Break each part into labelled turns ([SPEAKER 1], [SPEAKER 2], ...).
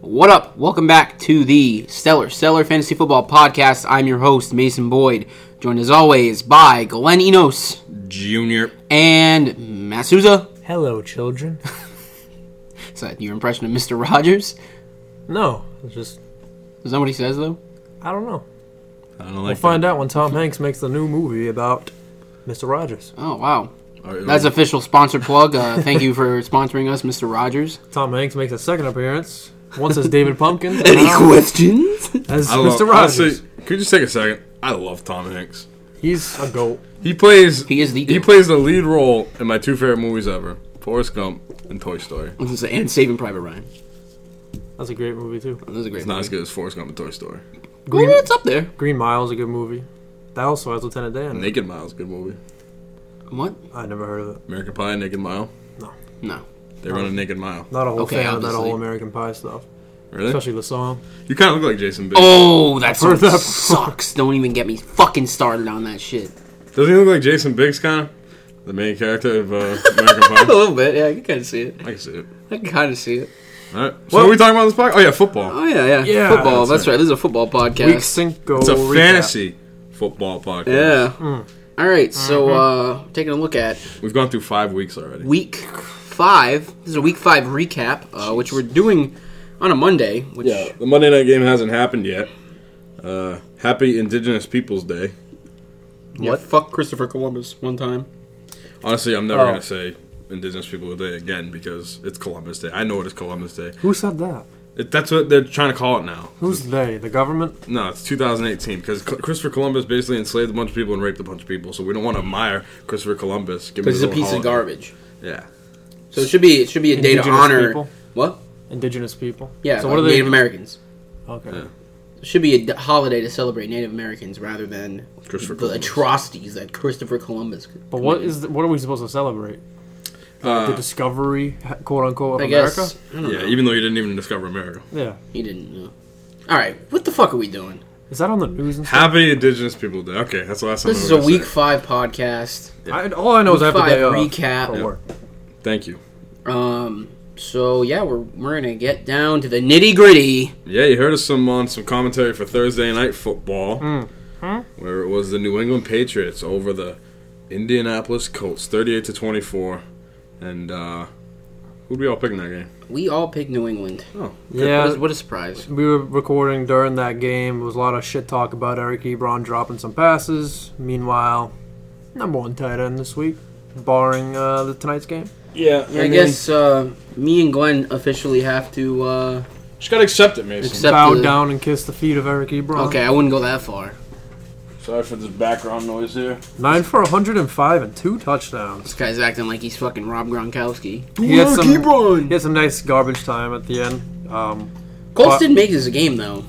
[SPEAKER 1] What up? Welcome back to the Stellar Stellar Fantasy Football Podcast. I'm your host, Mason Boyd, joined as always by Glenn Enos
[SPEAKER 2] Junior.
[SPEAKER 1] and Masuza.
[SPEAKER 3] Hello, children.
[SPEAKER 1] Is that your impression of Mr. Rogers?
[SPEAKER 3] No, it's just
[SPEAKER 1] Is that what he says, though?
[SPEAKER 3] I don't know.
[SPEAKER 2] I don't
[SPEAKER 3] We'll
[SPEAKER 2] like
[SPEAKER 3] find out when Tom Hanks makes the new movie about Mr. Rogers.
[SPEAKER 1] Oh, wow.
[SPEAKER 2] that. Or- or-
[SPEAKER 1] That's official sponsor plug. Uh, thank you for sponsoring us, Mr. Rogers.
[SPEAKER 3] Tom Hanks makes a second appearance. Once as David Pumpkins. and
[SPEAKER 1] Any
[SPEAKER 3] now
[SPEAKER 1] questions?
[SPEAKER 3] As
[SPEAKER 2] I love,
[SPEAKER 3] Mr. Rogers.
[SPEAKER 2] honestly, could you just take a second? I love Tom Hanks.
[SPEAKER 3] He's a goat.
[SPEAKER 2] He plays.
[SPEAKER 1] He is the
[SPEAKER 2] He
[SPEAKER 1] goat.
[SPEAKER 2] plays the lead role in my two favorite movies ever: Forrest Gump and Toy Story.
[SPEAKER 1] and Saving Private Ryan.
[SPEAKER 3] That's a great movie too.
[SPEAKER 1] That was a great
[SPEAKER 2] It's not as good as Forrest Gump and Toy Story.
[SPEAKER 1] Well,
[SPEAKER 3] Green,
[SPEAKER 1] it's up there.
[SPEAKER 3] Green Mile's a good movie. That also has Lieutenant Dan. in it.
[SPEAKER 2] Naked Mile's a good movie.
[SPEAKER 1] What?
[SPEAKER 3] I never heard of it.
[SPEAKER 2] American Pie, Naked Mile.
[SPEAKER 1] No.
[SPEAKER 2] They
[SPEAKER 1] Oh.
[SPEAKER 2] run a Naked Mile.
[SPEAKER 3] Not a whole
[SPEAKER 1] Okay,
[SPEAKER 3] fan of that
[SPEAKER 1] obviously.
[SPEAKER 3] whole American Pie stuff,
[SPEAKER 2] Really?
[SPEAKER 3] especially the song.
[SPEAKER 2] You kind of look like Jason Biggs.
[SPEAKER 1] Oh, that song
[SPEAKER 3] heard that before.
[SPEAKER 1] sucks. Don't even get me fucking started on that shit.
[SPEAKER 2] Doesn't he look like Jason Biggs, kind of? The main character of uh, American
[SPEAKER 1] A
[SPEAKER 2] Pie.
[SPEAKER 1] little bit, yeah. I can kind of see it.
[SPEAKER 2] I can see it.
[SPEAKER 1] I can kind of see it.
[SPEAKER 2] All right. So what are we talking about on this podcast? Oh yeah, football.
[SPEAKER 1] Oh yeah, yeah.
[SPEAKER 3] Yeah,
[SPEAKER 1] football.
[SPEAKER 2] that's
[SPEAKER 1] That's
[SPEAKER 2] right.
[SPEAKER 1] right. This is a football podcast.
[SPEAKER 3] Week Cinco.
[SPEAKER 1] Oh,
[SPEAKER 2] It's a
[SPEAKER 3] recap.
[SPEAKER 2] fantasy football podcast.
[SPEAKER 1] Yeah.
[SPEAKER 3] Hmm.
[SPEAKER 1] All right, So uh,
[SPEAKER 3] Mm-hmm.
[SPEAKER 1] taking a look at
[SPEAKER 2] We've gone through five weeks already.
[SPEAKER 1] week five. This is a week five recap, uh, which we're doing on a Monday. Which
[SPEAKER 2] Yeah, the Monday night game hasn't happened yet. Uh, happy Indigenous Peoples Day.
[SPEAKER 1] Yeah,
[SPEAKER 3] What?
[SPEAKER 1] fuck Christopher Columbus one time.
[SPEAKER 2] Honestly, I'm never
[SPEAKER 3] Oh.
[SPEAKER 2] gonna say Indigenous Peoples Day again because it's Columbus Day. I know it is Columbus Day.
[SPEAKER 3] Who said that?
[SPEAKER 2] It, that's what they're trying to call it now.
[SPEAKER 3] Who's they? The government?
[SPEAKER 2] No, it's 2018 because Christopher Columbus basically enslaved a bunch of people and raped a bunch of people. So we don't want to admire Christopher Columbus. Give him
[SPEAKER 1] Because he's a
[SPEAKER 2] little
[SPEAKER 1] piece of
[SPEAKER 2] holiday.
[SPEAKER 1] garbage.
[SPEAKER 2] Yeah,
[SPEAKER 1] So it should be it should be a day to
[SPEAKER 3] Indigenous
[SPEAKER 1] honor.
[SPEAKER 3] people?
[SPEAKER 1] What?
[SPEAKER 3] Indigenous people.
[SPEAKER 1] Yeah.
[SPEAKER 3] So
[SPEAKER 1] like
[SPEAKER 3] what are they?
[SPEAKER 1] Native Americans.
[SPEAKER 3] okay.
[SPEAKER 2] Yeah.
[SPEAKER 1] It should be a d- holiday to celebrate Native Americans rather than
[SPEAKER 2] Christopher
[SPEAKER 1] the
[SPEAKER 2] Columbus.
[SPEAKER 1] atrocities that Christopher Columbus.
[SPEAKER 3] But what is the, what are we supposed to celebrate?
[SPEAKER 2] Uh,
[SPEAKER 3] the discovery, quote unquote, of
[SPEAKER 1] I
[SPEAKER 3] America.
[SPEAKER 1] guess. I don't
[SPEAKER 2] yeah.
[SPEAKER 1] know.
[SPEAKER 2] Even though you didn't even discover America.
[SPEAKER 3] Yeah,
[SPEAKER 1] He didn't know. All right. What the fuck are we doing?
[SPEAKER 3] is that on the news and stuff?
[SPEAKER 2] Happy Indigenous Peoples Day. Okay, that's the last time.
[SPEAKER 1] This
[SPEAKER 2] I
[SPEAKER 1] is
[SPEAKER 2] was
[SPEAKER 1] a
[SPEAKER 2] gonna say
[SPEAKER 1] week five podcast.
[SPEAKER 3] I, all I know Oh, is I have to uh,
[SPEAKER 1] Five
[SPEAKER 3] day off
[SPEAKER 1] recap.
[SPEAKER 3] for
[SPEAKER 1] Yeah.
[SPEAKER 3] work.
[SPEAKER 2] it. Thank you.
[SPEAKER 1] Um. So yeah, we're we're gonna get down to the nitty gritty.
[SPEAKER 2] Yeah, you heard us some on some commentary for Thursday night football,
[SPEAKER 3] Mm.
[SPEAKER 2] where it was the New England Patriots over the Indianapolis Colts, thirty-eight to twenty-four, and uh, who'd we all pick in that game?
[SPEAKER 1] We all picked New England.
[SPEAKER 2] Oh,
[SPEAKER 1] What
[SPEAKER 3] Yeah,
[SPEAKER 1] a, what a surprise!
[SPEAKER 3] we were recording during that game. There was a lot of shit talk about Eric Ebron dropping some passes. Meanwhile, number one tight end this week, barring uh, the tonight's game.
[SPEAKER 2] yeah.
[SPEAKER 1] I guess uh, me and Glenn officially have to. Uh,
[SPEAKER 2] just gotta accept it, Mason.
[SPEAKER 1] Accept- Except
[SPEAKER 3] Bow
[SPEAKER 1] the-
[SPEAKER 3] down and kiss the feet of Eric Ebron.
[SPEAKER 1] okay, I wouldn't go that far.
[SPEAKER 2] Sorry for this background noise here.
[SPEAKER 3] nine for 105 and two touchdowns.
[SPEAKER 1] This guy's acting like he's fucking Rob Gronkowski.
[SPEAKER 3] He had some-
[SPEAKER 1] Ebron.
[SPEAKER 3] He had some nice garbage time at the end. Um,
[SPEAKER 1] Colts
[SPEAKER 3] Uh,
[SPEAKER 1] didn't make this a game though.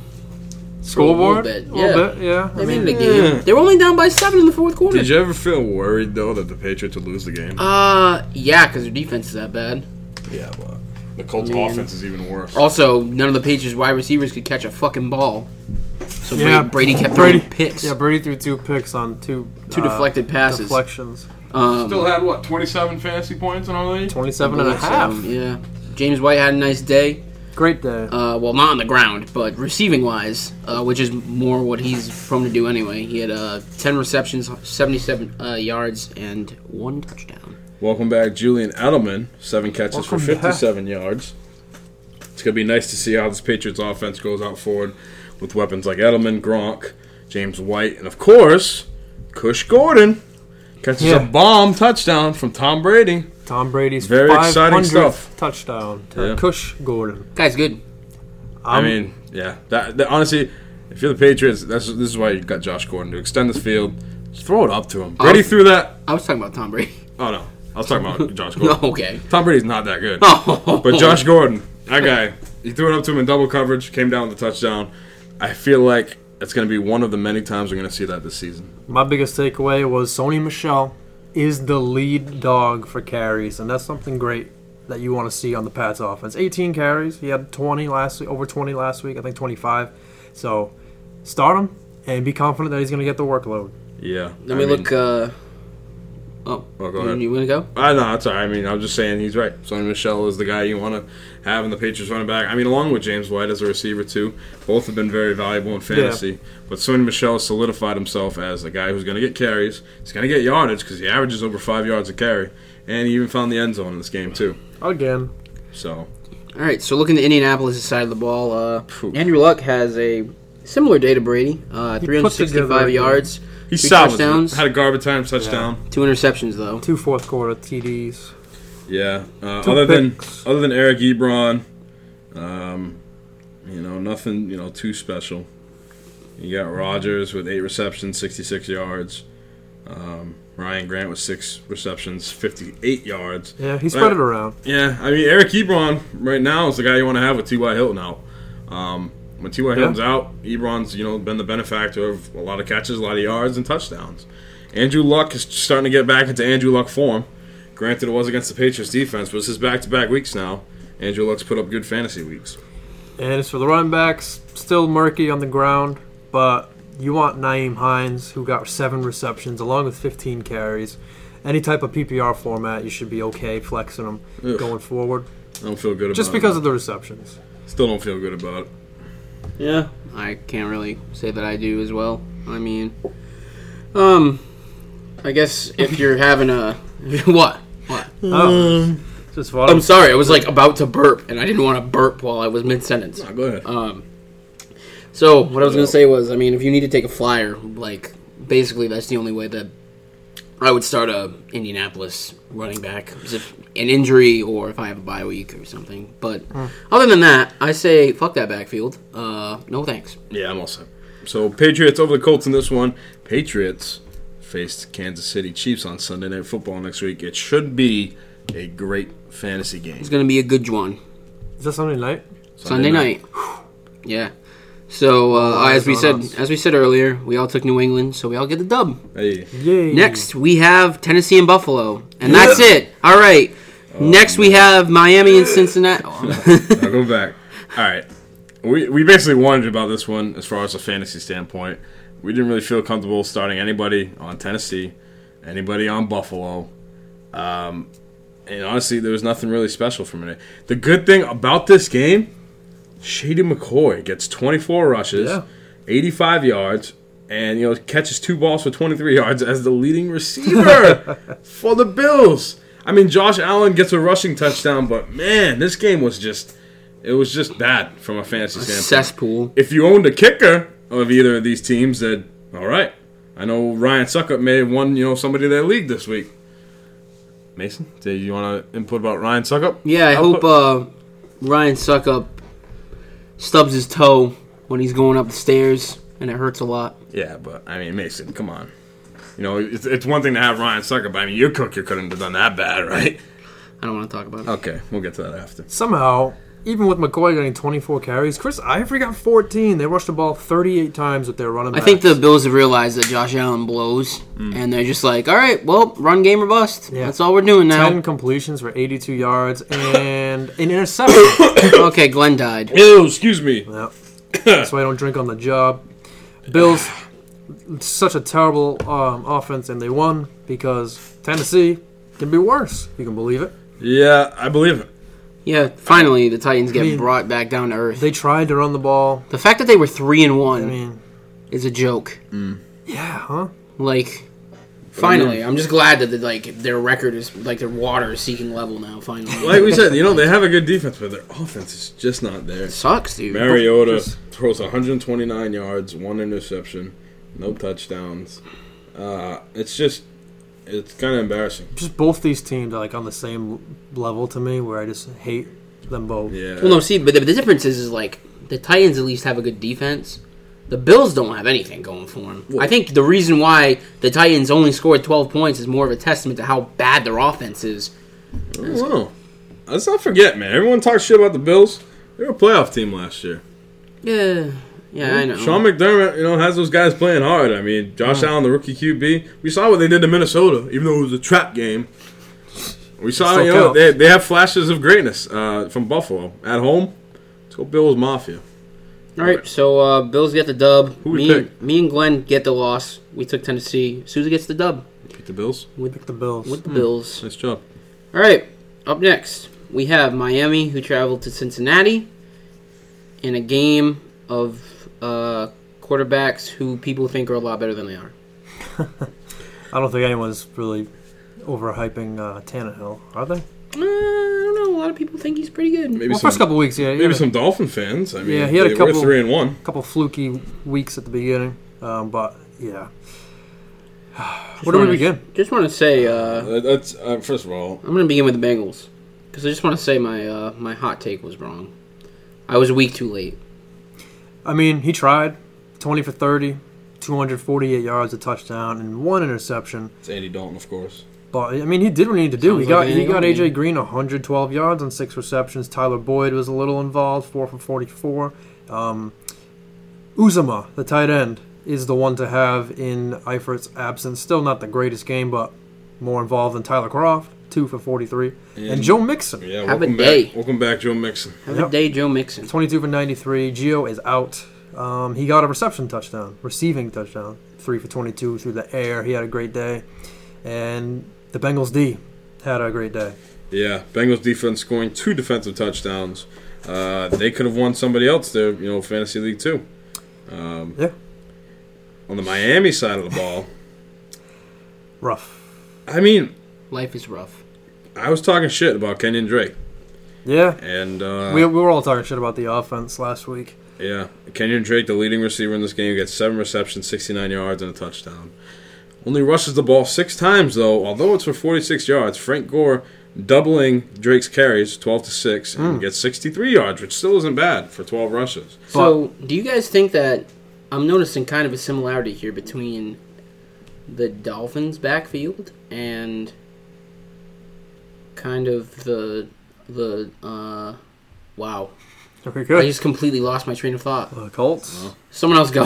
[SPEAKER 3] scoreboard,
[SPEAKER 1] bit, yeah.
[SPEAKER 3] little bit, yeah.
[SPEAKER 1] They
[SPEAKER 3] I mean,
[SPEAKER 1] made it a game. They were only down by seven in the fourth quarter.
[SPEAKER 2] Did you ever feel worried though that the Patriots would lose the game?
[SPEAKER 1] Uh, yeah, because their defense is that bad.
[SPEAKER 2] yeah, but the Colts'
[SPEAKER 1] Man.
[SPEAKER 2] offense is even worse.
[SPEAKER 1] Also, none of the Patriots wide receivers could catch a fucking ball. So
[SPEAKER 3] Yeah,
[SPEAKER 1] Brady, Brady kept
[SPEAKER 3] Brady-
[SPEAKER 1] throwing picks.
[SPEAKER 3] Yeah, Brady threw two picks on two
[SPEAKER 1] Two
[SPEAKER 3] uh,
[SPEAKER 1] deflected passes.
[SPEAKER 3] deflections.
[SPEAKER 1] um,
[SPEAKER 2] Still had what twenty-seven fantasy points in our league.
[SPEAKER 3] 27 and a half.
[SPEAKER 1] So, yeah. James White had a nice day.
[SPEAKER 3] Great day.
[SPEAKER 1] Uh, well, not on the ground, but receiving wise, uh, which is more what he's prone to do anyway. He had uh, 10 receptions, 77 uh, yards, and one touchdown.
[SPEAKER 2] Welcome back, Julian Edelman. Seven catches
[SPEAKER 3] Welcome
[SPEAKER 2] for
[SPEAKER 3] back.
[SPEAKER 2] 57 yards. It's going to be nice to see how this Patriots offense goes out forward with weapons like Edelman, Gronk, James White, and of course, Cush Gordon catches
[SPEAKER 3] Yeah.
[SPEAKER 2] a bomb touchdown from Tom Brady.
[SPEAKER 3] Tom Brady's
[SPEAKER 2] very exciting
[SPEAKER 3] 500th
[SPEAKER 2] stuff.
[SPEAKER 3] touchdown to
[SPEAKER 2] Yeah.
[SPEAKER 3] Cush Gordon.
[SPEAKER 1] Guy's good.
[SPEAKER 2] I
[SPEAKER 3] Um,
[SPEAKER 2] mean, yeah. That, that- honestly, if you're the Patriots, that's, this is why you got Josh Gordon to extend this field. Just throw it up to him. Brady
[SPEAKER 3] Um,
[SPEAKER 1] I'll-
[SPEAKER 2] threw that.
[SPEAKER 1] I was talking about Tom Brady. Oh,
[SPEAKER 2] Oh, no. I was talking about Josh Gordon.
[SPEAKER 1] okay.
[SPEAKER 2] Tom Brady's not that good.
[SPEAKER 1] Oh.
[SPEAKER 2] But Josh Gordon, that guy, he threw it up to him in double coverage, came down with a touchdown. I feel like it's going to be one of the many times we're going to see that this season.
[SPEAKER 3] my biggest takeaway was Sony Michelle is the lead dog for carries, and that's something great that you want to see on the Pats offense. 18 carries. He had 20 last week, over 20 last week, I think 25. So start him and be confident that he's going to get the workload.
[SPEAKER 2] Yeah.
[SPEAKER 1] Let me
[SPEAKER 2] I mean,
[SPEAKER 1] look. Uh, Oh,
[SPEAKER 2] Oh,
[SPEAKER 1] you-
[SPEAKER 2] go ahead.
[SPEAKER 1] You want to go?
[SPEAKER 2] I know, that's all right. I mean, I'm just saying he's right. Sonny Michelle is the guy you want to have in the Patriots running back. I mean, along with James White as a receiver, too. Both have been very valuable in fantasy. But Sonny Michelle has solidified himself as the guy who's going to get carries. He's going to get yardage because he averages over five yards a carry. And he even found the end zone in this game, too.
[SPEAKER 3] Again,
[SPEAKER 2] So,
[SPEAKER 1] All right, so looking to Indianapolis' side of the ball, uh,
[SPEAKER 2] Phew.
[SPEAKER 1] Andrew Luck has a similar day to Brady. Uh,
[SPEAKER 3] together-
[SPEAKER 1] 365 yards,
[SPEAKER 2] he's
[SPEAKER 1] Two
[SPEAKER 2] solid.
[SPEAKER 1] touchdowns.
[SPEAKER 2] Had a garbage time touchdown.
[SPEAKER 1] two interceptions, though.
[SPEAKER 3] two fourth quarter TDs.
[SPEAKER 2] Yeah. Uh,
[SPEAKER 3] Two
[SPEAKER 2] other
[SPEAKER 3] picks.
[SPEAKER 2] than other than Eric Ebron, um, you know nothing. You know too special. You got Rogers with eight receptions, sixty-six yards. Um, Ryan Grant with six receptions, fifty-eight yards.
[SPEAKER 3] Yeah, he spread
[SPEAKER 2] Right.
[SPEAKER 3] it around.
[SPEAKER 2] Yeah, I mean Eric Ebron right now is the guy you want to have with T.Y. Hilton out. Um, when T.Y. Hilton's out, Ebron's you know been the benefactor of a lot of catches, a lot of yards, and touchdowns. Andrew Luck is starting to get back into Andrew Luck form. Granted, it was against the Patriots defense, but this is back-to-back weeks now. Andrew Luck's put up good fantasy weeks.
[SPEAKER 3] And as for the running backs, still murky on the ground, but you want Naeem Hines, who got seven receptions along with 15 carries. Any type of PPR format, you should be okay flexing him
[SPEAKER 2] Ugh.
[SPEAKER 3] going forward,
[SPEAKER 2] I don't feel good about
[SPEAKER 3] just
[SPEAKER 2] it.
[SPEAKER 3] because of the receptions.
[SPEAKER 2] Still don't feel good about it.
[SPEAKER 1] Yeah, I can't really say that I do as well. I mean, um, I guess if you're having a what what.
[SPEAKER 3] Oh, just follow-
[SPEAKER 1] I'm sorry, I was like about to burp, and I didn't want to burp while I was mid sentence.
[SPEAKER 2] Ah, go ahead.
[SPEAKER 3] Uh,
[SPEAKER 1] Um, so what I was gonna say was, I mean, if you need to take a flyer, like basically that's the only way that I would start a Indianapolis running back is if an injury or if I have a bye week or something. But other than that, I say fuck that backfield. Uh, no thanks.
[SPEAKER 2] Yeah, I'm all set. So Patriots over the Colts in this one. Patriots faced Kansas City Chiefs on Sunday Night Football next week. It should be a great fantasy game.
[SPEAKER 1] It's gonna be a good one
[SPEAKER 3] Is that Sunday night?
[SPEAKER 1] Sunday night. Yeah. So uh,
[SPEAKER 3] eyes
[SPEAKER 1] as we
[SPEAKER 3] on
[SPEAKER 1] said,
[SPEAKER 3] us. Hmm.
[SPEAKER 1] as we said earlier, we all took New England, so we all get the dub.
[SPEAKER 2] Hey,
[SPEAKER 3] Yay.
[SPEAKER 1] Next, we have Tennessee and Buffalo, and that's it. All right.
[SPEAKER 3] Oh,
[SPEAKER 1] Next, we have Miami and Cincinnati. Oh.
[SPEAKER 2] I'll go back. All right. We, we basically wondered about this one as far as a fantasy standpoint. We didn't really feel comfortable starting anybody on Tennessee, anybody on Buffalo. Um, and honestly, there was nothing really special from it. The good thing about this game, Shady McCoy gets 24 rushes,
[SPEAKER 3] Yeah.
[SPEAKER 2] 85 yards, and you know catches two balls for 23 yards as the leading receiver for the Bills. I mean, Josh Allen gets a rushing touchdown, but man, this game was just it was just bad from a fantasy standpoint.
[SPEAKER 1] Cesspool.
[SPEAKER 2] If you owned a kicker of either of these teams, then all right. I know Ryan Suckup may have won, you know, somebody their league this week. Mason, do you want to input about Ryan Suckup?
[SPEAKER 1] Yeah, I
[SPEAKER 2] I'll
[SPEAKER 1] hope
[SPEAKER 2] put-
[SPEAKER 1] uh, Ryan Suckup stubs his toe when he's going up the stairs, and it hurts a lot.
[SPEAKER 2] Yeah, but I mean, Mason, come on. You know, it's, it's one thing to have Ryan Sucker, but I mean, your cooker couldn't have done that bad, right?
[SPEAKER 1] I don't want to talk about it.
[SPEAKER 2] Okay, we'll get to that after.
[SPEAKER 3] Somehow, even with McCoy getting 24 carries, Chris Ivory got 14. They rushed the ball 38 times with their running
[SPEAKER 1] I
[SPEAKER 3] backs.
[SPEAKER 1] think the Bills have realized that Josh Allen blows, and they're just like, all right, well, run game or bust.
[SPEAKER 3] Mm. Yeah.
[SPEAKER 1] That's all we're doing now.
[SPEAKER 3] 10 completions for 82 yards and an interception.
[SPEAKER 1] okay, Glenn died.
[SPEAKER 2] Ew, excuse me.
[SPEAKER 3] Yep. That's why I don't drink on the job. Bills, such a terrible um, offense, and they won because Tennessee can be worse. You can believe it.
[SPEAKER 2] Yeah, I believe it.
[SPEAKER 1] Yeah, finally, the Titans get
[SPEAKER 3] mean-
[SPEAKER 1] brought back down to earth.
[SPEAKER 3] They tried to run the ball.
[SPEAKER 1] The fact that they were three and one
[SPEAKER 3] I mean,
[SPEAKER 1] is a joke.
[SPEAKER 3] yeah, huh?
[SPEAKER 1] Like, finally, I'm just glad that the, like their record is like their water is seeking level now. Finally,
[SPEAKER 2] Like we said, you know, they have a good defense, but their offense is just not there.
[SPEAKER 1] sucks, dude.
[SPEAKER 2] Mariota throws 129 yards, one interception, no touchdowns. Uh, it's just, it's kind of embarrassing.
[SPEAKER 3] Just both these teams are like on the same level to me, where I just hate them both.
[SPEAKER 2] Yeah.
[SPEAKER 1] Well, no, see, but the, the difference is, is like the Titans at least have a good defense. The Bills don't have anything going for them. I think the reason why the Titans only scored 12 points is more of a testament to how bad their offense is.
[SPEAKER 2] Wow. Let's not forget, man. Everyone talks shit about the Bills. They were a playoff team last year.
[SPEAKER 1] Yeah, yeah, I know.
[SPEAKER 2] Sean McDermott, you know, has those guys playing hard. I mean, Josh Allen, the rookie QB. We saw what they did to Minnesota, even though it was a trap game. We saw,
[SPEAKER 3] Still
[SPEAKER 2] you know,
[SPEAKER 3] counts.
[SPEAKER 2] they, they have flashes of greatness uh, from Buffalo at home. Let's go Bills Mafia.
[SPEAKER 1] All right, so uh, Bills get the dub.
[SPEAKER 2] we
[SPEAKER 1] me,
[SPEAKER 2] pick?
[SPEAKER 1] me and Glenn get the loss. We took Tennessee. Susie gets the dub.
[SPEAKER 2] Pick the Bills.
[SPEAKER 3] Pick the Bills.
[SPEAKER 1] with the Bills.
[SPEAKER 2] Nice job.
[SPEAKER 1] All right, up next, we have Miami who traveled to Cincinnati in a game of uh, quarterbacks who people think are a lot better than they are.
[SPEAKER 3] I don't think anyone's really overhyping uh, Tannehill, are they?
[SPEAKER 1] Uh, I don't know. A lot of people think he's pretty good.
[SPEAKER 2] Maybe
[SPEAKER 3] Well,
[SPEAKER 2] some
[SPEAKER 3] first couple weeks, yeah. he
[SPEAKER 2] maybe
[SPEAKER 3] had
[SPEAKER 2] some Dolphin fans. I mean,
[SPEAKER 3] Yeah, he had a
[SPEAKER 2] they
[SPEAKER 3] couple-
[SPEAKER 2] were three and one.
[SPEAKER 3] a couple fluky weeks at the beginning, um, but yeah. Where do we
[SPEAKER 1] wanna-
[SPEAKER 3] begin?
[SPEAKER 1] Just want to say, uh,
[SPEAKER 2] Uh, that's uh, first of all.
[SPEAKER 1] I'm going to begin with the Bengals because I just want to say my uh, my hot take was wrong. I was a week too late.
[SPEAKER 3] I mean, he tried 20 for 30, 248 yards, a touchdown, and one interception.
[SPEAKER 2] It's Andy Dalton, of course.
[SPEAKER 3] But I mean, he did what he needed to do.
[SPEAKER 1] Sounds
[SPEAKER 3] he got
[SPEAKER 1] like
[SPEAKER 3] he
[SPEAKER 1] Andy
[SPEAKER 3] got
[SPEAKER 1] Dalton,
[SPEAKER 3] AJ
[SPEAKER 1] yeah.
[SPEAKER 3] Green 112 yards on six receptions. Tyler Boyd was a little involved, four for 44. Um, Uzama, the tight end, is the one to have in Eifert's absence. Still not the greatest game, but more involved than Tyler Croft, two for 43, and,
[SPEAKER 2] And-
[SPEAKER 3] Joe Mixon,
[SPEAKER 2] Yeah,
[SPEAKER 1] Have a
[SPEAKER 2] welcome
[SPEAKER 1] day.
[SPEAKER 2] back. Welcome back, Joe Mixon.
[SPEAKER 1] Have
[SPEAKER 3] Yep.
[SPEAKER 1] a day, Joe Mixon.
[SPEAKER 3] 22 for 93. Gio is out. Um, he got a reception touchdown, receiving touchdown, three for 22 through the air. He had a great day, and the Bengals D had a great day.
[SPEAKER 2] Yeah, Bengals defense scoring two defensive touchdowns. Uh, they could have won somebody else their you know fantasy league too. Um,
[SPEAKER 3] Yeah.
[SPEAKER 2] On the Miami side of the ball,
[SPEAKER 3] Rough.
[SPEAKER 2] I mean,
[SPEAKER 1] Life is rough.
[SPEAKER 2] I was talking shit about Kenyon Drake,
[SPEAKER 3] Yeah,
[SPEAKER 2] and uh,
[SPEAKER 3] we, we were all talking shit about the offense last week.
[SPEAKER 2] yeah, Kenyon Drake, the leading receiver in this game, gets seven receptions, 69 yards, and a touchdown. Only rushes the ball six times though, although it's for 46 yards. Frank Gore doubling Drake's carries, 12 to six,
[SPEAKER 1] Hmm.
[SPEAKER 2] and gets 63 yards, which still isn't bad for 12 rushes.
[SPEAKER 1] So, do you guys think that I'm noticing kind of a similarity here between the Dolphins' backfield and kind of the the uh, wow?
[SPEAKER 3] Okay,
[SPEAKER 1] I
[SPEAKER 3] good.
[SPEAKER 1] just completely lost my train of thought.
[SPEAKER 3] The Colts.
[SPEAKER 1] Someone else go.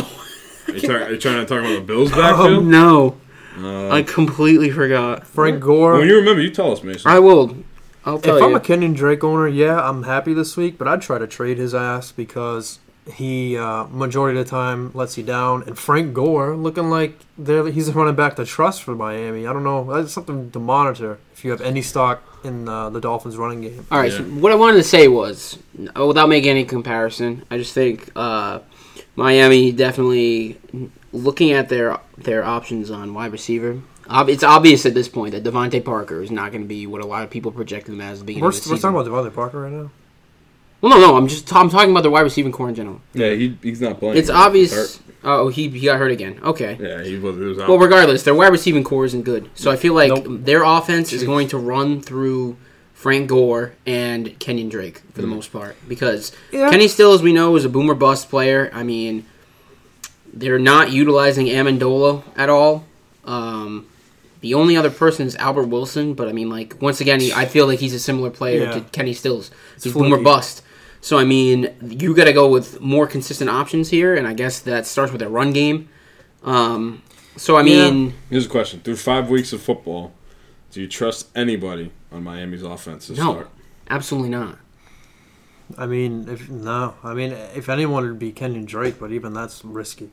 [SPEAKER 2] Are you, try- are you trying to talk about the Bills
[SPEAKER 1] Oh
[SPEAKER 2] backfield?
[SPEAKER 1] no, I completely forgot.
[SPEAKER 3] Frank Gore.
[SPEAKER 2] When you remember, you tell us, Mason.
[SPEAKER 1] I will. I'll tell
[SPEAKER 3] if I'm
[SPEAKER 1] you.
[SPEAKER 3] a Kenyon Drake owner, yeah, I'm happy this week, but I'd try to trade his ass because he uh, majority of the time lets you down. And Frank Gore looking like they're, he's running back to trust for Miami. I don't know. That's something to monitor if you have any stock in uh, the Dolphins running game.
[SPEAKER 1] All right.
[SPEAKER 2] Yeah.
[SPEAKER 1] So what I wanted to say was, uh, without making any comparison, I just think uh, Miami definitely looking at their their options on wide receiver. Ob- it's obvious at this point that Devontae Parker is not going to be what a lot of people projected him as at the
[SPEAKER 3] We're,
[SPEAKER 1] beginning
[SPEAKER 3] we're
[SPEAKER 1] of the season.
[SPEAKER 3] talking about Devontae Parker right now.
[SPEAKER 1] well, no, no. I'm just I'm talking about the wide receiving core in general.
[SPEAKER 2] Yeah, he, he's not playing.
[SPEAKER 1] It's
[SPEAKER 2] He's
[SPEAKER 1] obvious.
[SPEAKER 2] hurt.
[SPEAKER 1] Oh, he he got hurt again. Okay.
[SPEAKER 2] Yeah, he was, he was out.
[SPEAKER 1] Well, regardless, their wide receiving core isn't good. So I feel like
[SPEAKER 3] Nope.
[SPEAKER 1] their offense is going to run through Frank Gore and Kenyon Drake for the
[SPEAKER 3] Mm.
[SPEAKER 1] most part because
[SPEAKER 3] Yeah.
[SPEAKER 1] Kenny Still, as we know, is a boomer bust player. I mean, they're not utilizing Amendola at all. Um, the only other person is Albert Wilson, but I mean, like once again, he, I feel like he's a similar player
[SPEAKER 3] Yeah.
[SPEAKER 1] to Kenny Stills. He's
[SPEAKER 3] fluky.
[SPEAKER 1] boomer bust. So I mean, you got to go with more consistent options here, and I guess that starts with their run game. Um, so I
[SPEAKER 3] Yeah.
[SPEAKER 1] mean,
[SPEAKER 2] Here's a question: Through five weeks of football, do you trust anybody on Miami's offense to
[SPEAKER 1] no,
[SPEAKER 2] start?
[SPEAKER 1] absolutely not.
[SPEAKER 3] I mean, if no, I mean, if anyone would be Kenyon Drake, but even that's risky.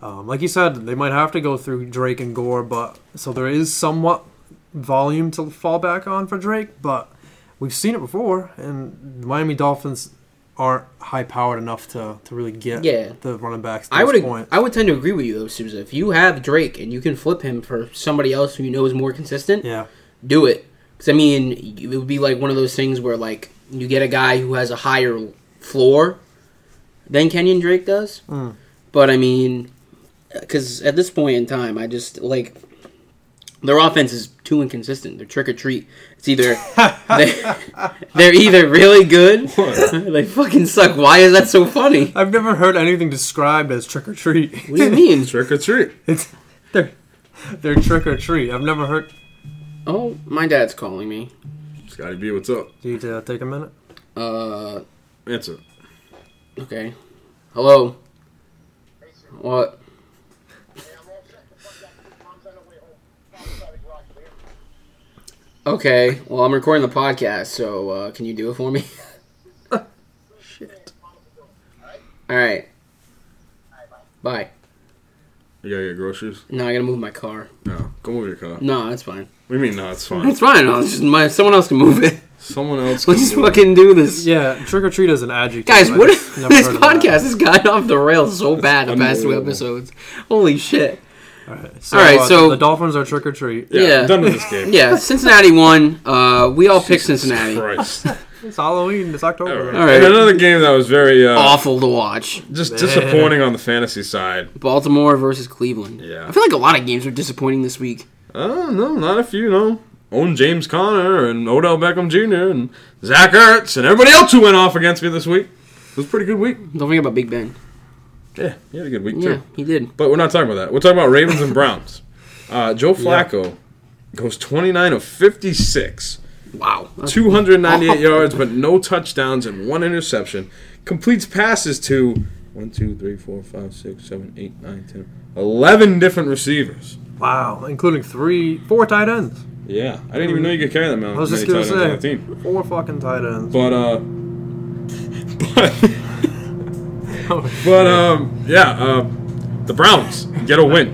[SPEAKER 3] Um, like you said, they might have to go through Drake and Gore, but so there is somewhat volume to fall back on for Drake, but we've seen it before, and the Miami Dolphins aren't high powered enough to, to really get
[SPEAKER 1] Yeah.
[SPEAKER 3] the running backs. To
[SPEAKER 1] I
[SPEAKER 3] this
[SPEAKER 1] would
[SPEAKER 3] point.
[SPEAKER 1] I would tend to agree with you though, Souza. If you have Drake and you can flip him for somebody else who you know is more consistent,
[SPEAKER 3] yeah,
[SPEAKER 1] do it. Because I mean, it would be like one of those things where like you get a guy who has a higher floor than Kenyon Drake does. But I mean, because at this point in time, I just like their offense is too inconsistent. They're trick or treat. It's either they, they're either really good, they fucking suck. Why is that so funny?
[SPEAKER 3] I've never heard anything described as trick or treat.
[SPEAKER 1] What do you mean?
[SPEAKER 2] Trick or treat?
[SPEAKER 3] it's they're they're trick or treat. I've never heard.
[SPEAKER 1] Oh, my dad's calling me.
[SPEAKER 2] Scotty B, what's up?
[SPEAKER 3] Do you uh, take a minute?
[SPEAKER 1] Uh,
[SPEAKER 2] Answer.
[SPEAKER 1] okay. Hello. What? Okay. Well, I'm recording the podcast, so uh, can you do it for me? Shit. All right. Bye.
[SPEAKER 2] You gotta get groceries?
[SPEAKER 1] No, I gotta move my car.
[SPEAKER 2] No. Go move your car.
[SPEAKER 1] No, that's fine.
[SPEAKER 2] What do you mean, no, it's fine.
[SPEAKER 1] That's fine. I'll just my someone else can move it.
[SPEAKER 2] Someone else
[SPEAKER 1] Let's just
[SPEAKER 2] move it.
[SPEAKER 1] fucking do this.
[SPEAKER 3] Yeah, trick or treat is an adjective.
[SPEAKER 1] Guys,
[SPEAKER 3] I
[SPEAKER 1] what
[SPEAKER 3] just never
[SPEAKER 1] this
[SPEAKER 3] heard of that.
[SPEAKER 1] podcast has gotten off the rails so bad the past two
[SPEAKER 2] unbelievable.
[SPEAKER 1] episodes. Holy shit!
[SPEAKER 3] So,
[SPEAKER 1] All right,
[SPEAKER 3] uh,
[SPEAKER 1] so-
[SPEAKER 3] the Dolphins are trick or treat.
[SPEAKER 2] Yeah,
[SPEAKER 1] Yeah.
[SPEAKER 2] I'm done with this game.
[SPEAKER 1] Yeah, Cincinnati won. Uh, we all picked Cincinnati.
[SPEAKER 2] Christ.
[SPEAKER 3] It's Halloween. It's October.
[SPEAKER 2] All
[SPEAKER 1] All
[SPEAKER 2] right.
[SPEAKER 1] right.
[SPEAKER 2] And another game that was very uh,
[SPEAKER 1] Awful to watch.
[SPEAKER 2] just disappointing on the fantasy side.
[SPEAKER 1] Baltimore versus Cleveland.
[SPEAKER 2] Yeah.
[SPEAKER 1] I feel like a lot of games were disappointing this week.
[SPEAKER 2] Oh no, not if you know own James Conner and Odell Beckham Jr. and Zach Ertz and everybody else who went off against me this week. It was a pretty good week.
[SPEAKER 1] Don't forget about Big Ben.
[SPEAKER 2] Yeah, you had a good week
[SPEAKER 1] Yeah,
[SPEAKER 2] too.
[SPEAKER 1] he did.
[SPEAKER 2] But we're not talking about that. We're talking about Ravens and Browns. Uh, Joe Flacco goes 29 of 56,
[SPEAKER 1] Wow. That's-
[SPEAKER 2] 298
[SPEAKER 3] Oh,
[SPEAKER 2] yards, but no touchdowns and one interception. Completes passes to 1, 2, 3, 4, 5, 6, 7, 8, 9, 10, 11 different receivers.
[SPEAKER 3] Wow, including three, four tight ends.
[SPEAKER 2] Yeah, I didn't even know you could carry that amount.
[SPEAKER 3] I was just
[SPEAKER 2] many
[SPEAKER 3] gonna
[SPEAKER 2] tight ends on the
[SPEAKER 3] say
[SPEAKER 2] team.
[SPEAKER 3] four fucking tight ends.
[SPEAKER 2] But uh, but, but um, yeah, uh, the Browns get a win.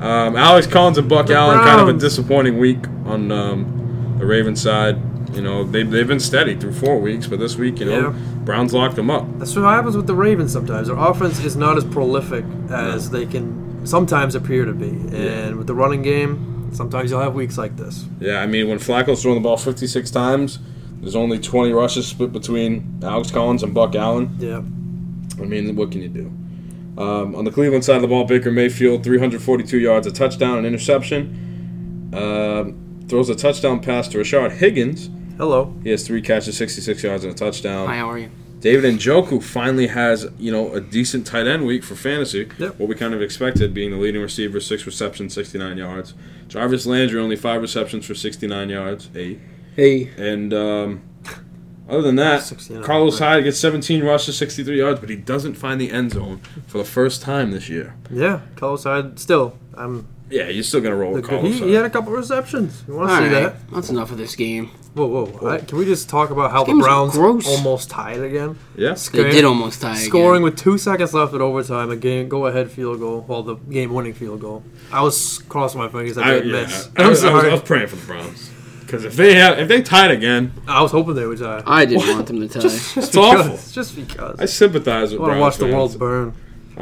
[SPEAKER 2] Um, Alex Collins and Buck Allen kind of a
[SPEAKER 3] Browns.
[SPEAKER 2] disappointing week on um, the Ravens side. You know they they've been steady through four weeks, but this week you know
[SPEAKER 3] Yeah.
[SPEAKER 2] Browns locked them up.
[SPEAKER 3] That's what happens with the Ravens sometimes. Their offense is not as prolific as they can sometimes appear to be. And with the running game, sometimes you'll have weeks like this.
[SPEAKER 2] Yeah, I mean when Flacco's throwing the ball 56 times, there's only 20 rushes split between Alex Collins and Buck Allen.
[SPEAKER 3] Yeah.
[SPEAKER 2] I mean, what can you do? Um, on the Cleveland side of the ball, Baker Mayfield, 342 yards, a touchdown, an interception. Um throws a touchdown pass to Rashard Higgins.
[SPEAKER 3] Hello.
[SPEAKER 2] He has three catches, 66 yards, and a touchdown.
[SPEAKER 1] Hi, how are you?
[SPEAKER 2] David Njoku finally has, you know, a decent tight end week for fantasy.
[SPEAKER 3] Yep.
[SPEAKER 2] What we kind of expected, being the leading receiver, six receptions, 69 yards. Jarvis Landry, only five receptions for 69 yards, eight.
[SPEAKER 1] Hey.
[SPEAKER 2] And um, other than that,
[SPEAKER 3] 69,
[SPEAKER 2] Carlos
[SPEAKER 3] right.
[SPEAKER 2] Hyde gets 17 rushes, 63 yards, but he doesn't find the end zone for the first time this year.
[SPEAKER 3] Yeah, Carlos Hyde still. I'm
[SPEAKER 2] Yeah, you're still gonna roll with
[SPEAKER 3] he,
[SPEAKER 2] Carlos
[SPEAKER 3] he
[SPEAKER 2] Hyde.
[SPEAKER 3] had a couple receptions. You
[SPEAKER 1] All
[SPEAKER 3] want to see
[SPEAKER 1] right.
[SPEAKER 3] that?
[SPEAKER 1] That's enough of this game.
[SPEAKER 3] Whoa, whoa! I- can we just talk about how the
[SPEAKER 1] game's
[SPEAKER 3] Browns
[SPEAKER 1] gross.
[SPEAKER 3] almost tied again?
[SPEAKER 2] Yeah,
[SPEAKER 1] They
[SPEAKER 3] Scoring-
[SPEAKER 1] did almost tie. again.
[SPEAKER 3] Scoring with two seconds left at overtime, a game go-ahead field goal, well, the game-winning field goal. I was crossing my fingers I
[SPEAKER 2] I,
[SPEAKER 3] didn't
[SPEAKER 2] yeah,
[SPEAKER 3] miss.
[SPEAKER 2] I, I
[SPEAKER 3] I'm
[SPEAKER 2] was, I was-
[SPEAKER 3] sorry.
[SPEAKER 2] I was praying for the Browns because if they have, if they tied again,
[SPEAKER 3] hoping they would tie.
[SPEAKER 1] I didn't want them to tie.
[SPEAKER 2] it's awful.
[SPEAKER 3] Because- Just because.
[SPEAKER 2] I sympathize with
[SPEAKER 3] I want
[SPEAKER 2] Browns.
[SPEAKER 3] to watch the
[SPEAKER 2] fans.
[SPEAKER 3] world burn.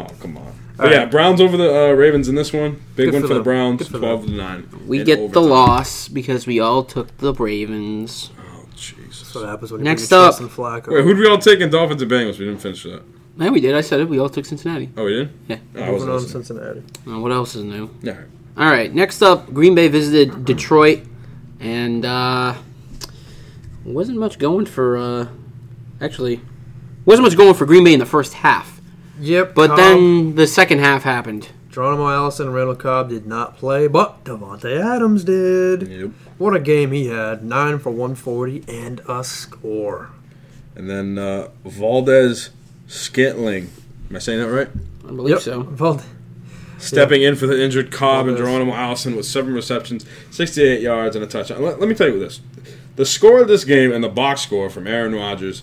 [SPEAKER 2] Oh come on. But
[SPEAKER 3] All
[SPEAKER 2] yeah,
[SPEAKER 3] right.
[SPEAKER 2] Browns over the uh, Ravens in this one. Big
[SPEAKER 3] Good
[SPEAKER 2] win
[SPEAKER 3] for
[SPEAKER 2] for, the
[SPEAKER 3] them.
[SPEAKER 2] Browns,
[SPEAKER 3] Good for them.
[SPEAKER 2] twelve to nine.
[SPEAKER 1] we
[SPEAKER 2] in
[SPEAKER 1] get the
[SPEAKER 2] overtime.
[SPEAKER 1] loss because we all took the Ravens.
[SPEAKER 2] Oh Jesus.
[SPEAKER 3] That's what happens when you
[SPEAKER 1] Next
[SPEAKER 3] bring
[SPEAKER 1] up.
[SPEAKER 3] Justin Flacco.
[SPEAKER 2] Wait, who'd we all take in Dolphins and Bengals? We didn't finish that.
[SPEAKER 1] Yeah, we did. I said it. We all took Cincinnati.
[SPEAKER 2] Oh, we did.
[SPEAKER 1] Yeah.
[SPEAKER 2] Oh, I
[SPEAKER 3] Moving
[SPEAKER 2] wasn't
[SPEAKER 3] on to
[SPEAKER 2] listening.
[SPEAKER 3] Cincinnati.
[SPEAKER 1] Uh, what else is new?
[SPEAKER 2] All right.
[SPEAKER 1] All right. Next up, Green Bay visited Detroit, and uh, wasn't much going for. Uh, actually, wasn't much going for Green Bay in the first half.
[SPEAKER 3] Yep.
[SPEAKER 1] But
[SPEAKER 3] Cobb,
[SPEAKER 1] then the second half happened.
[SPEAKER 3] Geronimo Allison and Randall Cobb did not play, but Devontae Adams did.
[SPEAKER 2] Yep.
[SPEAKER 3] What a game he had. Nine for 140 and a score.
[SPEAKER 2] And then uh, Valdez Scantling. Am I saying that right?
[SPEAKER 1] I believe so.
[SPEAKER 3] Well,
[SPEAKER 2] Stepping in for the injured Cobb and
[SPEAKER 3] Valdez.
[SPEAKER 2] Geronimo Allison with seven receptions, 68 yards, and a touchdown. Let, let me tell you this. The score of this game and the box score from Aaron Rodgers,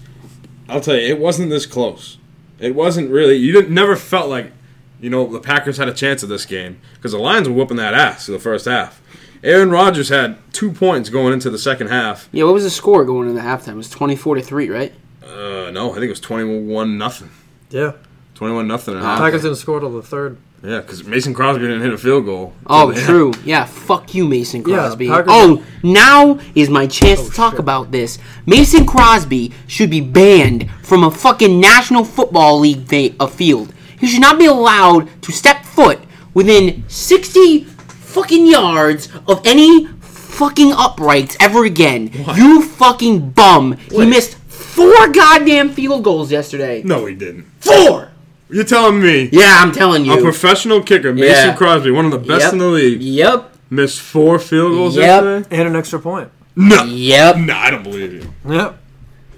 [SPEAKER 2] I'll tell you, it wasn't this close. It wasn't really. You didn't never felt like, you know, the Packers had a chance of this game because the Lions were whooping that ass in the first half. Aaron Rodgers had two points going into the second half.
[SPEAKER 1] Yeah. What was the score going into halftime? It was twenty-four to three, right?
[SPEAKER 2] Uh, no, I think it was 21 nothing.
[SPEAKER 3] yeah.
[SPEAKER 2] 21 nothing at half.
[SPEAKER 3] Packers didn't score till the third.
[SPEAKER 2] Yeah, because Mason Crosby didn't hit a field goal.
[SPEAKER 1] Oh,
[SPEAKER 2] Yeah.
[SPEAKER 1] true. Yeah, fuck you, Mason
[SPEAKER 3] Yeah,
[SPEAKER 1] Crosby.
[SPEAKER 3] Packers-
[SPEAKER 1] oh, now is my chance to talk
[SPEAKER 3] shit.
[SPEAKER 1] about this. Mason Crosby should be banned from a fucking National Football League fa- a field. He should not be allowed to step foot within 60 fucking yards of any fucking uprights ever again. You fucking bum. He missed four goddamn field goals yesterday.
[SPEAKER 2] No, he didn't.
[SPEAKER 1] Four!
[SPEAKER 2] You're telling me
[SPEAKER 1] Yeah, I'm telling you.
[SPEAKER 2] a professional kicker, Mason
[SPEAKER 1] Yeah.
[SPEAKER 2] Crosby, one of the best
[SPEAKER 1] Yep.
[SPEAKER 2] in the league,
[SPEAKER 1] Yep.
[SPEAKER 2] missed four field goals
[SPEAKER 1] Yep.
[SPEAKER 2] yesterday?
[SPEAKER 3] And an extra point.
[SPEAKER 2] No.
[SPEAKER 1] Yep.
[SPEAKER 2] No, I don't believe you.
[SPEAKER 3] Yep.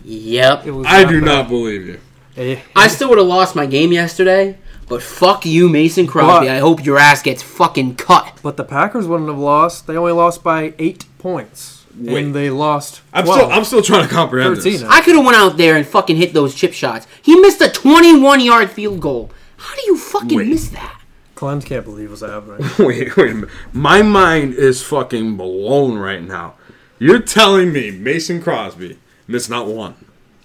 [SPEAKER 1] Yep.
[SPEAKER 3] It was
[SPEAKER 2] I do
[SPEAKER 3] bad.
[SPEAKER 2] not believe you.
[SPEAKER 3] Eh,
[SPEAKER 1] I still would have lost my game yesterday, but fuck you, Mason Crosby.
[SPEAKER 3] But-
[SPEAKER 1] I hope your ass gets fucking cut.
[SPEAKER 3] But the Packers wouldn't have lost. They only lost by eight points.
[SPEAKER 2] Wait.
[SPEAKER 3] And they lost.
[SPEAKER 2] I'm
[SPEAKER 3] 12.
[SPEAKER 2] still I'm still trying to comprehend
[SPEAKER 3] 13
[SPEAKER 2] this.
[SPEAKER 3] now.
[SPEAKER 1] I could have went out there and fucking hit those chip shots. He missed a 21 yard field goal. How do you fucking
[SPEAKER 2] Wait.
[SPEAKER 1] miss that?
[SPEAKER 3] Clem's can't believe what's happening.
[SPEAKER 2] wait, wait. a minute. My mind is fucking blown right now. You're telling me Mason Crosby missed not one,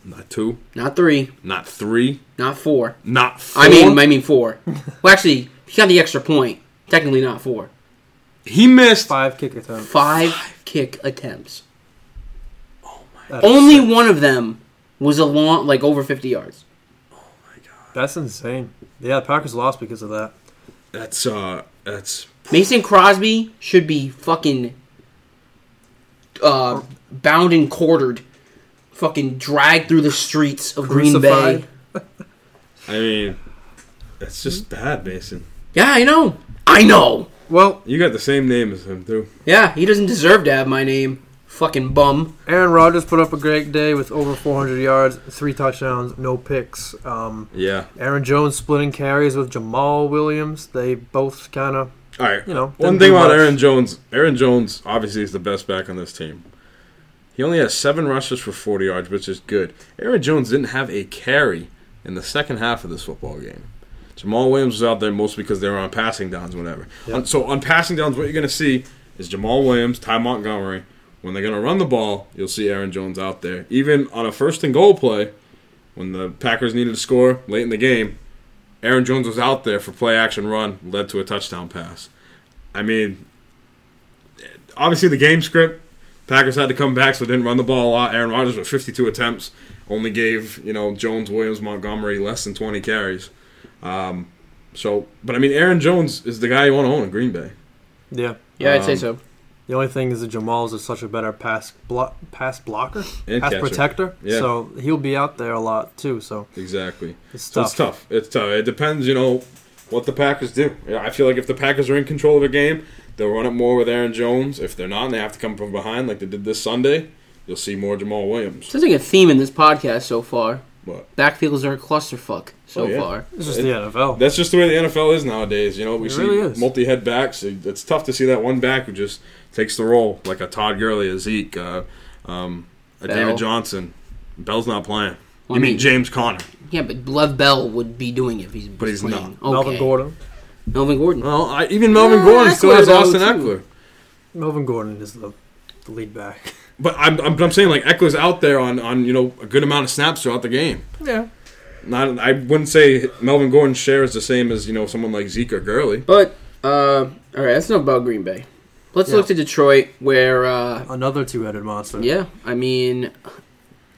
[SPEAKER 2] not two,
[SPEAKER 1] Not three,
[SPEAKER 2] not three,
[SPEAKER 1] not four.
[SPEAKER 2] not four.
[SPEAKER 1] I mean, I mean four. well, actually, he got the extra point. Technically, not four.
[SPEAKER 2] he missed.
[SPEAKER 3] Five kick attempts.
[SPEAKER 1] Five kick attempts.
[SPEAKER 3] That is
[SPEAKER 1] Only
[SPEAKER 3] sick.
[SPEAKER 1] one of them was a long, like over fifty yards.
[SPEAKER 3] That's insane. Yeah, the Packers lost because of that.
[SPEAKER 2] That's uh, that's
[SPEAKER 1] Mason Crosby should be fucking uh, bound and quartered, fucking dragged through the streets of Green Bay.
[SPEAKER 3] Crucified.
[SPEAKER 2] I mean, that's just bad, Mason.
[SPEAKER 1] Yeah, I know. I know.
[SPEAKER 3] Well,
[SPEAKER 2] You got the same name as him, too.
[SPEAKER 1] Yeah, he doesn't deserve to have my name. Fucking bum.
[SPEAKER 3] Aaron Rodgers put up a great day with over 400 yards, three touchdowns, no picks. Um,
[SPEAKER 2] Yeah.
[SPEAKER 3] Aaron Jones splitting carries with Jamal Williams. They both kind of
[SPEAKER 2] All right.
[SPEAKER 3] You know,
[SPEAKER 2] one
[SPEAKER 3] didn't
[SPEAKER 2] thing
[SPEAKER 3] do
[SPEAKER 2] about
[SPEAKER 3] much.
[SPEAKER 2] Aaron Jones. Aaron Jones obviously is the best back on this team. He only has seven rushes for 40 yards, which is good. Aaron Jones didn't have a carry in the second half of this football game. Jamal Williams was out there mostly because they were on passing downs, whatever. On- So on passing downs, what you're going to see is Jamal Williams, Ty Montgomery. When they're going to run the ball, you'll see Aaron Jones out there. Even on a first and goal play, when the Packers needed to score late in the game, Aaron Jones was out there for play action run, led to a touchdown pass. I mean, obviously the game script. Packers had to come back, so they didn't run the ball a lot. Aaron Rodgers with 52 attempts, only gave you know Jones, Williams, Montgomery less than 20 carries. Um, so, but I mean, Aaron Jones is the guy you want to own in Green Bay.
[SPEAKER 3] yeah.
[SPEAKER 1] Yeah, I'd say so.
[SPEAKER 3] The only thing is that Jamal's is such a better pass blo- pass blocker,
[SPEAKER 2] And
[SPEAKER 3] pass
[SPEAKER 2] catcher.
[SPEAKER 3] protector.
[SPEAKER 2] Yeah.
[SPEAKER 3] So he'll be out there a lot too. So
[SPEAKER 2] Exactly.
[SPEAKER 3] It's
[SPEAKER 2] So it's tough. It's tough. It depends, you know, what the Packers do. Yeah, I feel like if the Packers are in control of the game, they'll run it more with Aaron Jones. If they're not, and they have to come from behind like they did this Sunday, you'll see more Jamal Williams.
[SPEAKER 1] Sounds like a theme in this podcast so far.
[SPEAKER 2] But
[SPEAKER 1] Backfields are a clusterfuck so
[SPEAKER 2] Oh, yeah.
[SPEAKER 1] far.
[SPEAKER 3] it's just
[SPEAKER 2] It-
[SPEAKER 3] the NFL.
[SPEAKER 2] That's just the way the NFL is nowadays. You know, we
[SPEAKER 3] It
[SPEAKER 2] see
[SPEAKER 3] really is.
[SPEAKER 2] multi-head backs. It's tough to see that one back who just takes the role, like a Todd Gurley, a Zeke, uh, um, a
[SPEAKER 1] Bell.
[SPEAKER 2] David Johnson. Bell's not playing.
[SPEAKER 1] Well,
[SPEAKER 2] you
[SPEAKER 1] I
[SPEAKER 2] mean,
[SPEAKER 1] mean-
[SPEAKER 2] James Conner?
[SPEAKER 1] Yeah, but Lev Bell would be doing it if he's
[SPEAKER 2] But he's
[SPEAKER 1] playing.
[SPEAKER 2] not.
[SPEAKER 3] Melvin
[SPEAKER 1] Okay.
[SPEAKER 3] Gordon.
[SPEAKER 1] Melvin Gordon.
[SPEAKER 2] Well, I, even Melvin
[SPEAKER 1] Yeah,
[SPEAKER 2] Gordon
[SPEAKER 1] that's
[SPEAKER 2] still
[SPEAKER 1] where
[SPEAKER 2] has
[SPEAKER 1] though,
[SPEAKER 2] Austin
[SPEAKER 1] too.
[SPEAKER 2] Eckler.
[SPEAKER 3] Melvin Gordon is the, the lead back.
[SPEAKER 2] But I'm, I'm, I'm saying like Eckler's out there on, on you know a good amount of snaps throughout the game.
[SPEAKER 3] Yeah.
[SPEAKER 2] Not I wouldn't say Melvin Gordon's share is the same as you know someone like Zeke or Gurley.
[SPEAKER 1] But uh, all right, that's enough about Green Bay. Let's
[SPEAKER 3] Yeah.
[SPEAKER 1] look to Detroit, where uh,
[SPEAKER 3] Another two-headed monster.
[SPEAKER 1] yeah, I mean,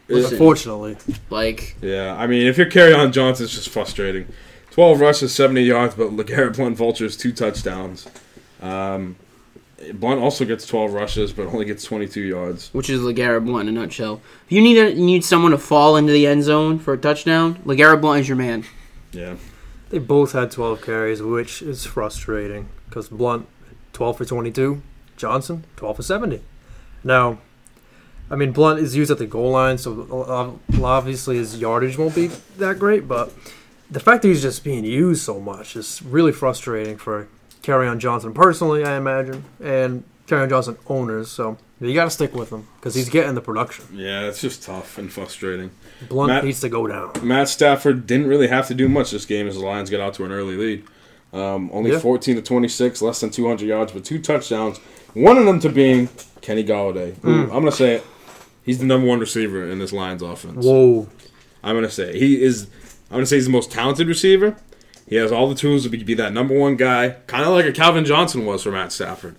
[SPEAKER 1] listen,
[SPEAKER 3] Unfortunately,
[SPEAKER 1] like
[SPEAKER 2] Yeah, I mean if you're carry on Johnson, it's just frustrating. Twelve rushes, seventy yards, but LeGarrette Blunt vultures two touchdowns. Um, Blunt also gets twelve rushes, but only gets twenty two yards.
[SPEAKER 1] which is Legarrette Blunt in a nutshell. If you need a, you need someone to fall into the end zone for a touchdown, Legarrette Blunt is your man.
[SPEAKER 2] Yeah,
[SPEAKER 3] they both had 12 carries, which is frustrating because Blunt, 12 for 22, Johnson, 12 for 70. Now, I mean, Blunt is used at the goal line, so uh, obviously his yardage won't be that great, but the fact that he's just being used so much is really frustrating for Carry on Johnson personally, I imagine, and Carry on Johnson owners. So you got to stick with him because he's getting the production.
[SPEAKER 2] yeah, it's just tough and frustrating.
[SPEAKER 3] Blunt
[SPEAKER 2] Matt-
[SPEAKER 3] needs to go down.
[SPEAKER 2] Matt Stafford didn't really have to do much this game as the Lions got out to an early lead. Um, only
[SPEAKER 3] Yeah.
[SPEAKER 2] 14 to 26, less than 200 yards, but two touchdowns. One of them to being Kenny Galladay. who, I'm going to say it. He's the number one receiver in this Lions offense.
[SPEAKER 3] Whoa.
[SPEAKER 2] I'm going to say it. he is. I'm going to say he's the most talented receiver. He has all the tools to be, be that number one guy, kind of like a Calvin Johnson was for Matt Stafford.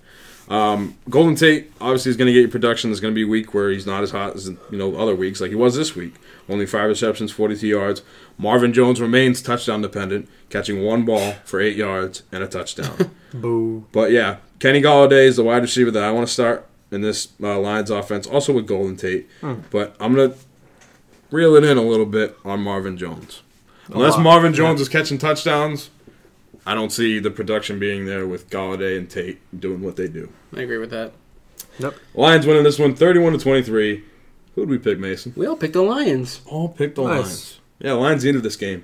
[SPEAKER 2] Um, Golden Tate obviously is going to get your production. There's going to be a week where he's not as hot as you know other weeks, like he was this week. Only five receptions, 42 yards. Marvin Jones remains touchdown dependent, catching one ball for eight yards and a touchdown.
[SPEAKER 3] Boo.
[SPEAKER 2] but yeah, Kenny Galladay is the wide receiver that I want to start in this uh, Lions offense, also with Golden Tate. But I'm going to reel it in a little bit on Marvin Jones. Unless
[SPEAKER 3] lot,
[SPEAKER 2] Marvin Jones is catching touchdowns, I don't see the production being there with Galladay and Tate doing what they do.
[SPEAKER 1] I agree with that.
[SPEAKER 3] Nope.
[SPEAKER 2] Lions winning this one 31 to 23. Who'd we pick, Mason?
[SPEAKER 1] We all picked the Lions.
[SPEAKER 2] All picked the
[SPEAKER 3] Nice.
[SPEAKER 2] Lions. Yeah, Lions ended this game.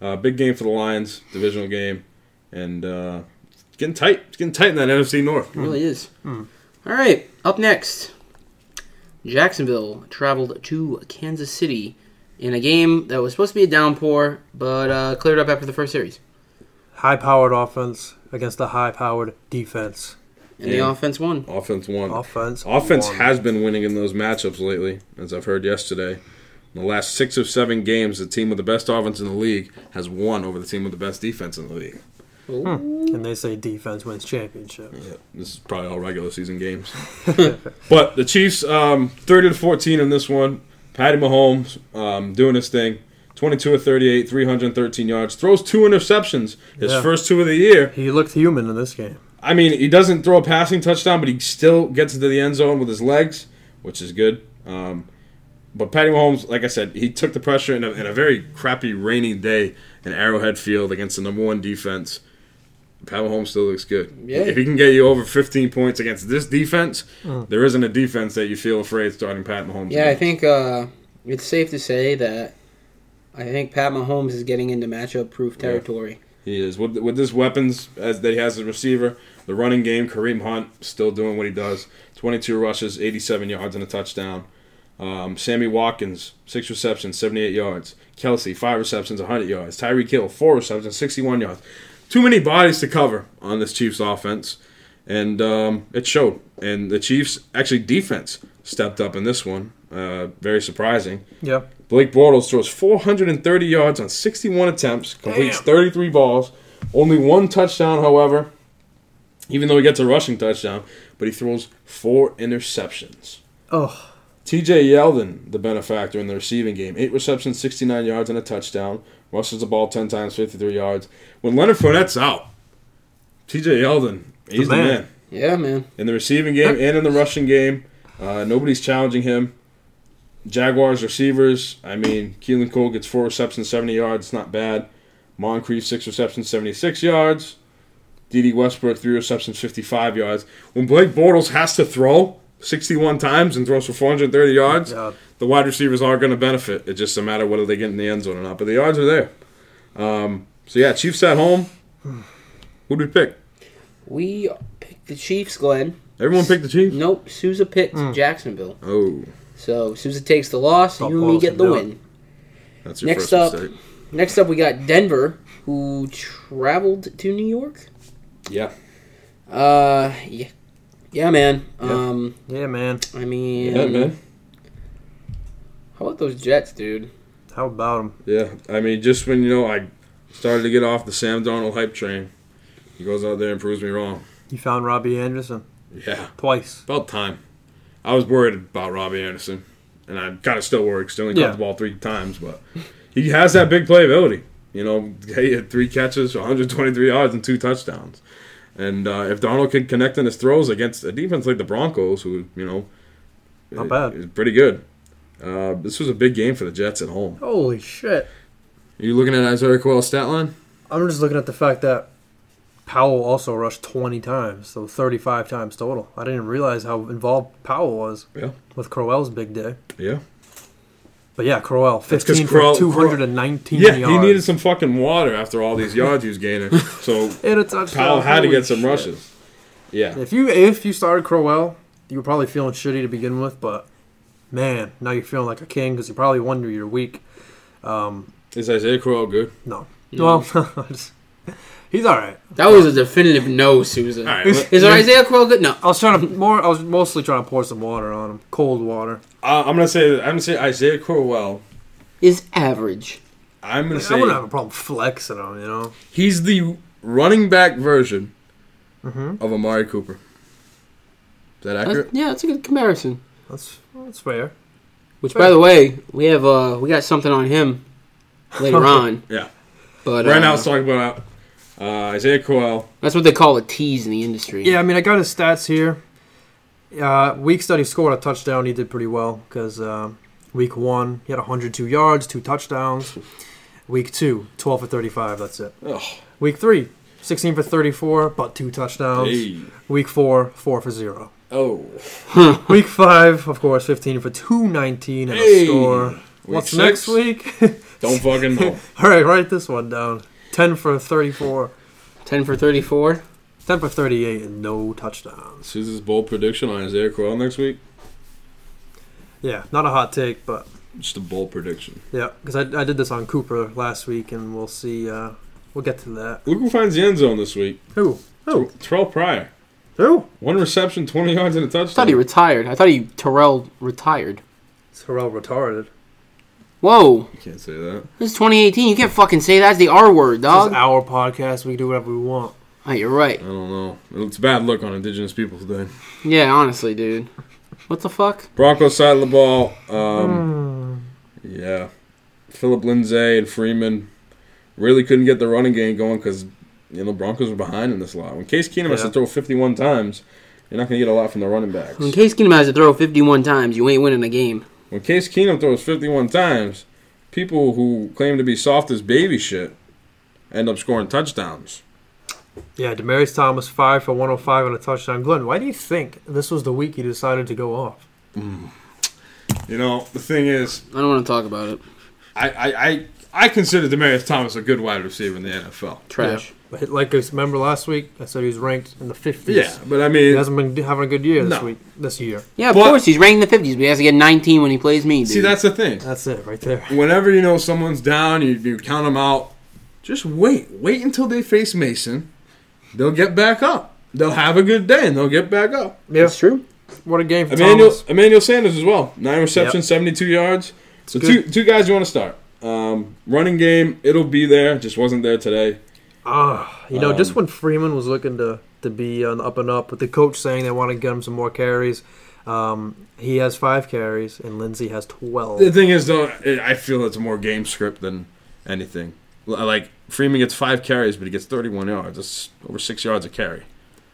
[SPEAKER 2] Uh, big game for the Lions, divisional game. And uh, it's getting tight. It's getting tight in that NFC North.
[SPEAKER 1] It really is. All right, up next, Jacksonville traveled to Kansas City in a game that was supposed to be a downpour, but uh, cleared up after the first series.
[SPEAKER 3] high powered offense against the high powered defense.
[SPEAKER 1] And the
[SPEAKER 2] Yeah.
[SPEAKER 1] offense won.
[SPEAKER 2] Offense won.
[SPEAKER 3] Offense.
[SPEAKER 2] Offense
[SPEAKER 3] won.
[SPEAKER 2] has been winning in those matchups lately, as I've heard yesterday. In the last six of seven games, the team with the best offense in the league has won over the team with the best defense in the league.
[SPEAKER 3] And they say defense wins championships.
[SPEAKER 2] This is probably all regular season games. but the Chiefs, um, 30 to 14 in this one. Patty Mahomes um, doing his thing. 22 of 38, 313 yards. Throws two interceptions, his
[SPEAKER 3] Yeah.
[SPEAKER 2] first two of the year.
[SPEAKER 3] He looked human in this game.
[SPEAKER 2] I mean, he doesn't throw a passing touchdown, but he still gets into the end zone with his legs, which is good. Um, but Patty Mahomes, like I said, he took the pressure in a, in a very crappy, rainy day in Arrowhead Field against the number one defense. Pat Mahomes still looks good.
[SPEAKER 1] Yeah.
[SPEAKER 2] If he can get you over 15 points against this defense, there isn't a defense that you feel afraid starting Pat Mahomes.
[SPEAKER 1] Uh. Yeah, I
[SPEAKER 2] against.
[SPEAKER 1] think uh, it's safe to say that I think Pat Mahomes is getting into matchup proof territory.
[SPEAKER 2] he is with with this weapons as that he has as a receiver, the running game. Kareem Hunt still doing what he does: 22 rushes, 87 yards, and a touchdown. Um, Sammy Watkins, six receptions, 78 yards. Kelsey, five receptions, 100 yards. Tyreek Hill, four receptions, 61 yards. Too many bodies to cover on this Chiefs offense, and um, it showed. And the Chiefs actually defense stepped up in this one. Uh, very surprising.
[SPEAKER 3] Yep.
[SPEAKER 2] Blake Bortles throws 430 yards on 61 attempts, completes
[SPEAKER 3] Damn.
[SPEAKER 2] 33 balls, only one touchdown, however, even though he gets a rushing touchdown, but he throws four interceptions.
[SPEAKER 3] Oh,
[SPEAKER 2] TJ Yeldon, the benefactor in the receiving game, eight receptions, 69 yards, and a touchdown, rushes the ball 10 times, 53 yards. When Leonard Fournette's out, TJ Yeldon, he's the
[SPEAKER 3] man.
[SPEAKER 2] man
[SPEAKER 1] Yeah, man.
[SPEAKER 2] in the receiving game and in the rushing game. Uh, nobody's challenging him. Jaguars receivers, I mean, Keelan Cole gets four receptions, 70 yards. Not bad. Moncrief, six receptions, 76 yards. D.D. Westbrook, three receptions, 55 yards. When Blake Bortles has to throw 61 times and throws for 430 yards,
[SPEAKER 3] God.
[SPEAKER 2] the wide receivers are going to benefit. It's just a matter of whether they get in the end zone or not. But the yards are there. Um, so, yeah, Chiefs at home. Who did we pick?
[SPEAKER 1] We picked the Chiefs, Glenn.
[SPEAKER 2] Everyone picked the Chiefs?
[SPEAKER 1] Nope, Sousa picked Jacksonville.
[SPEAKER 2] Oh.
[SPEAKER 1] So Sousa takes the loss,
[SPEAKER 3] Thought
[SPEAKER 1] you and me
[SPEAKER 3] Bortles
[SPEAKER 1] get
[SPEAKER 3] would
[SPEAKER 1] the
[SPEAKER 3] do it.
[SPEAKER 1] win.
[SPEAKER 2] That's your
[SPEAKER 1] Next
[SPEAKER 2] first
[SPEAKER 1] up,
[SPEAKER 2] mistake.
[SPEAKER 1] next up we got Denver, who traveled to New York.
[SPEAKER 2] Yeah.
[SPEAKER 1] Uh, yeah, yeah, man. Um,
[SPEAKER 3] yeah, man.
[SPEAKER 1] I mean,
[SPEAKER 2] Yeah, man.
[SPEAKER 1] how about those Jets, dude?
[SPEAKER 3] How about him?
[SPEAKER 2] Yeah. I mean, just when you know I started to get off the Sam Donald hype train, he goes out there and proves me wrong.
[SPEAKER 3] He found Robbie Anderson
[SPEAKER 2] Yeah.
[SPEAKER 3] twice.
[SPEAKER 2] About time. I was worried about Robbie Anderson, and I'm kind of still worried. 'cause he only
[SPEAKER 3] Yeah.
[SPEAKER 2] caught the ball three times, but he has that big playability. You know, he had three catches, 123 yards, and two touchdowns. And uh, if Donald can connect in his throws against a defense like the Broncos, who you know,
[SPEAKER 3] Not bad.
[SPEAKER 2] is pretty good. Uh, this was a big game for the Jets at home.
[SPEAKER 3] Holy shit.
[SPEAKER 2] Are you looking at Isaiah Coyle's stat line?
[SPEAKER 3] I'm just looking at the fact that Powell also rushed 20 times, so 35 times total. I didn't realize how involved Powell was
[SPEAKER 2] Yeah.
[SPEAKER 3] with Crowell's big day.
[SPEAKER 2] Yeah.
[SPEAKER 3] But yeah, Crowell,
[SPEAKER 2] 'cause
[SPEAKER 3] 15
[SPEAKER 2] Crowell-
[SPEAKER 3] for 219
[SPEAKER 2] Yeah,
[SPEAKER 3] yards.
[SPEAKER 2] he needed some fucking water after all these yards he was gaining. So
[SPEAKER 3] and a touchdown.
[SPEAKER 2] Kyle had to
[SPEAKER 3] Holy
[SPEAKER 2] get some
[SPEAKER 3] shit.
[SPEAKER 2] rushes. Yeah.
[SPEAKER 3] If you if you started Crowell, you were probably feeling shitty to begin with, but man, now you're feeling like a king because you probably won your week. Um,
[SPEAKER 2] Is Isaiah Crowell good?
[SPEAKER 3] no. Well, he's all right.
[SPEAKER 1] That was a definitive no, Sousa.
[SPEAKER 2] All right. let-
[SPEAKER 1] Is Isaiah Crowell good? No.
[SPEAKER 3] I was trying to more. I was mostly trying to pour some water on him, cold water.
[SPEAKER 2] uh, I'm gonna say I'm gonna say Isaiah Crowell.
[SPEAKER 1] Is average.
[SPEAKER 2] I'm gonna
[SPEAKER 3] I
[SPEAKER 2] say
[SPEAKER 3] wouldn't have a problem flexing him, you know.
[SPEAKER 2] he's the running back version
[SPEAKER 3] Mm-hmm.
[SPEAKER 2] of Amari Cooper. Is that
[SPEAKER 1] That's,
[SPEAKER 2] accurate?
[SPEAKER 1] yeah, that's a good comparison.
[SPEAKER 3] That's that's fair.
[SPEAKER 1] Which, by the way, we have uh we got something on him later on.
[SPEAKER 2] Yeah.
[SPEAKER 1] But
[SPEAKER 2] Right
[SPEAKER 1] uh,
[SPEAKER 2] now, it's talking about uh, Isaiah Crowell.
[SPEAKER 1] that's what they call a tease in the industry.
[SPEAKER 3] Yeah, I mean, I got his stats here. Uh, weeks that he scored a touchdown, he did pretty well because week one he had 102 yards, two touchdowns. Week two, 12 for 35. That's it.
[SPEAKER 2] Oh,
[SPEAKER 3] Week three, 16 for 34, but two touchdowns.
[SPEAKER 2] hey.
[SPEAKER 3] Week four, four for zero.
[SPEAKER 2] Oh.
[SPEAKER 3] Week five, of course, 15 for 219 and
[SPEAKER 2] Hey.
[SPEAKER 3] a score. What's next
[SPEAKER 2] six?
[SPEAKER 3] week?
[SPEAKER 2] Don't fucking know.
[SPEAKER 3] All right, write this one down. 10 for 34,
[SPEAKER 1] ten for thirty-four.
[SPEAKER 3] 10 for 38, and no touchdowns.
[SPEAKER 2] this is his bold prediction on Isaiah Crowell next week.
[SPEAKER 3] Yeah, not a hot take, but
[SPEAKER 2] Just a bold prediction.
[SPEAKER 3] Yeah, because I, I did this on Cooper last week, and we'll see uh, We'll get to that.
[SPEAKER 2] Look who finds the end zone this week.
[SPEAKER 3] Who? Who?
[SPEAKER 2] Terrell Pryor.
[SPEAKER 3] Who?
[SPEAKER 2] One reception, 20 yards, and a
[SPEAKER 1] I thought he
[SPEAKER 2] touchdown.
[SPEAKER 1] retired. I thought he Terrell retired.
[SPEAKER 3] Terrell retarded.
[SPEAKER 1] Whoa,
[SPEAKER 2] You can't say that.
[SPEAKER 1] this is 2018. You can't fucking say that's the R word,
[SPEAKER 3] This is
[SPEAKER 1] dog.
[SPEAKER 3] our podcast. We can do whatever we want.
[SPEAKER 1] Oh, you're right.
[SPEAKER 2] I don't know. It's a bad look on Indigenous Peoples Day.
[SPEAKER 1] Yeah, honestly, dude. What the fuck?
[SPEAKER 2] Broncos side of the ball. Um, Yeah. Philip Lindsay and Freeman really couldn't get the running game going because, you know, Broncos were behind in this lot. When Case Keenum has to
[SPEAKER 3] Yeah.
[SPEAKER 2] throw 51 times, you're not going to get a lot from the running
[SPEAKER 1] When
[SPEAKER 2] backs.
[SPEAKER 1] Case Keenum has to throw 51 times, you ain't winning a game.
[SPEAKER 2] When Case Keenum throws 51 times, people who claim to be soft as baby shit end up scoring touchdowns.
[SPEAKER 3] Yeah, Demarius Thomas five for 105 and a touchdown. Glenn, why do you think this was the week he decided to go off?
[SPEAKER 2] You know, the thing is,
[SPEAKER 1] I don't want to talk about it.
[SPEAKER 2] I, I, I, I consider Demarius Thomas a good wide receiver in the NFL.
[SPEAKER 1] Trash.
[SPEAKER 3] But like I remember last week, I said he was ranked in the 50s.
[SPEAKER 2] Yeah, but I
[SPEAKER 3] He
[SPEAKER 2] mean,
[SPEAKER 3] hasn't been having a good year this
[SPEAKER 2] No.
[SPEAKER 3] week. This year.
[SPEAKER 1] Yeah, of
[SPEAKER 2] But-
[SPEAKER 1] course he's ranked in the 50s, but he has to get 19 when he plays me, dude.
[SPEAKER 2] see, that's the thing.
[SPEAKER 3] That's it right there.
[SPEAKER 2] whenever you know someone's down, you, you count them out. Just wait, wait until they face Mason. They'll get back up. They'll have a good day and they'll get back up.
[SPEAKER 3] Yeah.
[SPEAKER 1] true.
[SPEAKER 3] What a game for
[SPEAKER 2] Emmanuel
[SPEAKER 3] Thomas.
[SPEAKER 2] Emmanuel Sanders as well. Nine receptions, seventy-two yards. So two
[SPEAKER 3] good.
[SPEAKER 2] two guys you want to start. Um, running game, it'll be there. Just wasn't there today.
[SPEAKER 3] Ah, you know, just
[SPEAKER 2] Um,
[SPEAKER 3] when Freeman was looking to to be on the up and up, with the coach saying they want to get him some more carries, um, he has five carries and Lindsey has twelve.
[SPEAKER 2] The thing is, though, it, I feel it's more game script than anything. L- Like Freeman gets five carries, but he gets thirty-one yards. That's over six yards a carry.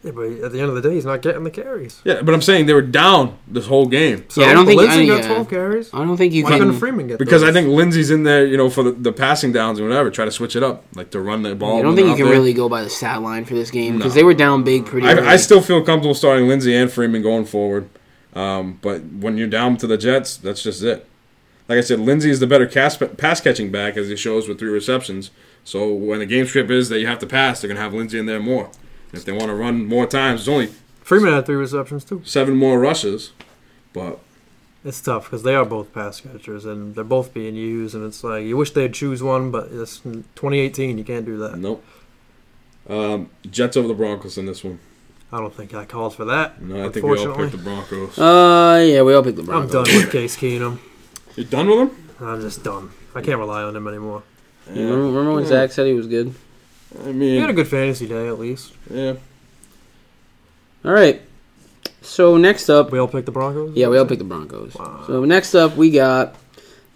[SPEAKER 3] Yeah, but at the end of the day, he's not getting the carries.
[SPEAKER 2] Yeah, but I'm saying they were down this whole game.
[SPEAKER 3] So
[SPEAKER 1] Yeah, I don't think-
[SPEAKER 3] Lindsey
[SPEAKER 1] I-
[SPEAKER 3] got
[SPEAKER 1] yeah.
[SPEAKER 3] twelve carries.
[SPEAKER 1] I don't think you
[SPEAKER 3] Why
[SPEAKER 1] can.
[SPEAKER 3] couldn't Freeman get?
[SPEAKER 2] Because
[SPEAKER 3] those?
[SPEAKER 2] I think Lindsey's in there, you know, for the, the passing downs and whatever, try to switch it up, like to run the ball.
[SPEAKER 1] I
[SPEAKER 2] when
[SPEAKER 1] don't think
[SPEAKER 2] they're
[SPEAKER 1] you can
[SPEAKER 2] out there.
[SPEAKER 1] really go by the stat line for this game because
[SPEAKER 2] No.
[SPEAKER 1] they were down big pretty early.
[SPEAKER 2] I, I still feel comfortable starting Lindsey and Freeman going forward, um, but when you're down to the Jets, that's just it. Like I said, Lindsey is the better cast, pass catching back, as he shows with three receptions. So when the game script is that you have to pass, they're gonna have Lindsey in there more. If they want to run more times, there's only
[SPEAKER 3] Freeman had three receptions too.
[SPEAKER 2] seven more rushes, but
[SPEAKER 3] It's tough because they are both pass catchers and they're both being used, and it's like you wish they'd choose one, but it's 2018. You can't do that.
[SPEAKER 2] nope. Um, Jets over the Broncos in this one.
[SPEAKER 3] I don't think I called for that.
[SPEAKER 2] No, I think we all
[SPEAKER 3] unfortunately,
[SPEAKER 2] picked the Broncos.
[SPEAKER 1] Uh, yeah, we all picked the
[SPEAKER 3] I'm
[SPEAKER 1] Broncos.
[SPEAKER 3] done with Case Keenum.
[SPEAKER 2] You're done with them.
[SPEAKER 3] I'm just done. I can't rely on him anymore.
[SPEAKER 1] You Remember, remember when
[SPEAKER 2] Yeah.
[SPEAKER 1] Zach said he was good?
[SPEAKER 2] I
[SPEAKER 3] He had a
[SPEAKER 2] mean,
[SPEAKER 3] good fantasy day at least.
[SPEAKER 2] yeah.
[SPEAKER 1] All right. So next up,
[SPEAKER 3] We all picked the Broncos.
[SPEAKER 1] yeah, we all picked the Broncos.
[SPEAKER 3] Wow.
[SPEAKER 1] So next up, we got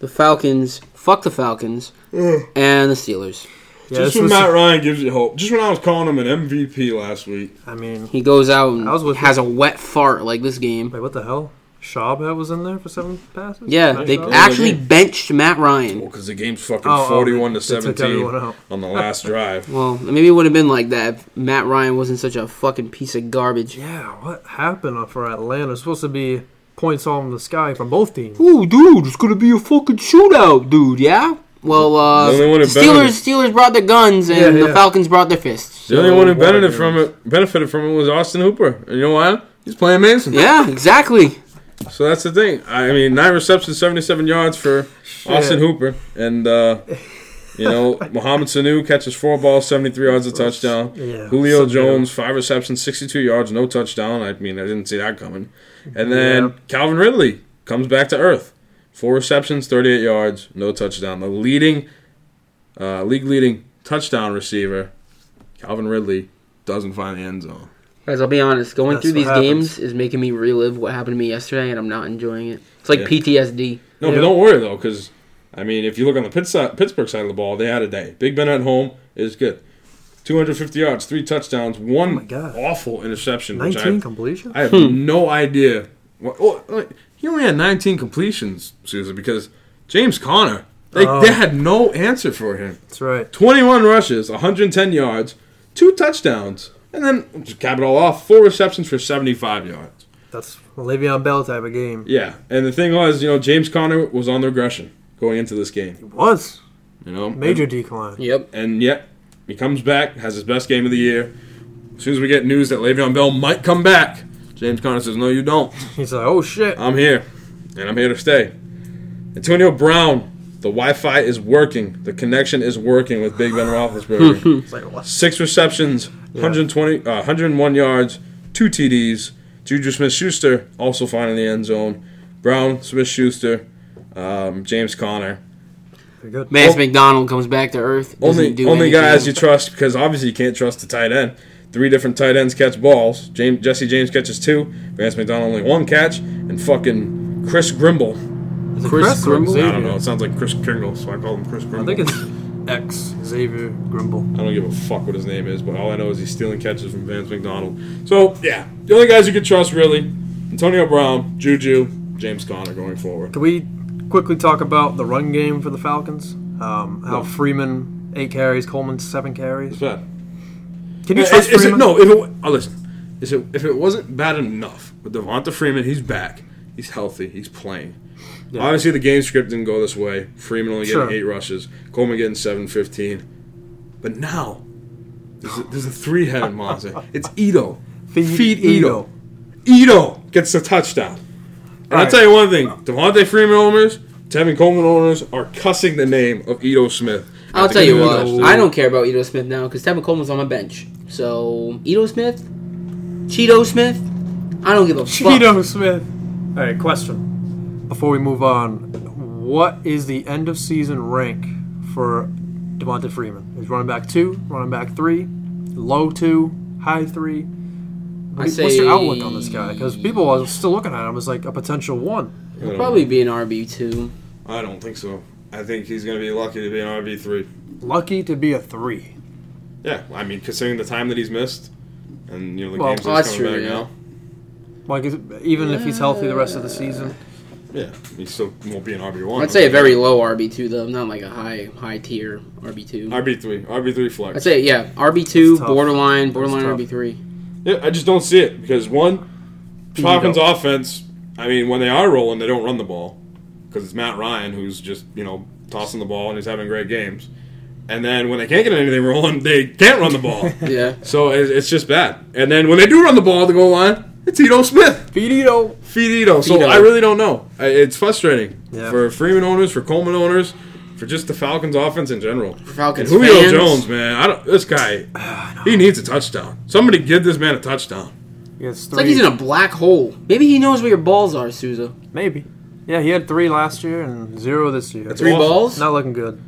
[SPEAKER 1] the Falcons. Fuck the Falcons and the Steelers.
[SPEAKER 3] Yeah,
[SPEAKER 2] Just
[SPEAKER 3] this
[SPEAKER 2] when
[SPEAKER 3] was-
[SPEAKER 2] Matt Ryan gives you hope. Just when I was calling him an MVP last week.
[SPEAKER 3] I mean,
[SPEAKER 1] He goes out and
[SPEAKER 3] I was with
[SPEAKER 1] has a wet fart like this game.
[SPEAKER 3] wait, what the hell? Schaub had- was in there for seven passes.
[SPEAKER 1] Yeah,
[SPEAKER 3] Matt
[SPEAKER 1] they
[SPEAKER 3] Schaub?
[SPEAKER 2] act-
[SPEAKER 1] actually
[SPEAKER 2] game.
[SPEAKER 1] benched Matt Ryan.
[SPEAKER 2] because the game's fucking
[SPEAKER 3] Oh, oh,
[SPEAKER 2] 41 to
[SPEAKER 3] they took everyone
[SPEAKER 2] 17
[SPEAKER 3] out.
[SPEAKER 2] on the last drive.
[SPEAKER 1] Well, maybe it would have been like that if Matt Ryan wasn't such a fucking piece of garbage.
[SPEAKER 3] Yeah, what happened for Atlanta? It was supposed to be points all in the sky from both teams.
[SPEAKER 1] Ooh, dude, it's gonna be a fucking shootout, dude. Yeah. Well, uh,
[SPEAKER 2] The only one
[SPEAKER 1] the
[SPEAKER 2] who
[SPEAKER 1] Steelers Steelers brought their guns and
[SPEAKER 3] Yeah,
[SPEAKER 1] the
[SPEAKER 3] yeah.
[SPEAKER 1] Falcons brought their fists.
[SPEAKER 2] The only one who
[SPEAKER 3] what a
[SPEAKER 2] benefited from it benefited from it was Austin Hooper. And you know why? He's playing Mason.
[SPEAKER 1] Yeah, exactly.
[SPEAKER 2] So that's the thing. I mean, nine receptions, 77 yards for Austin Hooper. And, uh, you know, Mohamed Sanu catches four balls, 73 yards, a touchdown.
[SPEAKER 3] Yeah,
[SPEAKER 2] Julio
[SPEAKER 3] so good.
[SPEAKER 2] Jones, five receptions, 62 yards, no touchdown. I mean, I didn't see that coming. And then
[SPEAKER 3] Yeah.
[SPEAKER 2] Calvin Ridley comes back to earth. Four receptions, 38 yards, no touchdown. The leading, uh, league leading touchdown receiver, Calvin Ridley, doesn't find the end zone.
[SPEAKER 1] Guys, I'll be honest. Going
[SPEAKER 3] That's
[SPEAKER 1] through
[SPEAKER 3] what
[SPEAKER 1] these
[SPEAKER 3] happens.
[SPEAKER 1] games is making me relive what happened to me yesterday, and I'm not enjoying it. It's like
[SPEAKER 2] Yeah.
[SPEAKER 1] PTSD.
[SPEAKER 2] No,
[SPEAKER 3] Yeah.
[SPEAKER 2] but don't worry though, because I mean, if you look on the Pitts- uh, Pittsburgh side of the ball, they had a day. Big Ben at home is good. 250 yards, three touchdowns,
[SPEAKER 3] Oh my
[SPEAKER 2] one
[SPEAKER 3] God.
[SPEAKER 2] awful interception. Which
[SPEAKER 3] 19
[SPEAKER 2] I,
[SPEAKER 3] completion.
[SPEAKER 2] I have no idea. What, oh, wait, he only had 19 completions, Susan, because James Conner, they,
[SPEAKER 3] Oh.
[SPEAKER 2] they had no answer for him.
[SPEAKER 3] That's right.
[SPEAKER 2] 21 rushes, 110 yards, two touchdowns, and then just cap it all off, four receptions for 75 yards.
[SPEAKER 3] That's a Le'Veon Bell type of game.
[SPEAKER 2] Yeah, and the thing was, you know, James Conner was on the regression going into this game.
[SPEAKER 3] It was
[SPEAKER 2] You know,
[SPEAKER 3] major decline.
[SPEAKER 1] Yep.
[SPEAKER 2] And, and yet, he comes back, has his best game of the year. As soon as we get news that Le'Veon Bell might come back, James Conner says, "No, you don't.
[SPEAKER 3] He's like, oh shit.
[SPEAKER 2] I'm here, and I'm here to stay." Antonio Brown The Wi-Fi is working. The connection is working with Big Ben Roethlisberger.
[SPEAKER 3] It's like, what?
[SPEAKER 2] Six receptions, 120, uh, 101 yards, two TDs. Juju Smith-Schuster also finding the end zone. Brown, Smith-Schuster, um, James Conner.
[SPEAKER 3] They're good.
[SPEAKER 1] Vance
[SPEAKER 2] Oh.
[SPEAKER 1] McDonald comes back to earth. doesn't
[SPEAKER 2] Only
[SPEAKER 1] do
[SPEAKER 2] only
[SPEAKER 1] anything.
[SPEAKER 2] guys you trust because obviously you can't trust the tight end. Three different tight ends catch balls. James, Jesse James catches two. Vance McDonald only one catch, and fucking Chris Grimble.
[SPEAKER 3] Is it
[SPEAKER 1] Chris
[SPEAKER 3] or
[SPEAKER 1] Grimble?
[SPEAKER 2] I
[SPEAKER 3] Xavier?
[SPEAKER 2] don't know. It sounds like Chris Kringle, so I call him Chris Grimble.
[SPEAKER 3] I think it's X Xavier Grimble.
[SPEAKER 2] I don't give a fuck what his name is, but all I know is he's stealing catches from Vance McDonald. So yeah, the only guys you could trust really: Antonio Brown, Juju, James Conner going forward.
[SPEAKER 3] Can we quickly talk about the run game for the Falcons? Um, how Freeman eight carries, Coleman seven carries.
[SPEAKER 2] It's bad.
[SPEAKER 3] Can you
[SPEAKER 2] Is,
[SPEAKER 3] trust
[SPEAKER 2] is it,
[SPEAKER 3] Freeman?
[SPEAKER 2] no, if it, oh, listen, is it, if it wasn't bad enough with Devonta Freeman, he's back, he's healthy, he's playing.
[SPEAKER 3] Yeah.
[SPEAKER 2] Obviously, the game script didn't go this way. Freeman only getting
[SPEAKER 3] Sure.
[SPEAKER 2] eight rushes, Coleman getting seven fifteen, but now there's a, there's a three headed monster. It's Ito.
[SPEAKER 3] Feed Ito.
[SPEAKER 2] Ito gets the touchdown. And I'll
[SPEAKER 3] Alright.
[SPEAKER 2] tell you one thing: Devontae Freeman owners, Tevin Coleman owners are cussing the name of Ito Smith.
[SPEAKER 1] I'll
[SPEAKER 2] after
[SPEAKER 1] tell you
[SPEAKER 2] getting the
[SPEAKER 1] what.
[SPEAKER 2] touchdown.
[SPEAKER 1] I don't care about Edo Smith now because Tevin Coleman's on my bench. So Edo Smith, Cheeto Smith, I don't give a fuck.
[SPEAKER 3] Cheeto Smith. All right, question. Before we move on, what is the end of season rank for Devonta Freeman? Is running back two, running back three, low two, high three? What- What's
[SPEAKER 1] say-
[SPEAKER 3] your outlook on this guy? Because people are still looking at him as like a potential one.
[SPEAKER 2] I don't
[SPEAKER 1] Probably be an RB two.
[SPEAKER 2] I don't think so. I think he's going to be lucky to be an RB three.
[SPEAKER 3] Lucky to be a three.
[SPEAKER 2] Yeah, I mean, considering the time that he's missed, and you know the
[SPEAKER 3] Well,
[SPEAKER 2] games
[SPEAKER 1] well,
[SPEAKER 2] that he's
[SPEAKER 1] that's
[SPEAKER 2] coming
[SPEAKER 1] true,
[SPEAKER 2] back
[SPEAKER 1] yeah.
[SPEAKER 2] now.
[SPEAKER 3] Like is- even if he's healthy the rest of the season,
[SPEAKER 2] Yeah, he still won't be an RB one.
[SPEAKER 1] I'd say a very low RB two though, not like a high high tier RB two.
[SPEAKER 2] RB three, RB three flex.
[SPEAKER 1] I'd say yeah, RB two,
[SPEAKER 3] That's tough.
[SPEAKER 1] borderline, borderline
[SPEAKER 3] tough.
[SPEAKER 1] RB three.
[SPEAKER 2] Yeah, I just don't see it because one, Falcons offense. I mean, when they are rolling, they don't run the ball because it's Matt Ryan who's just you know tossing the ball and he's having great games. And then when they can't get anything rolling, they can't run the ball.
[SPEAKER 1] Yeah,
[SPEAKER 2] so it- it's just bad. And then when they do run the ball at the goal line, it's Edo Smith.
[SPEAKER 3] Fidito.
[SPEAKER 2] Finito. So
[SPEAKER 1] Finito.
[SPEAKER 2] I really don't know. I, it's frustrating
[SPEAKER 3] Yeah.
[SPEAKER 2] for Freeman owners, for Coleman owners, for just the Falcons offense in general.
[SPEAKER 1] Falcons
[SPEAKER 2] and Julio
[SPEAKER 1] fans.
[SPEAKER 2] Jones, man, I don't. This guy, he needs a touchdown. Somebody give this man a touchdown.
[SPEAKER 3] He has three.
[SPEAKER 1] it's like he's in a black hole. Maybe he knows where your balls are, Souza.
[SPEAKER 3] Maybe. Yeah, he had three last year and zero this year.
[SPEAKER 1] Three
[SPEAKER 2] awful.
[SPEAKER 1] balls.
[SPEAKER 3] Not looking good.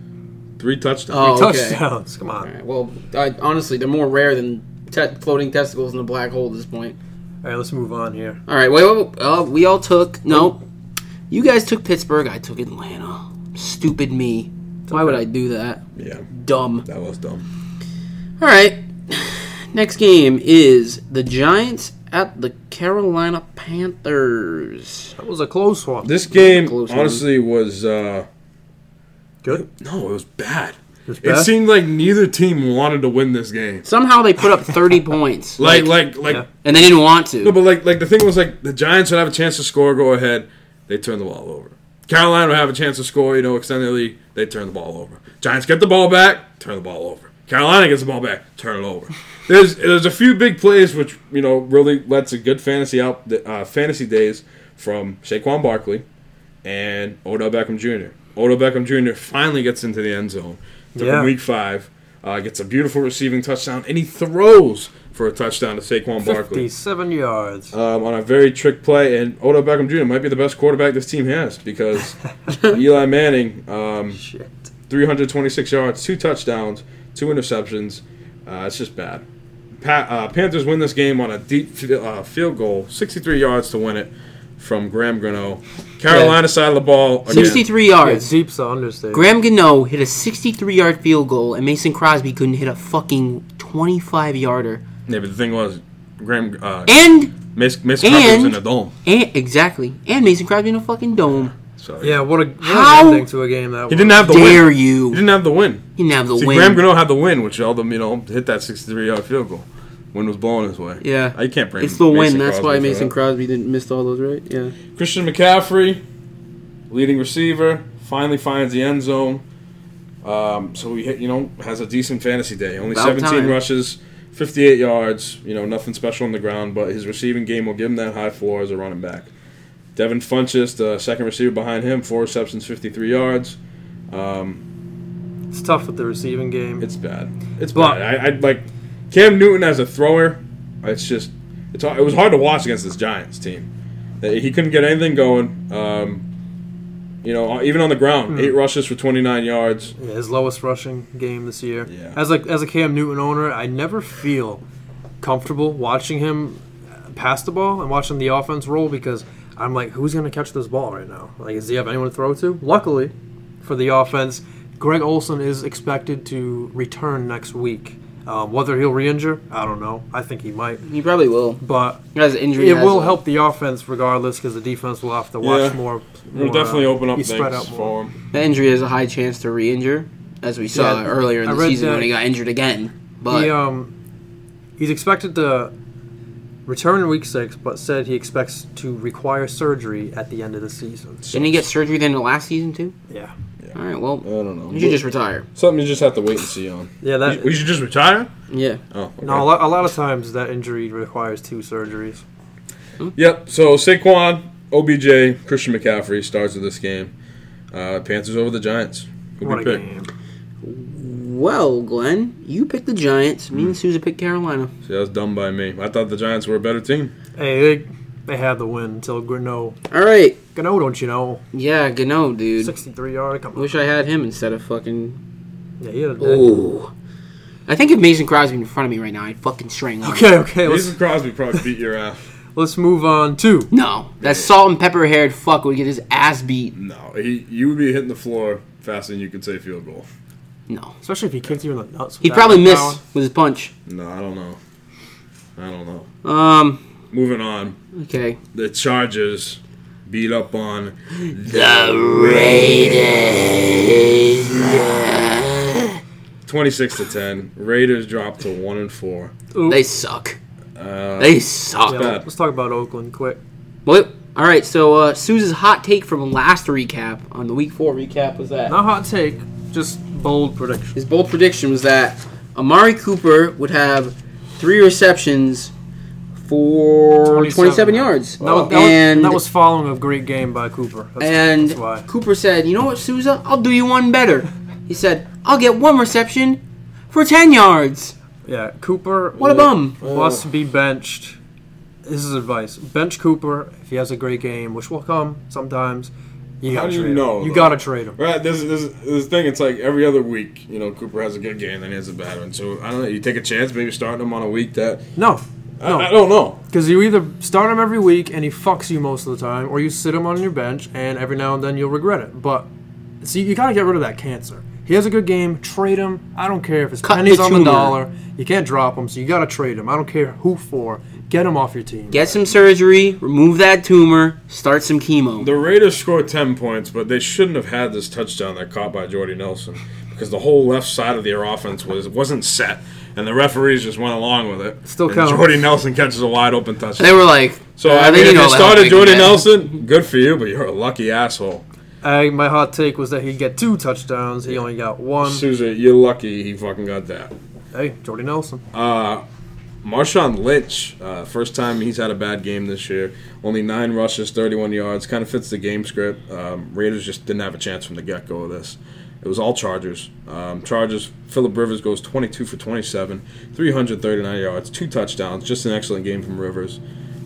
[SPEAKER 2] Three touchdowns.
[SPEAKER 1] Oh. Okay.
[SPEAKER 3] Touchdowns. Come on.
[SPEAKER 1] All right, well, I, honestly, they're more rare than te- floating testicles in a black hole at this point.
[SPEAKER 3] All right, let's move on here.
[SPEAKER 1] All right, well, uh, we all took. No, you guys took Pittsburgh. I took Atlanta. Stupid me. Why would I do that?
[SPEAKER 2] Yeah,
[SPEAKER 1] Dumb.
[SPEAKER 2] that was dumb.
[SPEAKER 1] All right. Next game is the Giants at the Carolina Panthers.
[SPEAKER 3] That was a close one.
[SPEAKER 2] This game
[SPEAKER 1] Close one.
[SPEAKER 2] honestly was uh,
[SPEAKER 3] Good.
[SPEAKER 2] no, it was bad.
[SPEAKER 3] was
[SPEAKER 2] It
[SPEAKER 3] bad?
[SPEAKER 2] seemed like neither team wanted to win this game.
[SPEAKER 1] Somehow they put up 30 points.
[SPEAKER 2] Like, like, like.
[SPEAKER 3] Yeah.
[SPEAKER 1] and they didn't want
[SPEAKER 2] No,
[SPEAKER 1] to.
[SPEAKER 2] but like like the thing was like the Giants would have a chance to score, go ahead, they turn the ball over. Carolina would have a chance to score, you know, extend their lead, they turn the ball over. Giants get the ball back, turn the ball over. Carolina gets the ball back, turn it over. There's there's a few big plays which you know really led to good fantasy out uh, fantasy days from Saquon Barkley and Odell Beckham Jr. Odell Beckham Jr. finally gets into the end zone. Took
[SPEAKER 3] Yeah.
[SPEAKER 2] him week five, uh, gets a beautiful receiving touchdown, and he throws for a touchdown to Saquon Barkley
[SPEAKER 3] 57 yards.
[SPEAKER 2] um, on a very trick play, and Odell Beckham Jr. might be the best quarterback this team has because Eli Manning, um,
[SPEAKER 3] Shit.
[SPEAKER 2] 326 yards, two touchdowns, two interceptions. Uh, it's just bad. Pa- uh, Panthers win this game on a deep fi- uh, field goal, 63 yards to win it from Graham Gano. Carolina side of the ball. Again.
[SPEAKER 1] 63
[SPEAKER 3] Yeah,
[SPEAKER 1] yards.
[SPEAKER 3] deep's the understatement.
[SPEAKER 1] Graham Gano hit a 63 yard field goal, and Mason Crosby couldn't hit a fucking 25 yarder.
[SPEAKER 2] Yeah, but the thing was, Graham uh,
[SPEAKER 1] And,
[SPEAKER 2] Miss Miss Crosby was
[SPEAKER 1] and-
[SPEAKER 2] in the dome.
[SPEAKER 1] and, exactly. And Mason Crosby in a fucking dome.
[SPEAKER 2] So
[SPEAKER 3] yeah, what a what
[SPEAKER 1] How-
[SPEAKER 3] an ending to a game that
[SPEAKER 2] he
[SPEAKER 3] was.
[SPEAKER 2] didn't have the
[SPEAKER 1] Dare
[SPEAKER 2] win. He
[SPEAKER 1] you.
[SPEAKER 2] didn't have the win.
[SPEAKER 1] He didn't have the
[SPEAKER 2] See,
[SPEAKER 1] win.
[SPEAKER 2] Graham Gano had the win, which all them, you know, hit that 63 yard field goal. Wind was blowing his way.
[SPEAKER 1] Yeah.
[SPEAKER 2] I can't bring
[SPEAKER 1] it's the win.
[SPEAKER 2] Mason
[SPEAKER 1] That's
[SPEAKER 2] Crosby
[SPEAKER 1] why
[SPEAKER 2] for
[SPEAKER 1] Mason
[SPEAKER 2] that.
[SPEAKER 1] Crosby didn't miss all those, right? Yeah.
[SPEAKER 2] Christian McCaffrey, leading receiver, finally finds the end zone. Um, so he hit, you know, has a decent fantasy day. Only
[SPEAKER 1] About
[SPEAKER 2] 17
[SPEAKER 1] time.
[SPEAKER 2] rushes, 58 yards, you know, nothing special on the ground, but his receiving game will give him that high floor as a running back. Devin Funches, the second receiver behind him, four receptions, 53 yards.
[SPEAKER 3] It's tough with the receiving game.
[SPEAKER 2] It's bad. It's
[SPEAKER 3] But-
[SPEAKER 2] bad. I, I like Cam Newton as a thrower. It's just it's it was hard to watch against this Giants team. They- He couldn't get anything going. Um, you know, uh, even on the ground,
[SPEAKER 3] Hmm.
[SPEAKER 2] eight rushes for 29 yards.
[SPEAKER 3] Yeah, his lowest rushing game this year.
[SPEAKER 2] Yeah.
[SPEAKER 3] As a as a Cam Newton owner, I never feel comfortable watching him pass the ball and watching the offense roll because I'm like, who's going to catch this ball right now? Like, does he have anyone to throw to? Luckily, for the offense, Greg Olson is expected to return next week. Um, whether he'll re-injure, I don't know. I think he might,
[SPEAKER 1] He probably will.
[SPEAKER 3] but
[SPEAKER 1] As injury,
[SPEAKER 3] it
[SPEAKER 1] has
[SPEAKER 3] will
[SPEAKER 1] a-
[SPEAKER 3] help the offense regardless because the defense will have to watch
[SPEAKER 2] Yeah.
[SPEAKER 3] more.
[SPEAKER 2] It'll
[SPEAKER 3] more,
[SPEAKER 2] definitely
[SPEAKER 3] uh,
[SPEAKER 2] open up
[SPEAKER 3] be spread
[SPEAKER 2] things
[SPEAKER 3] out more.
[SPEAKER 2] for him.
[SPEAKER 1] The injury has a high chance to re-injure, as we saw
[SPEAKER 3] Yeah,
[SPEAKER 1] earlier in
[SPEAKER 3] I
[SPEAKER 1] the
[SPEAKER 3] read
[SPEAKER 1] season
[SPEAKER 3] that.
[SPEAKER 1] when he got injured again. But
[SPEAKER 3] he um he's expected to return in week six, but said he expects to require surgery at the end of the season.
[SPEAKER 1] didn't he get surgery then the last season too?
[SPEAKER 3] Yeah,
[SPEAKER 1] All right, well,
[SPEAKER 2] I don't know.
[SPEAKER 1] you should just retire.
[SPEAKER 2] Something you just have to wait and see on.
[SPEAKER 3] yeah. That
[SPEAKER 2] We should just retire.
[SPEAKER 1] Yeah,
[SPEAKER 2] Oh, okay.
[SPEAKER 3] no, a lot, a lot of times that injury requires two surgeries.
[SPEAKER 2] Yep. So Saquon, OBJ, Christian McCaffrey starts of this game. Uh, Panthers over the Giants. Who we
[SPEAKER 3] What a
[SPEAKER 2] pick?
[SPEAKER 3] game!
[SPEAKER 1] Well, Glenn, you picked the Giants.
[SPEAKER 3] Hmm.
[SPEAKER 1] Me and Susan picked Carolina.
[SPEAKER 2] See, that was dumb by me. I thought the Giants were a better team.
[SPEAKER 3] Hey, they, they had the win until Gano.
[SPEAKER 1] All right.
[SPEAKER 3] Gano, don't you know?
[SPEAKER 1] Yeah, Gano, dude.
[SPEAKER 3] Sixty-three yard. Come on.
[SPEAKER 1] Wish I had him instead of fucking.
[SPEAKER 3] Yeah, he had a day.
[SPEAKER 1] Ooh. I think if Mason Crosby in front of me right now, I'd fucking strangle him.
[SPEAKER 3] Okay, okay. Let's
[SPEAKER 2] Mason Crosby probably beat your ass.
[SPEAKER 3] let's move on to
[SPEAKER 1] No, that salt and pepper haired fuck would get his ass beat.
[SPEAKER 2] No, he you would be hitting the floor faster than you could say field goal.
[SPEAKER 1] No,
[SPEAKER 3] especially if he kicked you in the nuts. with
[SPEAKER 1] he'd
[SPEAKER 3] that
[SPEAKER 1] probably
[SPEAKER 3] power.
[SPEAKER 1] miss with his punch.
[SPEAKER 2] No, I don't know. I don't know.
[SPEAKER 1] Um.
[SPEAKER 2] Moving on,
[SPEAKER 1] Okay.
[SPEAKER 2] the Chargers beat up on
[SPEAKER 1] The Raiders.
[SPEAKER 2] twenty six to ten. Raiders dropped to one and four.
[SPEAKER 1] They suck.
[SPEAKER 2] Uh,
[SPEAKER 1] They suck.
[SPEAKER 3] Yeah,
[SPEAKER 2] bad.
[SPEAKER 3] let's talk about Oakland quick.
[SPEAKER 1] Well, all right. So, uh, Suze's hot take from last recap on the week four recap was that
[SPEAKER 3] Not hot take, just bold prediction.
[SPEAKER 1] his bold prediction was that Amari Cooper would have three receptions for 27, yards,
[SPEAKER 3] That was, that was-
[SPEAKER 1] and
[SPEAKER 3] that was following a great game by Cooper. That's,
[SPEAKER 1] and
[SPEAKER 3] that's why.
[SPEAKER 1] Cooper said, "You know what, Souza? I'll do you one better." He said, "I'll get one reception for ten yards."
[SPEAKER 3] Yeah, Cooper.
[SPEAKER 1] What a bum.
[SPEAKER 3] Must be benched. This is advice. Bench Cooper if he has a great game, which will come sometimes. You
[SPEAKER 2] How
[SPEAKER 3] gotta
[SPEAKER 2] do you
[SPEAKER 3] trade
[SPEAKER 2] know,
[SPEAKER 3] him. You
[SPEAKER 2] though?
[SPEAKER 3] gotta trade him.
[SPEAKER 2] Right, this this this thing. It's like every other week, you know, Cooper has a good game, then he has a bad one. So I don't know. You take a chance, maybe starting him on a week that
[SPEAKER 3] No,
[SPEAKER 2] I, I
[SPEAKER 3] no,
[SPEAKER 2] don't know.
[SPEAKER 3] because you either start him every week and he fucks you most of the time, or you sit him on your bench and every now and then you'll regret it. But see, you gotta get rid of that cancer. He has a good game, trade him. I don't care if his
[SPEAKER 1] Cut
[SPEAKER 3] pennies
[SPEAKER 1] the
[SPEAKER 3] on the
[SPEAKER 1] tumor.
[SPEAKER 3] dollar. You can't drop him, so you gotta trade him. I don't care who for. Get him off your team.
[SPEAKER 1] Get some surgery, remove that tumor, start some chemo.
[SPEAKER 2] The Raiders scored 10 points, but they shouldn't have had this touchdown that caught by Jordy Nelson because the whole left side of their offense was, wasn't set, and the referees just went along with it.
[SPEAKER 3] Still
[SPEAKER 2] and
[SPEAKER 3] counts.
[SPEAKER 2] Jordy Nelson catches a wide open
[SPEAKER 1] They
[SPEAKER 2] touchdown.
[SPEAKER 1] were like,
[SPEAKER 2] So,
[SPEAKER 1] "Uh,
[SPEAKER 2] I
[SPEAKER 1] they
[SPEAKER 2] mean,
[SPEAKER 1] need
[SPEAKER 2] if you
[SPEAKER 1] all the help
[SPEAKER 2] started
[SPEAKER 1] they can
[SPEAKER 2] Jordy
[SPEAKER 1] get."
[SPEAKER 2] Nelson, good for you, but you're a lucky asshole.
[SPEAKER 3] I, my hot take was that he'd get two touchdowns. He only got one.
[SPEAKER 2] Sousa, you're lucky he fucking got that.
[SPEAKER 3] Hey, Jordy Nelson.
[SPEAKER 2] Marshawn Lynch, uh, first time he's had a bad game this year. Only nine rushes, 31 yards. Kind of fits the game script. Um, Raiders just didn't have a chance from the get go of this. It was all Chargers. Um, Chargers, Phillip Rivers goes 22 for 27, 339 yards, two touchdowns. Just an excellent game from Rivers.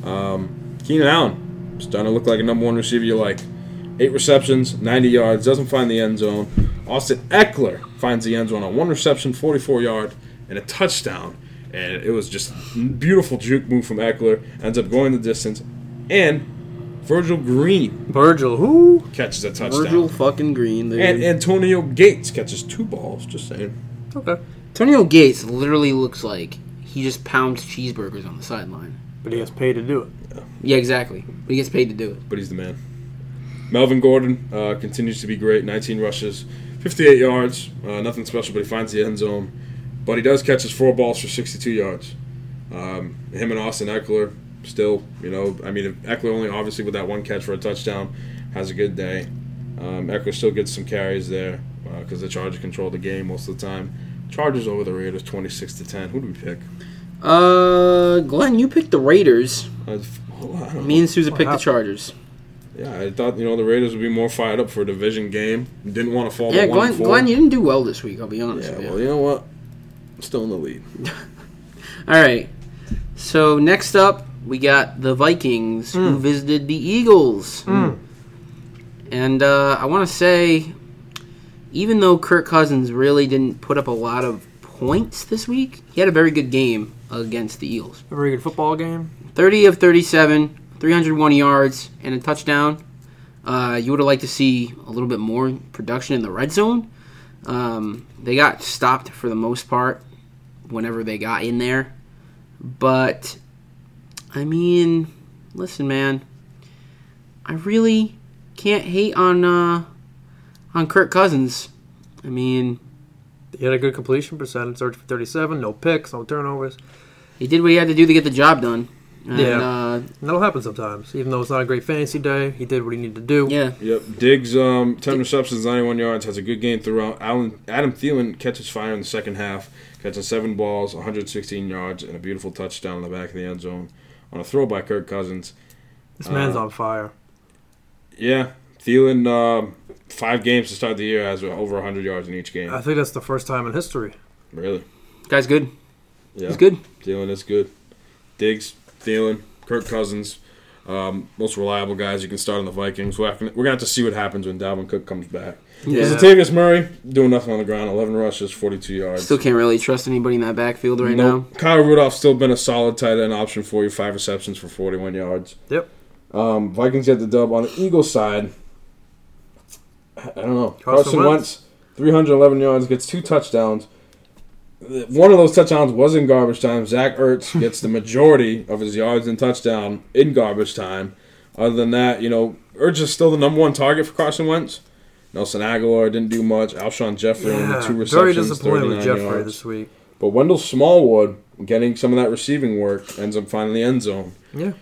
[SPEAKER 2] Um, Keenan Allen, starting to look like a number one receiver you like. Eight receptions, 90 yards, doesn't find the end zone. Austin Eckler finds the end zone on one reception, 44 yard, and a touchdown. And it was just beautiful juke move from Eckler. Ends up going the distance. And Virgil Green
[SPEAKER 3] Virgil, who?
[SPEAKER 2] catches a touchdown.
[SPEAKER 1] Virgil fucking Green, dude.
[SPEAKER 2] And Antonio Gates catches two balls. Just saying.
[SPEAKER 3] Okay.
[SPEAKER 1] Antonio Gates literally looks like he just pounds cheeseburgers on the sideline.
[SPEAKER 3] But he gets paid to do it.
[SPEAKER 1] Yeah, exactly. But he gets paid to do it.
[SPEAKER 2] but he's the man. Melvin Gordon uh, continues to be great. 19 rushes, 58 yards, uh, nothing special, but he finds the end zone. But he does catch his four balls for 62 yards. Um, him and Austin Eckler still, you know, I mean, if Eckler only obviously with that one catch for a touchdown has a good day. Um, Eckler still gets some carries there because the Chargers control the game most of the time. Chargers over the Raiders, 26 to 10. Who do we pick?
[SPEAKER 1] Uh, Glenn, you picked the Raiders.
[SPEAKER 2] Uh, f- hold on.
[SPEAKER 1] Me and Susan picked the
[SPEAKER 3] happened?
[SPEAKER 1] Chargers.
[SPEAKER 2] Yeah, I thought you know the Raiders would be more fired up for a division game. Didn't want to fall.
[SPEAKER 1] Yeah,
[SPEAKER 2] to one
[SPEAKER 1] Glenn,
[SPEAKER 2] and four.
[SPEAKER 1] Glenn, you didn't do well this week. I'll be honest.
[SPEAKER 2] Yeah,
[SPEAKER 1] with you.
[SPEAKER 2] well, you know what? I'm still in the lead.
[SPEAKER 1] All right. So next up, we got the Vikings
[SPEAKER 2] Hmm.
[SPEAKER 1] who visited the Eagles. And uh, I want to say, even though Kirk Cousins really didn't put up a lot of points this week, he had a very good game against the Eagles.
[SPEAKER 3] A very good football game.
[SPEAKER 1] 30 of 37, 301 yards, and a touchdown. Uh, you would have liked to see a little bit more production in the red zone. Um, they got stopped for the most part whenever they got in there. But, I mean, listen, man, I really can't hate on uh, on Kirk Cousins. I mean,
[SPEAKER 3] He had a good completion percentage, 30 for 37, no picks, no turnovers.
[SPEAKER 1] he did what he had to do to get the job done. And,
[SPEAKER 3] Yeah.
[SPEAKER 1] Uh,
[SPEAKER 3] And that'll happen sometimes. Even though it's not a great fantasy day, he did what he needed to do.
[SPEAKER 1] yeah.
[SPEAKER 2] Yep. Diggs, um, 10 receptions, 91 yards, has a good game throughout. Alan, Adam Thielen catches fire in the second half, catching seven balls, 116 yards, and a beautiful touchdown in the back of the end zone on a throw by Kirk Cousins.
[SPEAKER 3] This man's
[SPEAKER 2] Uh,
[SPEAKER 3] on fire.
[SPEAKER 2] Yeah, Thielen, um, five games to start the year, has over 100 yards in each
[SPEAKER 3] I
[SPEAKER 2] game.
[SPEAKER 3] think that's the first time in history.
[SPEAKER 2] Really?
[SPEAKER 1] Guy's good.
[SPEAKER 2] Yeah.
[SPEAKER 1] He's good.
[SPEAKER 2] Thielen is good. Diggs, Thielen, Kirk Cousins, um, most reliable guys you can start on the Vikings. We're gonna we're gonna have to see what happens when Dalvin Cook comes back.
[SPEAKER 1] Yeah.
[SPEAKER 2] Latavius Murray doing nothing on the ground, 11 rushes, 42 yards.
[SPEAKER 1] Still can't really trust anybody in that backfield right
[SPEAKER 2] Nope. Kyle Rudolph's still been a solid tight end option for you, five receptions for 41 yards.
[SPEAKER 3] Yep.
[SPEAKER 2] Um, Vikings get the dub on the Eagles side. I don't know.
[SPEAKER 3] Carson
[SPEAKER 2] Carson Wentz, 311 yards, gets two touchdowns. One of those touchdowns was in garbage time. Zach Ertz gets the majority of his yards and touchdown in garbage time. Other than that, you know, Ertz is still the number one target for Carson Wentz. Nelson Aguilar didn't do much. Alshon Jeffrey on the
[SPEAKER 3] Yeah.
[SPEAKER 2] two receptions,
[SPEAKER 3] Very disappointed
[SPEAKER 2] 39
[SPEAKER 3] with Jeffrey
[SPEAKER 2] yards.
[SPEAKER 3] this week.
[SPEAKER 2] But Wendell Smallwood getting some of that receiving work ends up finding the end zone.
[SPEAKER 3] Yeah.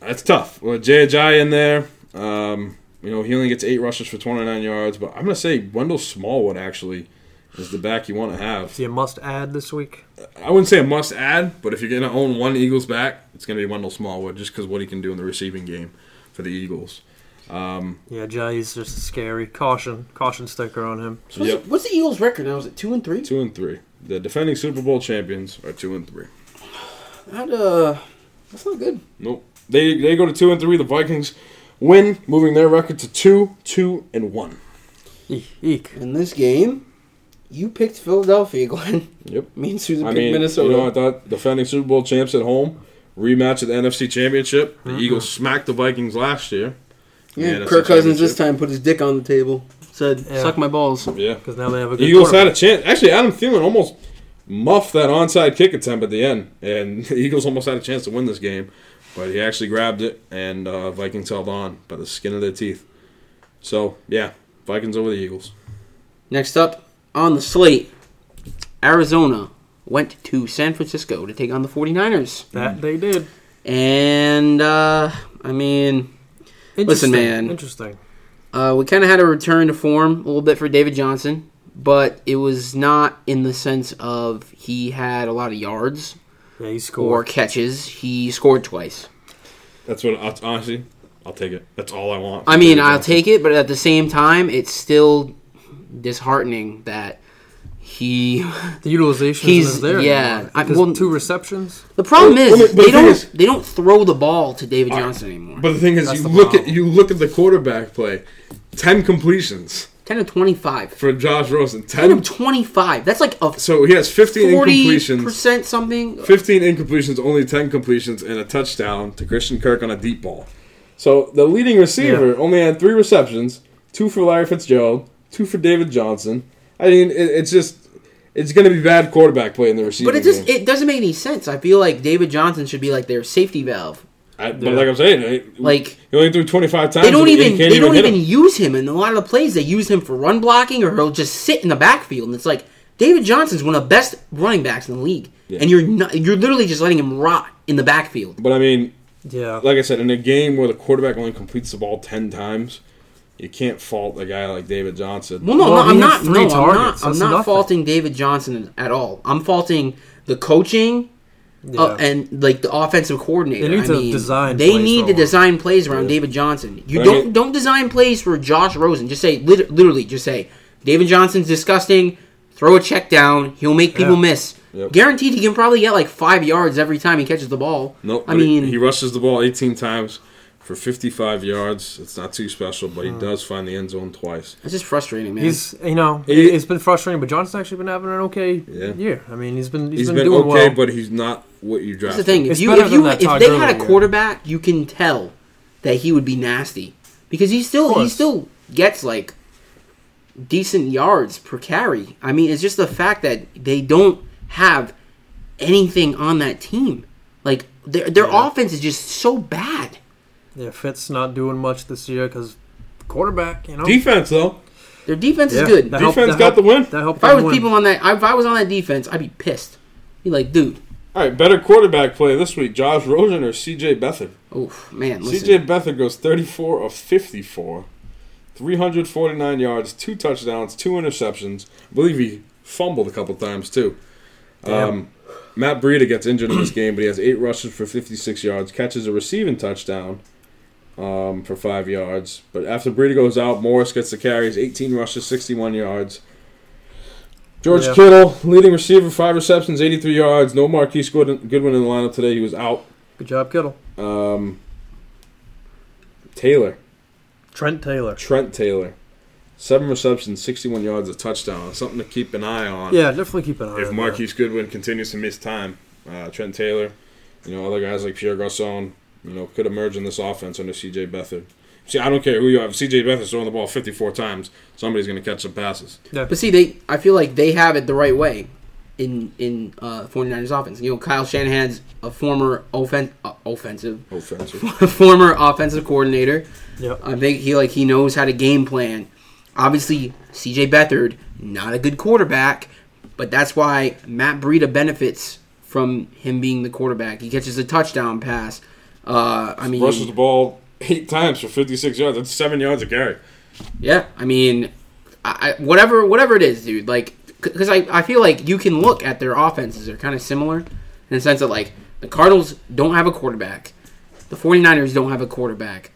[SPEAKER 2] That's tough. With Jay Ajayi in there, um, you know, he only gets eight rushes for 29 yards. But I'm going to say Wendell Smallwood actually is the back you want to have.
[SPEAKER 3] Is he a must add this week?
[SPEAKER 2] I wouldn't say a must add, but if you're going to own one Eagles back, it's going to be Wendell Smallwood just because what he can do in the receiving game for the Eagles.
[SPEAKER 3] Yeah, Jay's just scary. Caution. Caution sticker on him.
[SPEAKER 1] now.
[SPEAKER 2] Yep.
[SPEAKER 1] What's the Eagles' record now? Is it two and three?
[SPEAKER 2] Two and three. The defending Super Bowl champions are two and three.
[SPEAKER 1] That, uh, that's not good.
[SPEAKER 2] Nope. They they go to two and three. The Vikings win, moving their record to two, two and one.
[SPEAKER 3] Eek. Eek.
[SPEAKER 1] In this game, you picked Philadelphia, Glenn.
[SPEAKER 2] Yep.
[SPEAKER 1] Me and Susan
[SPEAKER 2] I
[SPEAKER 1] picked
[SPEAKER 2] mean,
[SPEAKER 1] Minnesota.
[SPEAKER 2] you know, I thought defending Super Bowl champs at home, rematch of the NFC Championship. The Eagles smacked the Vikings last year.
[SPEAKER 1] yeah,
[SPEAKER 2] Yeah, that's
[SPEAKER 1] Kirk
[SPEAKER 2] a
[SPEAKER 1] Cousins this
[SPEAKER 2] championship.
[SPEAKER 1] time put his dick on the table. Said,
[SPEAKER 3] Yeah.
[SPEAKER 1] "Suck my balls."
[SPEAKER 2] Yeah.
[SPEAKER 3] Because now they have a
[SPEAKER 2] The
[SPEAKER 3] good
[SPEAKER 2] Eagles had a
[SPEAKER 3] quarterback.
[SPEAKER 2] chance. Actually, Adam Thielen almost muffed that onside kick attempt at the end, and the Eagles almost had a chance to win this game, but he actually grabbed it, and uh, Vikings held on by the skin of their teeth. So yeah, Vikings over the Eagles.
[SPEAKER 1] Next up on the slate, Arizona went to San Francisco to take on the 49ers.
[SPEAKER 3] That they did.
[SPEAKER 1] And uh, I mean, Listen,
[SPEAKER 3] Interesting.
[SPEAKER 1] man.
[SPEAKER 3] Interesting.
[SPEAKER 1] Uh, we kind of had a return to form a little bit for David Johnson, but it was not in the sense of he had a lot of yards
[SPEAKER 3] Yeah, he
[SPEAKER 1] or
[SPEAKER 3] scored.
[SPEAKER 1] catches. He scored twice.
[SPEAKER 2] That's what I- honestly, I'll take it. That's all I want.
[SPEAKER 1] I mean, I'll take it, but at the same time, it's still disheartening that he.
[SPEAKER 3] The utilization
[SPEAKER 1] He's-
[SPEAKER 3] is there.
[SPEAKER 1] yeah.
[SPEAKER 3] anymore.
[SPEAKER 1] I-
[SPEAKER 3] Because
[SPEAKER 1] well-
[SPEAKER 3] two receptions.
[SPEAKER 1] The problem
[SPEAKER 2] Well,
[SPEAKER 1] is
[SPEAKER 2] well, but the
[SPEAKER 1] they
[SPEAKER 2] thing
[SPEAKER 1] don't
[SPEAKER 2] is-
[SPEAKER 1] they don't throw the ball to David Johnson anymore.
[SPEAKER 2] But the thing is,
[SPEAKER 3] That's
[SPEAKER 2] you
[SPEAKER 3] the
[SPEAKER 2] look at
[SPEAKER 3] problem.
[SPEAKER 2] you look at the quarterback play, ten completions
[SPEAKER 1] Ten of twenty five.
[SPEAKER 2] for Josh Rosen.
[SPEAKER 1] Ten of
[SPEAKER 2] Ten.
[SPEAKER 1] twenty five. That's like a
[SPEAKER 2] So he has fifteen
[SPEAKER 1] forty
[SPEAKER 2] incompletions.
[SPEAKER 1] percent something.
[SPEAKER 2] Fifteen incompletions, only ten completions, and a touchdown to Christian Kirk on a deep ball. So the leading receiver
[SPEAKER 3] Yeah.
[SPEAKER 2] only had three receptions, two for Larry Fitzgerald, two for David Johnson. I mean, it, it's just it's going to be bad quarterback play in the receiving.
[SPEAKER 1] But it just
[SPEAKER 2] game.
[SPEAKER 1] it doesn't make any sense. I feel like David Johnson should be like their safety valve.
[SPEAKER 2] I, but like I'm saying, it,
[SPEAKER 1] Like
[SPEAKER 2] he only threw twenty five times.
[SPEAKER 1] they don't
[SPEAKER 2] and he
[SPEAKER 1] even
[SPEAKER 2] can't
[SPEAKER 1] they don't
[SPEAKER 2] hit
[SPEAKER 1] even
[SPEAKER 2] him.
[SPEAKER 1] use him in a lot of the plays. They use him for run blocking, or he'll just sit in the backfield. And it's like David Johnson's one of the best running backs in the league, and you're not, you're literally just letting him rot in the backfield.
[SPEAKER 2] But I mean,
[SPEAKER 3] Yeah.
[SPEAKER 2] like I said, in a game where the quarterback only completes the ball ten times, you can't fault a guy like David Johnson.
[SPEAKER 1] Well, no,
[SPEAKER 3] Well,
[SPEAKER 1] no,
[SPEAKER 3] he
[SPEAKER 1] I'm
[SPEAKER 3] had
[SPEAKER 1] not. No,
[SPEAKER 3] three
[SPEAKER 1] I'm not.
[SPEAKER 3] targets.
[SPEAKER 1] I'm
[SPEAKER 3] That's
[SPEAKER 1] not
[SPEAKER 3] nothing.
[SPEAKER 1] faulting David Johnson at all. I'm faulting the coaching Uh, and like the offensive coordinator.
[SPEAKER 3] They need
[SPEAKER 1] I
[SPEAKER 3] to
[SPEAKER 1] mean,
[SPEAKER 3] design
[SPEAKER 1] They
[SPEAKER 3] plays
[SPEAKER 1] need
[SPEAKER 3] for
[SPEAKER 1] to
[SPEAKER 3] him.
[SPEAKER 1] design plays around David Johnson. You
[SPEAKER 2] Right.
[SPEAKER 1] don't don't design plays for Josh Rosen. Just say lit- literally, just say David Johnson's disgusting. Throw a check down. He'll make people
[SPEAKER 3] Yeah.
[SPEAKER 1] miss.
[SPEAKER 2] Yep.
[SPEAKER 1] Guaranteed, he can probably get like five yards every time he catches the ball.
[SPEAKER 2] Nope.
[SPEAKER 1] I
[SPEAKER 2] but he-
[SPEAKER 1] mean,
[SPEAKER 2] he, rushes the ball 18 times for 55 yards. It's not too special, but he does find the end zone twice.
[SPEAKER 1] it's just frustrating, man.
[SPEAKER 3] He's you know
[SPEAKER 2] He-
[SPEAKER 3] it, has been frustrating, but Johnson's actually been having an okay
[SPEAKER 2] Yeah.
[SPEAKER 3] year. I mean he's been
[SPEAKER 2] he's
[SPEAKER 3] been,
[SPEAKER 2] been,
[SPEAKER 3] doing
[SPEAKER 2] okay,
[SPEAKER 3] well.
[SPEAKER 2] but he's not what you
[SPEAKER 1] That's
[SPEAKER 2] drafted.
[SPEAKER 1] the thing. If
[SPEAKER 3] It's
[SPEAKER 1] you
[SPEAKER 3] better
[SPEAKER 1] if
[SPEAKER 3] than
[SPEAKER 1] you
[SPEAKER 3] that
[SPEAKER 1] if
[SPEAKER 3] Todd
[SPEAKER 1] they
[SPEAKER 3] Gurley
[SPEAKER 1] had a
[SPEAKER 3] guy.
[SPEAKER 1] quarterback, you can tell that he would be nasty because he still he
[SPEAKER 3] course.
[SPEAKER 1] still gets like decent yards per carry. I mean, it's just the fact that they don't have anything on that team. Like their their
[SPEAKER 3] Yeah.
[SPEAKER 1] offense is just so bad.
[SPEAKER 3] yeah, Fitz not doing much this year because quarterback. You know
[SPEAKER 2] Defense, though.
[SPEAKER 1] Their defense
[SPEAKER 3] Yeah,
[SPEAKER 1] is good.
[SPEAKER 3] that
[SPEAKER 1] If
[SPEAKER 3] helped-
[SPEAKER 2] Defense
[SPEAKER 3] that
[SPEAKER 2] got the win.
[SPEAKER 3] That helped.
[SPEAKER 1] I
[SPEAKER 3] them
[SPEAKER 1] was
[SPEAKER 3] win.
[SPEAKER 1] people on that, if I was on that defense, I'd be pissed. Be like, dude,
[SPEAKER 2] All right, better quarterback play this week, Josh Rosen or C.J. Beathard?
[SPEAKER 1] oh man, listen.
[SPEAKER 2] C.J. Beathard goes 34 of 54, 349 yards, two touchdowns, two interceptions. I believe he fumbled a couple times, too. Um, Matt Breida gets injured in this game, but he has eight rushes for 56 yards, catches a receiving touchdown um, for five yards. But after Breida goes out, Morris gets the carries, 18 rushes, 61 yards. George
[SPEAKER 3] Yeah.
[SPEAKER 2] Kittle, leading receiver, five receptions, 83 yards. No Marquise Goodwin Goodwin in the lineup today. He was out.
[SPEAKER 3] Good job, Kittle.
[SPEAKER 2] Um, Taylor,
[SPEAKER 3] Trent Taylor.
[SPEAKER 2] Trent Taylor, seven receptions, 61 yards, a touchdown. Something to keep an eye on.
[SPEAKER 3] Yeah, definitely keep an eye. on
[SPEAKER 2] If
[SPEAKER 3] that.
[SPEAKER 2] Marquise Goodwin continues to miss time, uh, Trent Taylor, you know, other guys like Pierre Garcon, you know, could emerge in this offense under C.J. Beathard. See, I don't care who you have. C.J. Beathard's throwing the ball 54 times. Somebody's going to catch some passes.
[SPEAKER 3] Yeah.
[SPEAKER 1] But see, they I feel like they have it the right way in in uh, 49ers offense. You know, Kyle Shanahan's a former offen- uh, offensive
[SPEAKER 2] Oh, Offensive.
[SPEAKER 1] former offensive coordinator.
[SPEAKER 3] Yep.
[SPEAKER 1] I think he like he knows how to game plan. Obviously, C.J. Beathard not a good quarterback, but that's why Matt Breida benefits from him being the quarterback. He catches a touchdown pass. Uh, I mean,
[SPEAKER 2] Rushes the ball eight times for 56 yards. That's seven yards a carry.
[SPEAKER 1] Yeah, I mean, I, I whatever whatever it is, dude. Like, because I, I feel like you can look at their offenses; they're kind of similar in the sense that like the Cardinals don't have a quarterback, the 49ers don't have a quarterback,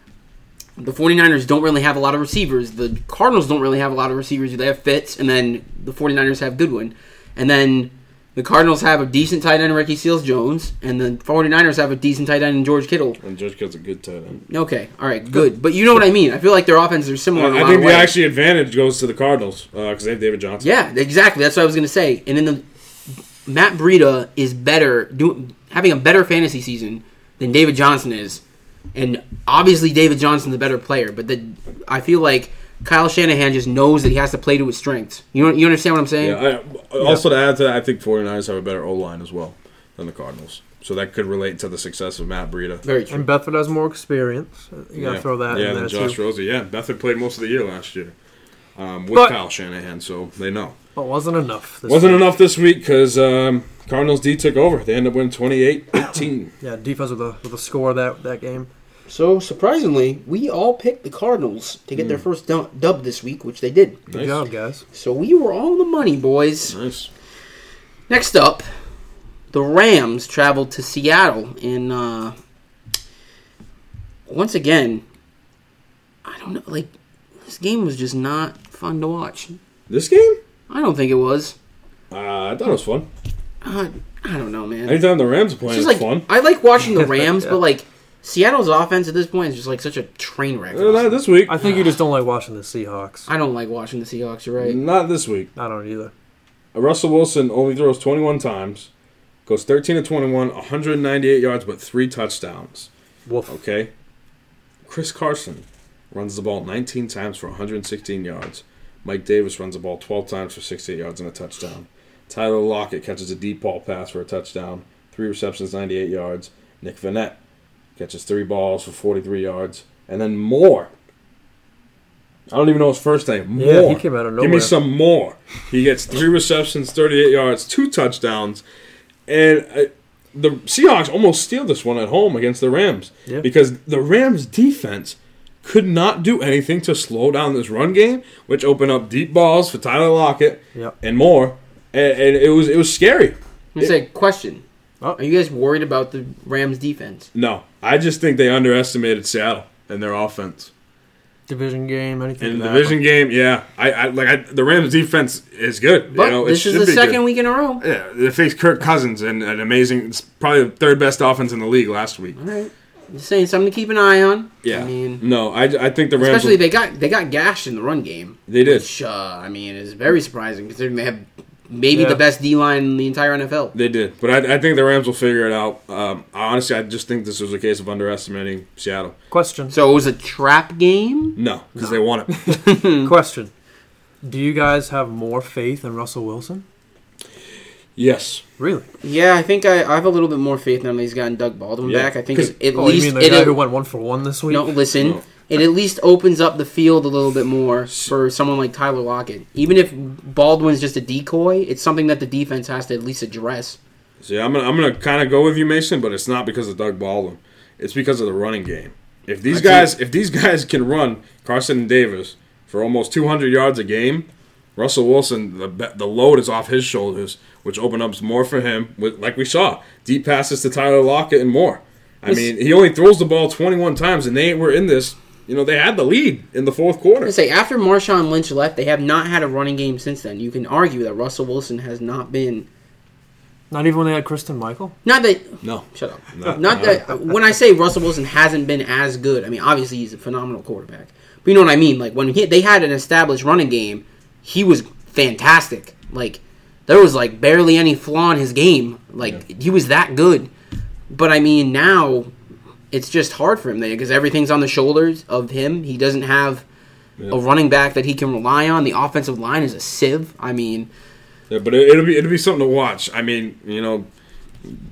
[SPEAKER 1] the 49ers don't really have a lot of receivers, the Cardinals don't really have a lot of receivers. They have Fitz, and then the 49ers have Goodwin, and then. The Cardinals have a decent tight end, Ricky Seals Jones, and the 49ers have a decent tight end, George Kittle.
[SPEAKER 2] And Judge Kittle's a good tight end.
[SPEAKER 1] Okay, all right, good. But you know what I mean. I feel like their offenses are similar. in a
[SPEAKER 2] I
[SPEAKER 1] lot
[SPEAKER 2] think
[SPEAKER 1] of
[SPEAKER 2] the
[SPEAKER 1] ways.
[SPEAKER 2] actually advantage goes to the Cardinals because they have David Johnson.
[SPEAKER 1] Yeah, exactly. That's what I was gonna say. And then the Matt Breida is better doing having a better fantasy season than David Johnson is, and obviously David Johnson's a better player. But the, I feel like Kyle Shanahan just knows that he has to play to his strengths. You you understand what I'm saying?
[SPEAKER 2] Yeah, I, also to add to that, I think 49ers have a better O line as well than the Cardinals, so that could relate to the success of Matt Breida.
[SPEAKER 1] Very true.
[SPEAKER 3] And Bedford has more experience. You gotta
[SPEAKER 2] yeah.
[SPEAKER 3] throw that
[SPEAKER 2] Yeah,
[SPEAKER 3] in
[SPEAKER 2] than
[SPEAKER 3] there
[SPEAKER 2] Josh
[SPEAKER 3] too.
[SPEAKER 2] Rosen. Yeah, Bethard played most of the year last year um, with
[SPEAKER 3] But-
[SPEAKER 2] Kyle Shanahan, so they know.
[SPEAKER 3] But wasn't enough. This
[SPEAKER 2] Wasn't
[SPEAKER 3] year.
[SPEAKER 2] enough this week because um, Cardinals D took over. They ended up winning 28-18.
[SPEAKER 3] Yeah, defense with a with a score that that game.
[SPEAKER 1] So surprisingly, we all picked the Cardinals to get their first dub, dub this week, which they did.
[SPEAKER 3] Good
[SPEAKER 2] Nice.
[SPEAKER 3] job, guys.
[SPEAKER 1] So we were all on the money, boys.
[SPEAKER 2] nice.
[SPEAKER 1] Next up, the Rams traveled to Seattle in uh once again I don't know like this game was just not fun to watch.
[SPEAKER 2] This game,
[SPEAKER 1] I don't think it was.
[SPEAKER 2] uh, I thought it was fun.
[SPEAKER 1] Uh, I don't know, man. It's
[SPEAKER 2] Anytime the Rams are playing,
[SPEAKER 1] just
[SPEAKER 2] it's
[SPEAKER 1] like
[SPEAKER 2] fun.
[SPEAKER 1] I like watching the Rams,
[SPEAKER 3] Yeah.
[SPEAKER 1] but like Seattle's offense at this point is just like such a train wreck.
[SPEAKER 2] Uh, Not this week.
[SPEAKER 3] I think you just don't like watching the Seahawks.
[SPEAKER 1] I don't like watching the Seahawks, you're right.
[SPEAKER 2] Not this week.
[SPEAKER 3] I don't either.
[SPEAKER 2] Russell Wilson only throws 21 times, goes 13 to 21, 198 yards, but three touchdowns.
[SPEAKER 3] Wolf.
[SPEAKER 2] Okay. Chris Carson runs the ball 19 times for 116 yards. Mike Davis runs the ball 12 times for 68 yards and a touchdown. Tyler Lockett catches a deep ball pass for a touchdown, three receptions, 98 yards. Nick Vanette catches three balls for 43 yards, and then more. I don't even know his first name. More.
[SPEAKER 3] Yeah, he came out of
[SPEAKER 2] Give me
[SPEAKER 3] nowhere.
[SPEAKER 2] some more. He gets three receptions, 38 yards, two touchdowns, and uh, the Seahawks almost steal this one at home against the Rams
[SPEAKER 3] Yeah.
[SPEAKER 2] because the Rams defense could not do anything to slow down this run game, which opened up deep balls for Tyler Lockett
[SPEAKER 3] Yep.
[SPEAKER 2] and more, and, and it was it was scary.
[SPEAKER 1] It's a question.
[SPEAKER 2] Oh.
[SPEAKER 1] Are you guys worried about the Rams defense?
[SPEAKER 2] No, I just think they underestimated Seattle and their offense.
[SPEAKER 3] Division game,
[SPEAKER 2] In
[SPEAKER 3] anything. can
[SPEAKER 2] the
[SPEAKER 3] happen.
[SPEAKER 2] division game, yeah, I, I like I, the Rams defense is good.
[SPEAKER 1] But
[SPEAKER 2] you know, it
[SPEAKER 1] this is
[SPEAKER 2] should
[SPEAKER 1] the
[SPEAKER 2] be
[SPEAKER 1] second
[SPEAKER 2] good.
[SPEAKER 1] week in a row.
[SPEAKER 2] Yeah, they faced Kirk Cousins and an amazing, it's probably the third best offense in the league last week.
[SPEAKER 1] All right, just saying something to keep an eye on.
[SPEAKER 2] Yeah, Mm.
[SPEAKER 1] I mean,
[SPEAKER 2] no, I, I think the Rams.
[SPEAKER 1] especially they got they got gashed in the run game.
[SPEAKER 2] They did.
[SPEAKER 1] Which, uh, I mean, is very surprising considering they have maybe
[SPEAKER 3] Yeah.
[SPEAKER 1] the best D line in the entire NFL.
[SPEAKER 2] They did, but I, I think the Rams will figure it out. Um, honestly, I just think this was a case of underestimating Seattle.
[SPEAKER 3] Question.
[SPEAKER 1] So it was a trap game.
[SPEAKER 2] No, because they want it.
[SPEAKER 3] Question. Do you guys have more faith in Russell Wilson?
[SPEAKER 2] yes,
[SPEAKER 3] Really?
[SPEAKER 1] Yeah, I think I, I have a little bit more faith now that he's gotten Doug Baldwin
[SPEAKER 2] Yeah.
[SPEAKER 1] back. I think
[SPEAKER 2] 'Cause-
[SPEAKER 1] it, at
[SPEAKER 3] Oh,
[SPEAKER 1] least
[SPEAKER 3] you mean the
[SPEAKER 1] it,
[SPEAKER 3] guy
[SPEAKER 1] it-
[SPEAKER 3] who went one for one this week?
[SPEAKER 1] no listen.
[SPEAKER 2] No.
[SPEAKER 1] It at least opens up the field a little bit more for someone like Tyler Lockett. Even if Baldwin's just a decoy, it's something that the defense has to at least address.
[SPEAKER 2] See, I'm gonna I'm gonna kind of go with you, Mason, but it's not because of Doug Baldwin. It's because of the running game. If these guys if these guys can run Carson and Davis for almost 200 yards a game, Russell Wilson the be- the load is off his shoulders, which open up more for him. With like we saw deep passes to Tyler Lockett and more. I mean, he only throws the ball 21 times, and they were in this. You know, they had the lead in the fourth quarter.
[SPEAKER 1] I say after Marshawn Lynch left, they have not had a running game since then. You can argue that Russell Wilson has not been
[SPEAKER 3] Not even when they had Kristen Michael?
[SPEAKER 1] not that
[SPEAKER 2] No,
[SPEAKER 1] shut up.
[SPEAKER 2] No,
[SPEAKER 1] not
[SPEAKER 2] no.
[SPEAKER 1] that when I say Russell Wilson hasn't been as good, I mean obviously he's a phenomenal quarterback. But you know what I mean? Like when he, they had an established running game, he was fantastic. Like there was like barely any flaw in his game. Like he was that good. But I mean now it's just hard for him there because everything's on the shoulders of him. He doesn't have a running back that he can rely on. The offensive line is a sieve. I mean,
[SPEAKER 2] Yeah, but it, it'll be it'll be something to watch. I mean, you know,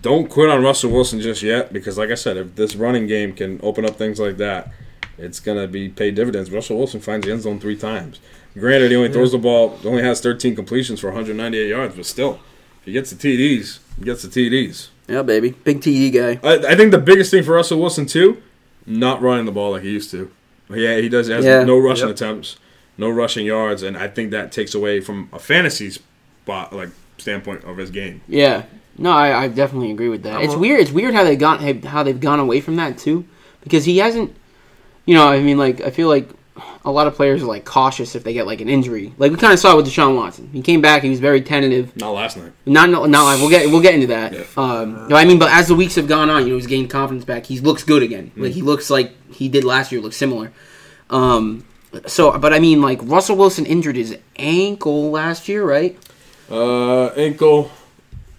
[SPEAKER 2] don't quit on Russell Wilson just yet because, like I said, if this running game can open up things like that, it's gonna be paid dividends. Russell Wilson finds the end zone three times. Granted, he only throws the ball, only has 13 completions for 198 yards, but still, if he gets the TDs. He gets the TDs.
[SPEAKER 1] yeah, baby, big TE guy.
[SPEAKER 2] I, I think the biggest thing for Russell Wilson too, not running the ball like he used to. Yeah, he does has
[SPEAKER 1] Yeah.
[SPEAKER 2] no rushing
[SPEAKER 3] Yep.
[SPEAKER 2] attempts, no rushing yards, and I think that takes away from a fantasy spot like standpoint of his game.
[SPEAKER 1] Yeah. No, I, I definitely agree with that.
[SPEAKER 3] I'm
[SPEAKER 1] It's
[SPEAKER 3] a-
[SPEAKER 1] weird. It's weird how they got how they've gone away from that too, because he hasn't. You know, I mean, like I feel like a lot of players are like cautious if they get like an injury. Like we kind of saw with Deshaun Watson. He came back. He was very tentative.
[SPEAKER 2] Not last night.
[SPEAKER 1] Not not like we'll get we'll get into that.
[SPEAKER 2] Yeah.
[SPEAKER 1] Um, no, I mean, but as the weeks have gone on, you know, he's gained confidence back. He looks good again.
[SPEAKER 3] Mm-hmm.
[SPEAKER 1] Like he looks like he did last year. Looks similar. Um, so, but I mean, like Russell Wilson injured his ankle last year, right?
[SPEAKER 2] Uh, ankle,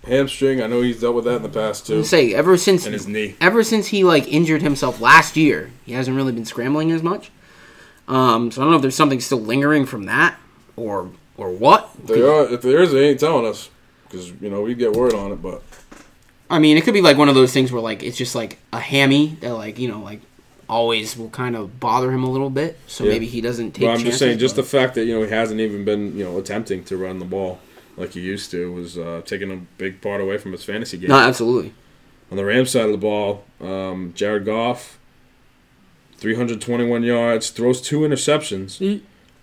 [SPEAKER 2] hamstring. I know he's dealt with that in the past too.
[SPEAKER 1] I say ever since
[SPEAKER 2] And his knee.
[SPEAKER 1] ever since he like injured himself last year, he hasn't really been scrambling as much. Um, so I don't know if there's something still lingering from that or or what.
[SPEAKER 2] They are. If there is, they ain't telling us because you know we get word on it. But
[SPEAKER 1] I mean, it could be like one of those things where like it's just like a hammy that like you know like always will kind of bother him a little bit. So
[SPEAKER 2] Yeah.
[SPEAKER 1] maybe he doesn't take.
[SPEAKER 2] but I'm just
[SPEAKER 1] chances,
[SPEAKER 2] saying, just the
[SPEAKER 1] but-
[SPEAKER 2] fact that you know he hasn't even been you know attempting to run the ball like he used to was uh, taking a big part away from his fantasy game.
[SPEAKER 1] no, absolutely.
[SPEAKER 2] On the Rams side of the ball, um, Jared Goff, 321 yards, throws two interceptions,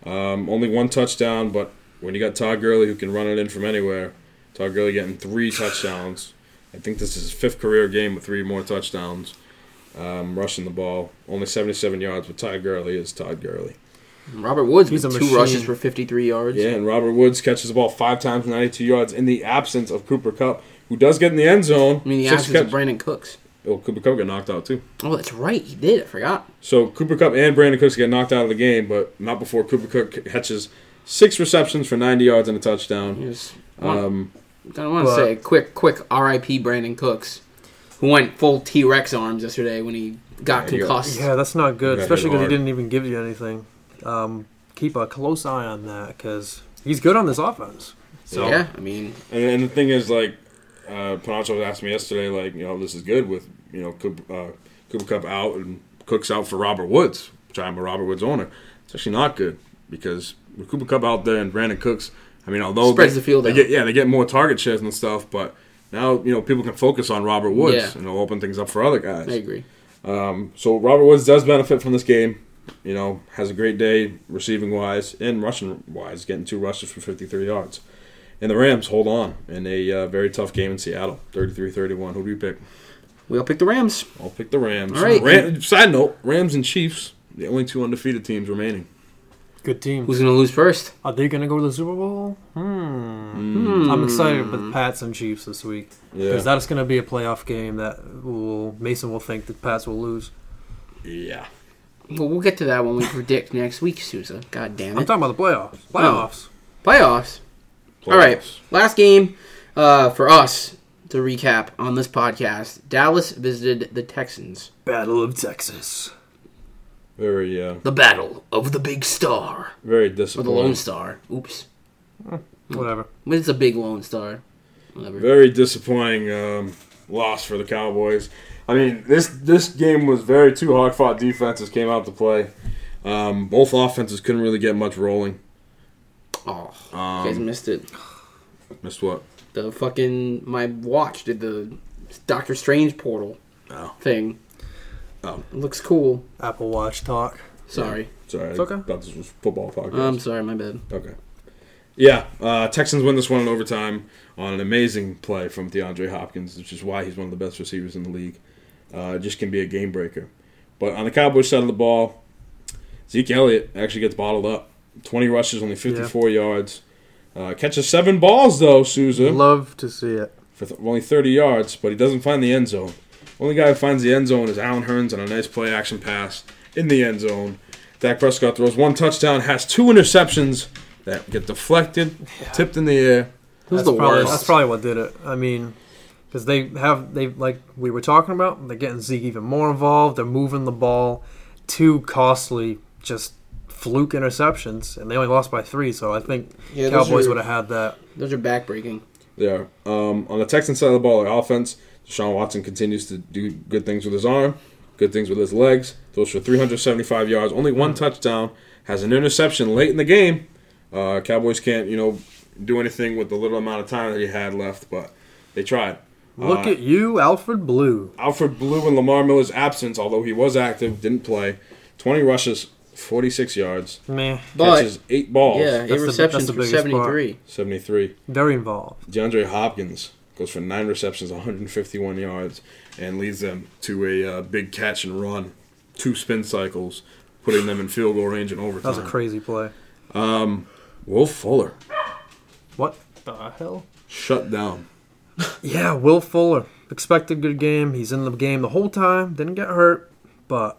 [SPEAKER 2] um, only one touchdown. But when you got Todd Gurley, who can run it in from anywhere, Todd Gurley getting three touchdowns. I think this is his fifth career game with three more touchdowns. Um, rushing the ball, only 77 yards, but Todd Gurley is Todd Gurley.
[SPEAKER 1] Robert Woods
[SPEAKER 3] He's
[SPEAKER 1] with two
[SPEAKER 3] a machine.
[SPEAKER 1] rushes for 53 yards.
[SPEAKER 2] Yeah, and Robert Woods catches the ball five times, 92 yards, in the absence of Cooper Cup, who does get in the end zone.
[SPEAKER 1] I mean, the
[SPEAKER 2] Six
[SPEAKER 1] absence of
[SPEAKER 2] catch-
[SPEAKER 1] Brandon Cooks.
[SPEAKER 2] oh, Cooper Cup got knocked out too.
[SPEAKER 1] Oh, that's right. He did. I forgot.
[SPEAKER 2] So Cooper Cup and Brandon Cooks get knocked out of the game, but not before Cooper Cook catches six receptions for 90 yards and a touchdown.
[SPEAKER 1] Yes.
[SPEAKER 2] Um,
[SPEAKER 1] I want to
[SPEAKER 3] But-
[SPEAKER 1] say a quick, quick R.I.P. Brandon Cooks, who went full T Rex arms yesterday when he got
[SPEAKER 2] Yeah, he got-
[SPEAKER 1] concussed.
[SPEAKER 3] Yeah, that's not good,
[SPEAKER 2] Yeah,
[SPEAKER 3] especially because he
[SPEAKER 2] hard.
[SPEAKER 3] didn't even give you anything. Um, keep a close eye on that because he's good on this offense. So
[SPEAKER 1] yeah, I mean,
[SPEAKER 2] and, and the thing is, like, uh, Panacho asked me yesterday, like, you know, this is good with, you know, Cooper, uh, Cooper Cup out and Cooks out for Robert Woods, which I'm a Robert Woods owner. It's actually not good because with Cooper Cup out there and Brandon Cooks, I mean, although
[SPEAKER 1] Spreads
[SPEAKER 2] they,
[SPEAKER 1] the field
[SPEAKER 2] they
[SPEAKER 1] out.
[SPEAKER 2] get yeah, they get more target shares and stuff, but now you know people can focus on Robert Woods
[SPEAKER 1] Yeah.
[SPEAKER 2] and it'll open things up for other guys.
[SPEAKER 1] I agree.
[SPEAKER 2] So Robert Woods does benefit from this game. You know, has a great day receiving wise and rushing wise, getting two rushes for 53 yards. And the Rams hold on in a uh, very tough game in Seattle, 33-31. Who do you pick?
[SPEAKER 1] We all picked the Rams.
[SPEAKER 2] I'll pick the Rams.
[SPEAKER 1] All right.
[SPEAKER 2] Ram- side note: Rams and Chiefs, the only two undefeated teams remaining.
[SPEAKER 3] Good team.
[SPEAKER 1] Who's going to lose first?
[SPEAKER 3] Are they going to go to the Super Bowl? Hmm. I'm excited for the Pats and Chiefs this week
[SPEAKER 2] Yeah,
[SPEAKER 3] because that's going to be a playoff game that will Mason will think the Pats will lose.
[SPEAKER 2] yeah.
[SPEAKER 1] Well, we'll get to that when we predict next week, Sousa. God damn
[SPEAKER 3] I'm
[SPEAKER 1] it.
[SPEAKER 3] talking about the playoffs. Playoffs.
[SPEAKER 1] Playoffs. All right.
[SPEAKER 2] Playoffs.
[SPEAKER 1] Last game uh, for us to recap on this podcast. Dallas visited the Texans.
[SPEAKER 3] Battle of Texas.
[SPEAKER 2] Very, uh,
[SPEAKER 1] The battle of the big star.
[SPEAKER 2] very
[SPEAKER 1] Or
[SPEAKER 2] disappointing.
[SPEAKER 1] the Lone Star. Oops.
[SPEAKER 3] Whatever.
[SPEAKER 1] It's a big Lone Star. Whatever.
[SPEAKER 2] Very disappointing um, loss for the Cowboys. I mean, this this game was very two hard fought defenses came out to play. Um, both offenses couldn't really get much rolling.
[SPEAKER 1] Oh,
[SPEAKER 2] Um,
[SPEAKER 1] you guys missed it.
[SPEAKER 2] Missed what?
[SPEAKER 1] The fucking. My watch did the Doctor Strange portal
[SPEAKER 2] No.
[SPEAKER 1] thing.
[SPEAKER 2] Oh.
[SPEAKER 1] It looks cool.
[SPEAKER 3] Apple Watch talk.
[SPEAKER 1] Sorry.
[SPEAKER 2] Sorry,
[SPEAKER 3] It's okay. Um,
[SPEAKER 2] I thought this was football podcast.
[SPEAKER 1] I'm sorry, my bad.
[SPEAKER 2] okay. Yeah, uh, Texans win this one in overtime on an amazing play from DeAndre Hopkins, which is why he's one of the best receivers in the league. Uh, just can be a game breaker. But on the Cowboys side of the ball, Zeke Elliott actually gets bottled up. 20 rushes, only 54 yards. Uh, catches seven balls, though, Souza,
[SPEAKER 3] Love to see it.
[SPEAKER 2] for th- only 30 yards, but he doesn't find the end zone. Only guy who finds the end zone is Allen Hearns on a nice play action pass in the end zone. Dak Prescott throws one touchdown, has two interceptions that get deflected, tipped in the air.
[SPEAKER 1] Who's
[SPEAKER 3] that's
[SPEAKER 1] the
[SPEAKER 3] probably,
[SPEAKER 1] worst?
[SPEAKER 3] That's probably what did it. I mean, because they have they like we were talking about. They're getting Zeke even more involved. They're moving the ball. Two costly, just fluke interceptions, and they only lost by three. So I think
[SPEAKER 1] Yeah, those
[SPEAKER 3] Cowboys
[SPEAKER 1] are-
[SPEAKER 3] would have had that.
[SPEAKER 1] Those are backbreaking.
[SPEAKER 2] They are. Um, on the Texan side of the ball, their offense, Deshaun Watson continues to do good things with his arm, good things with his legs. Throws for 375 yards, only one touchdown, has an interception late in the game. Uh, Cowboys can't, you know, do anything with the little amount of time that he had left, but they tried.
[SPEAKER 3] Look
[SPEAKER 2] Uh,
[SPEAKER 3] at you, Alfred Blue.
[SPEAKER 2] Alfred Blue and Lamar Miller's absence, although he was active, didn't play. 20 rushes, 46 yards,
[SPEAKER 3] Man,
[SPEAKER 1] But-
[SPEAKER 2] catches eight balls,
[SPEAKER 1] Yeah,
[SPEAKER 3] the-
[SPEAKER 1] eight receptions
[SPEAKER 3] that's the
[SPEAKER 1] for
[SPEAKER 3] biggest part.
[SPEAKER 1] 73.
[SPEAKER 2] 73.
[SPEAKER 3] very involved.
[SPEAKER 2] DeAndre Hopkins goes for nine receptions, 151 yards, and leads them to a uh, big catch and run, two spin cycles, putting them in field goal range and
[SPEAKER 3] That
[SPEAKER 2] overtime.
[SPEAKER 3] was a crazy play.
[SPEAKER 2] Will Fuller
[SPEAKER 3] What the hell?
[SPEAKER 2] shut down.
[SPEAKER 3] Yeah, Will Fuller expected good game. He's in the game the whole time. Didn't get hurt, but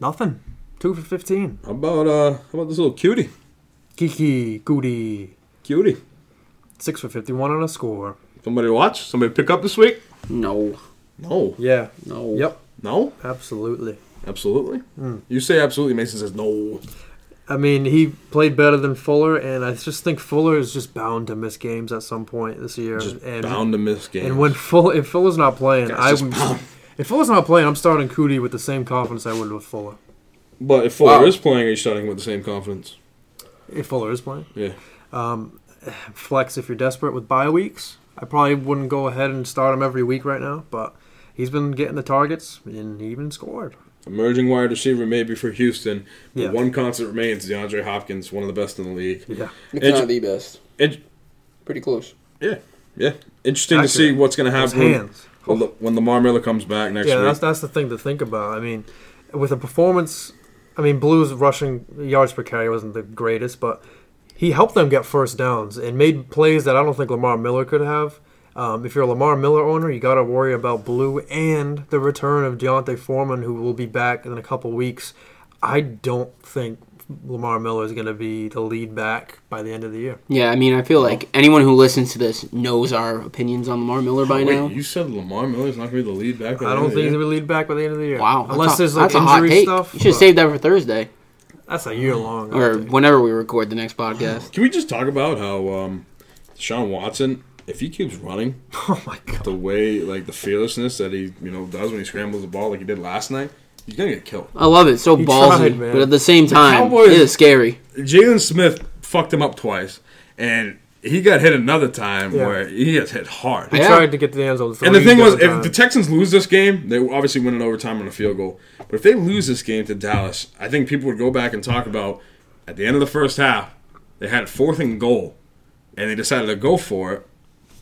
[SPEAKER 3] nothing. Two for fifteen.
[SPEAKER 2] How about uh, how about this little cutie,
[SPEAKER 3] Kiki Goody.
[SPEAKER 2] cutie?
[SPEAKER 3] Six for fifty-one on a score.
[SPEAKER 2] Somebody watch. Somebody pick up this week.
[SPEAKER 1] No.
[SPEAKER 2] No,
[SPEAKER 3] Yeah.
[SPEAKER 1] No.
[SPEAKER 3] Yep.
[SPEAKER 2] no,
[SPEAKER 3] Absolutely.
[SPEAKER 2] absolutely.
[SPEAKER 3] Hmm.
[SPEAKER 2] You say absolutely. Mason says no.
[SPEAKER 3] I mean, he played better than Fuller, and I just think Fuller is just bound to miss games at some point this year.
[SPEAKER 2] Just
[SPEAKER 3] and
[SPEAKER 2] bound to miss games.
[SPEAKER 3] and when Fuller, if Fuller's not playing,
[SPEAKER 2] Guys,
[SPEAKER 3] I
[SPEAKER 2] just
[SPEAKER 3] would.
[SPEAKER 2] bound.
[SPEAKER 3] If Fuller's not playing, I'm starting Cootie with the same confidence I would with Fuller.
[SPEAKER 2] But if Fuller
[SPEAKER 1] Wow.
[SPEAKER 2] is playing, are you starting with the same confidence?
[SPEAKER 3] If Fuller is playing,
[SPEAKER 2] Yeah.
[SPEAKER 3] flex if you're desperate with bye weeks. I probably wouldn't go ahead and start him every week right now, but he's been getting the targets and he even scored.
[SPEAKER 2] Emerging wide receiver maybe for Houston. But
[SPEAKER 3] Yeah.
[SPEAKER 2] one constant remains DeAndre Hopkins, one of the best in the league.
[SPEAKER 3] Yeah.
[SPEAKER 1] It's
[SPEAKER 2] It's-
[SPEAKER 1] not the best.
[SPEAKER 2] It,
[SPEAKER 1] Pretty close.
[SPEAKER 2] yeah, yeah. Interesting
[SPEAKER 3] Accurate.
[SPEAKER 2] to see what's going to
[SPEAKER 3] His
[SPEAKER 2] happen
[SPEAKER 3] hands.
[SPEAKER 2] when, when Lamar Miller comes back next
[SPEAKER 3] Yeah, that's
[SPEAKER 2] week.
[SPEAKER 3] that's the thing to think about. I mean, with a performance, I mean, Blues rushing yards per carry wasn't the greatest, but he helped them get first downs and made plays that I don't think Lamar Miller could have. Um, if you're a Lamar Miller owner, you got to worry about Blue and the return of Deontay Foreman, who will be back in a couple weeks. I don't think Lamar Miller is going to be the lead back by the end of the year.
[SPEAKER 1] Yeah, I mean, I feel like anyone who listens to this knows our opinions on Lamar Miller by
[SPEAKER 2] Wait,
[SPEAKER 1] now.
[SPEAKER 2] you said Lamar Miller's not going to be the lead back? by
[SPEAKER 3] I
[SPEAKER 2] the
[SPEAKER 3] don't
[SPEAKER 2] end of the
[SPEAKER 3] think he's
[SPEAKER 2] year?
[SPEAKER 3] going to be lead back by the end of the year.
[SPEAKER 1] Wow,
[SPEAKER 3] unless
[SPEAKER 1] that's
[SPEAKER 3] there's
[SPEAKER 1] a,
[SPEAKER 3] like
[SPEAKER 1] that's a hot
[SPEAKER 3] injury
[SPEAKER 1] take.
[SPEAKER 3] stuff.
[SPEAKER 1] You should have
[SPEAKER 3] but
[SPEAKER 1] saved that for Thursday
[SPEAKER 3] That's a year long.
[SPEAKER 1] or whenever we record the next podcast.
[SPEAKER 2] Can we just talk about how um, Sean Watson, if he keeps running
[SPEAKER 3] oh my god.
[SPEAKER 2] the way, like the fearlessness that he you know does when he scrambles the ball like he did last night, he's going to get killed.
[SPEAKER 1] I love it. So
[SPEAKER 3] He
[SPEAKER 1] ballsy,
[SPEAKER 3] tried, man.
[SPEAKER 1] but at the same time,
[SPEAKER 2] Cowboys-
[SPEAKER 1] it is scary.
[SPEAKER 2] Jalen Smith fucked him up twice, and he got hit another time
[SPEAKER 3] Yeah.
[SPEAKER 2] where he gets hit hard.
[SPEAKER 3] They
[SPEAKER 1] Yeah.
[SPEAKER 3] tried to get to the end zone.
[SPEAKER 2] And the
[SPEAKER 3] three
[SPEAKER 2] thing was,
[SPEAKER 3] different
[SPEAKER 2] if the
[SPEAKER 3] times.
[SPEAKER 2] Texans lose this game, they obviously win in overtime on a field goal. But if they lose this game to Dallas, I think people would go back and talk about at the end of the first half, they had a fourth and goal. and they decided to go for it.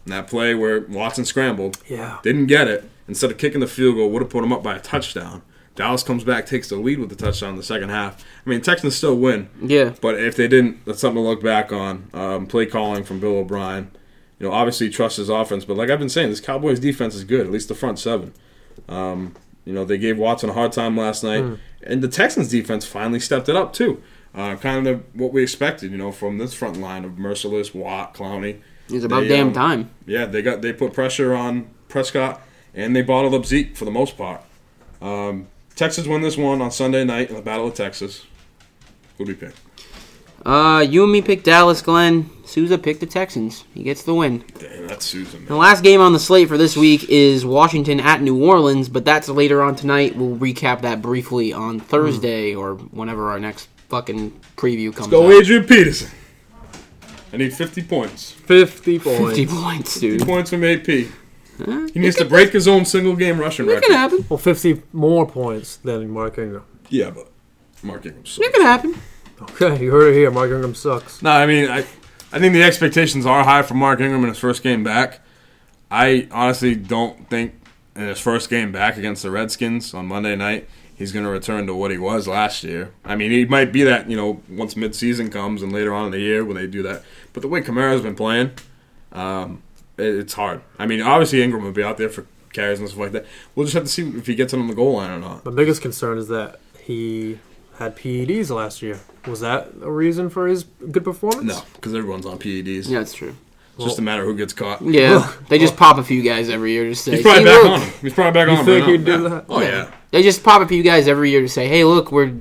[SPEAKER 2] And that play where Watson scrambled,
[SPEAKER 3] Yeah.
[SPEAKER 2] didn't get it. Instead of kicking the field goal, would have put them up by a touchdown. Dallas comes back, takes the lead with the touchdown in the second half. I mean, Texans still win,
[SPEAKER 1] Yeah.
[SPEAKER 2] but if they didn't, that's something to look back on. Um, play calling from Bill O'Brien. You know, obviously he trusts his offense, but like I've been saying, this Cowboys defense is good, at least the front seven. Um, you know, they gave Watson a hard time last night, and the Texans defense finally stepped it up too. Uh, kind of what we expected, you know, from this front line of Merciless, Watt, Clowney.
[SPEAKER 1] It's about
[SPEAKER 2] They,
[SPEAKER 1] damn
[SPEAKER 2] um,
[SPEAKER 1] time.
[SPEAKER 2] Yeah, they got they put pressure on Prescott, and they bottled up Zeke for the most part. Um, Texas won this one on Sunday night in the Battle of Texas. Who'd we pick?
[SPEAKER 1] Uh, you and me picked Dallas, Glenn. Souza picked the Texans. He gets the win.
[SPEAKER 2] Damn, that's Susan. Man.
[SPEAKER 1] The last game on the slate for this week is Washington at New Orleans, but that's later on tonight. We'll recap that briefly on Thursday or whenever our next fucking preview comes
[SPEAKER 2] Go
[SPEAKER 1] out.
[SPEAKER 2] Adrian Peterson. I need 50 points.
[SPEAKER 3] 50 points.
[SPEAKER 1] 50 points,
[SPEAKER 2] 50
[SPEAKER 1] dude.
[SPEAKER 2] points from AP. He needs to break his own single game rushing
[SPEAKER 1] It
[SPEAKER 2] record.
[SPEAKER 1] can happen.
[SPEAKER 3] Well, 50 more points than Mark Ingram.
[SPEAKER 2] Yeah, but Mark Ingram
[SPEAKER 1] It
[SPEAKER 2] sucks.
[SPEAKER 1] can happen.
[SPEAKER 3] Okay, you heard it here. Mark Ingram sucks.
[SPEAKER 2] No, I mean, I, I think the expectations are high for Mark Ingram in his first game back. I honestly don't think in his first game back against the Redskins on Monday night he's going to return to what he was last year. I mean, he might be that, you know, once midseason comes and later on in the year when they do that. But the way Kamara's been playing, um, it, it's hard. I mean, obviously Ingram would be out there for carries and stuff like that. We'll just have to see if he gets it on the goal line or not.
[SPEAKER 3] My biggest concern is that he had PEDs last year. Was that a reason for his good performance?
[SPEAKER 2] No, because everyone's on PEDs.
[SPEAKER 1] Yeah, that's true.
[SPEAKER 2] It's just a matter of who gets caught.
[SPEAKER 1] Yeah, they just pop a few guys every year to say.
[SPEAKER 2] He's probably
[SPEAKER 1] "Hey,
[SPEAKER 2] back
[SPEAKER 1] look."
[SPEAKER 2] on. him. He's probably back on. him
[SPEAKER 3] think
[SPEAKER 2] right
[SPEAKER 3] he'd
[SPEAKER 2] now.
[SPEAKER 3] do
[SPEAKER 2] Yeah.
[SPEAKER 3] that?
[SPEAKER 2] Oh yeah.
[SPEAKER 1] They just pop a few guys every year to say, "Hey, look, we're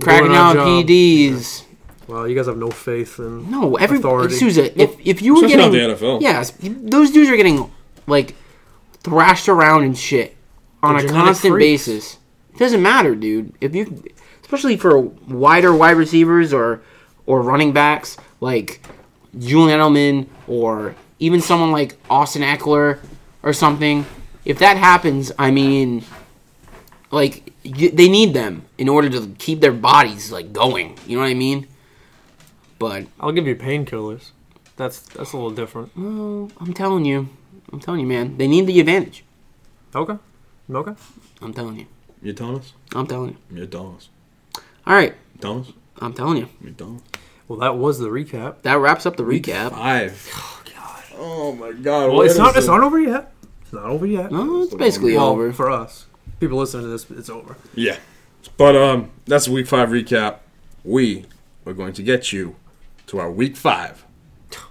[SPEAKER 1] cracking
[SPEAKER 3] Doing
[SPEAKER 1] down
[SPEAKER 3] our
[SPEAKER 1] on
[SPEAKER 3] job.
[SPEAKER 1] PEDs."
[SPEAKER 3] Well, you guys have no faith in
[SPEAKER 1] No, every
[SPEAKER 3] authority.
[SPEAKER 1] Souza, if if you were
[SPEAKER 2] Especially not
[SPEAKER 1] getting
[SPEAKER 2] the NFL.
[SPEAKER 1] yes, those dudes are getting like thrashed around and shit on
[SPEAKER 3] They're
[SPEAKER 1] a
[SPEAKER 3] genetic
[SPEAKER 1] constant
[SPEAKER 3] freaks.
[SPEAKER 1] basis. It doesn't matter, dude. If you, especially for wider wide receivers or or running backs like Julian Edelman or even someone like Austin Eckler or something, if that happens, I mean, like y- they need them in order to keep their bodies like going. You know what I mean? But
[SPEAKER 3] I'll give you painkillers. That's that's a little different.
[SPEAKER 1] well, Mm, I'm telling you, I'm telling you, man, they need the advantage.
[SPEAKER 3] Okay. Okay.
[SPEAKER 1] I'm telling you,
[SPEAKER 2] You Thomas?
[SPEAKER 1] I'm telling you.
[SPEAKER 2] You Thomas?
[SPEAKER 1] All right,
[SPEAKER 2] Thomas?
[SPEAKER 1] I'm telling you.
[SPEAKER 2] You Thomas?
[SPEAKER 3] Well, that was the recap.
[SPEAKER 1] That wraps up the recap.
[SPEAKER 2] Five. Oh god. Oh my god.
[SPEAKER 3] Well, it's not it's not over yet. It's not over yet.
[SPEAKER 1] No, it's basically
[SPEAKER 3] Well,
[SPEAKER 1] over.
[SPEAKER 3] for us. People listening to this, it's over.
[SPEAKER 2] Yeah. But um, that's the week five recap. We are going to get you to our week five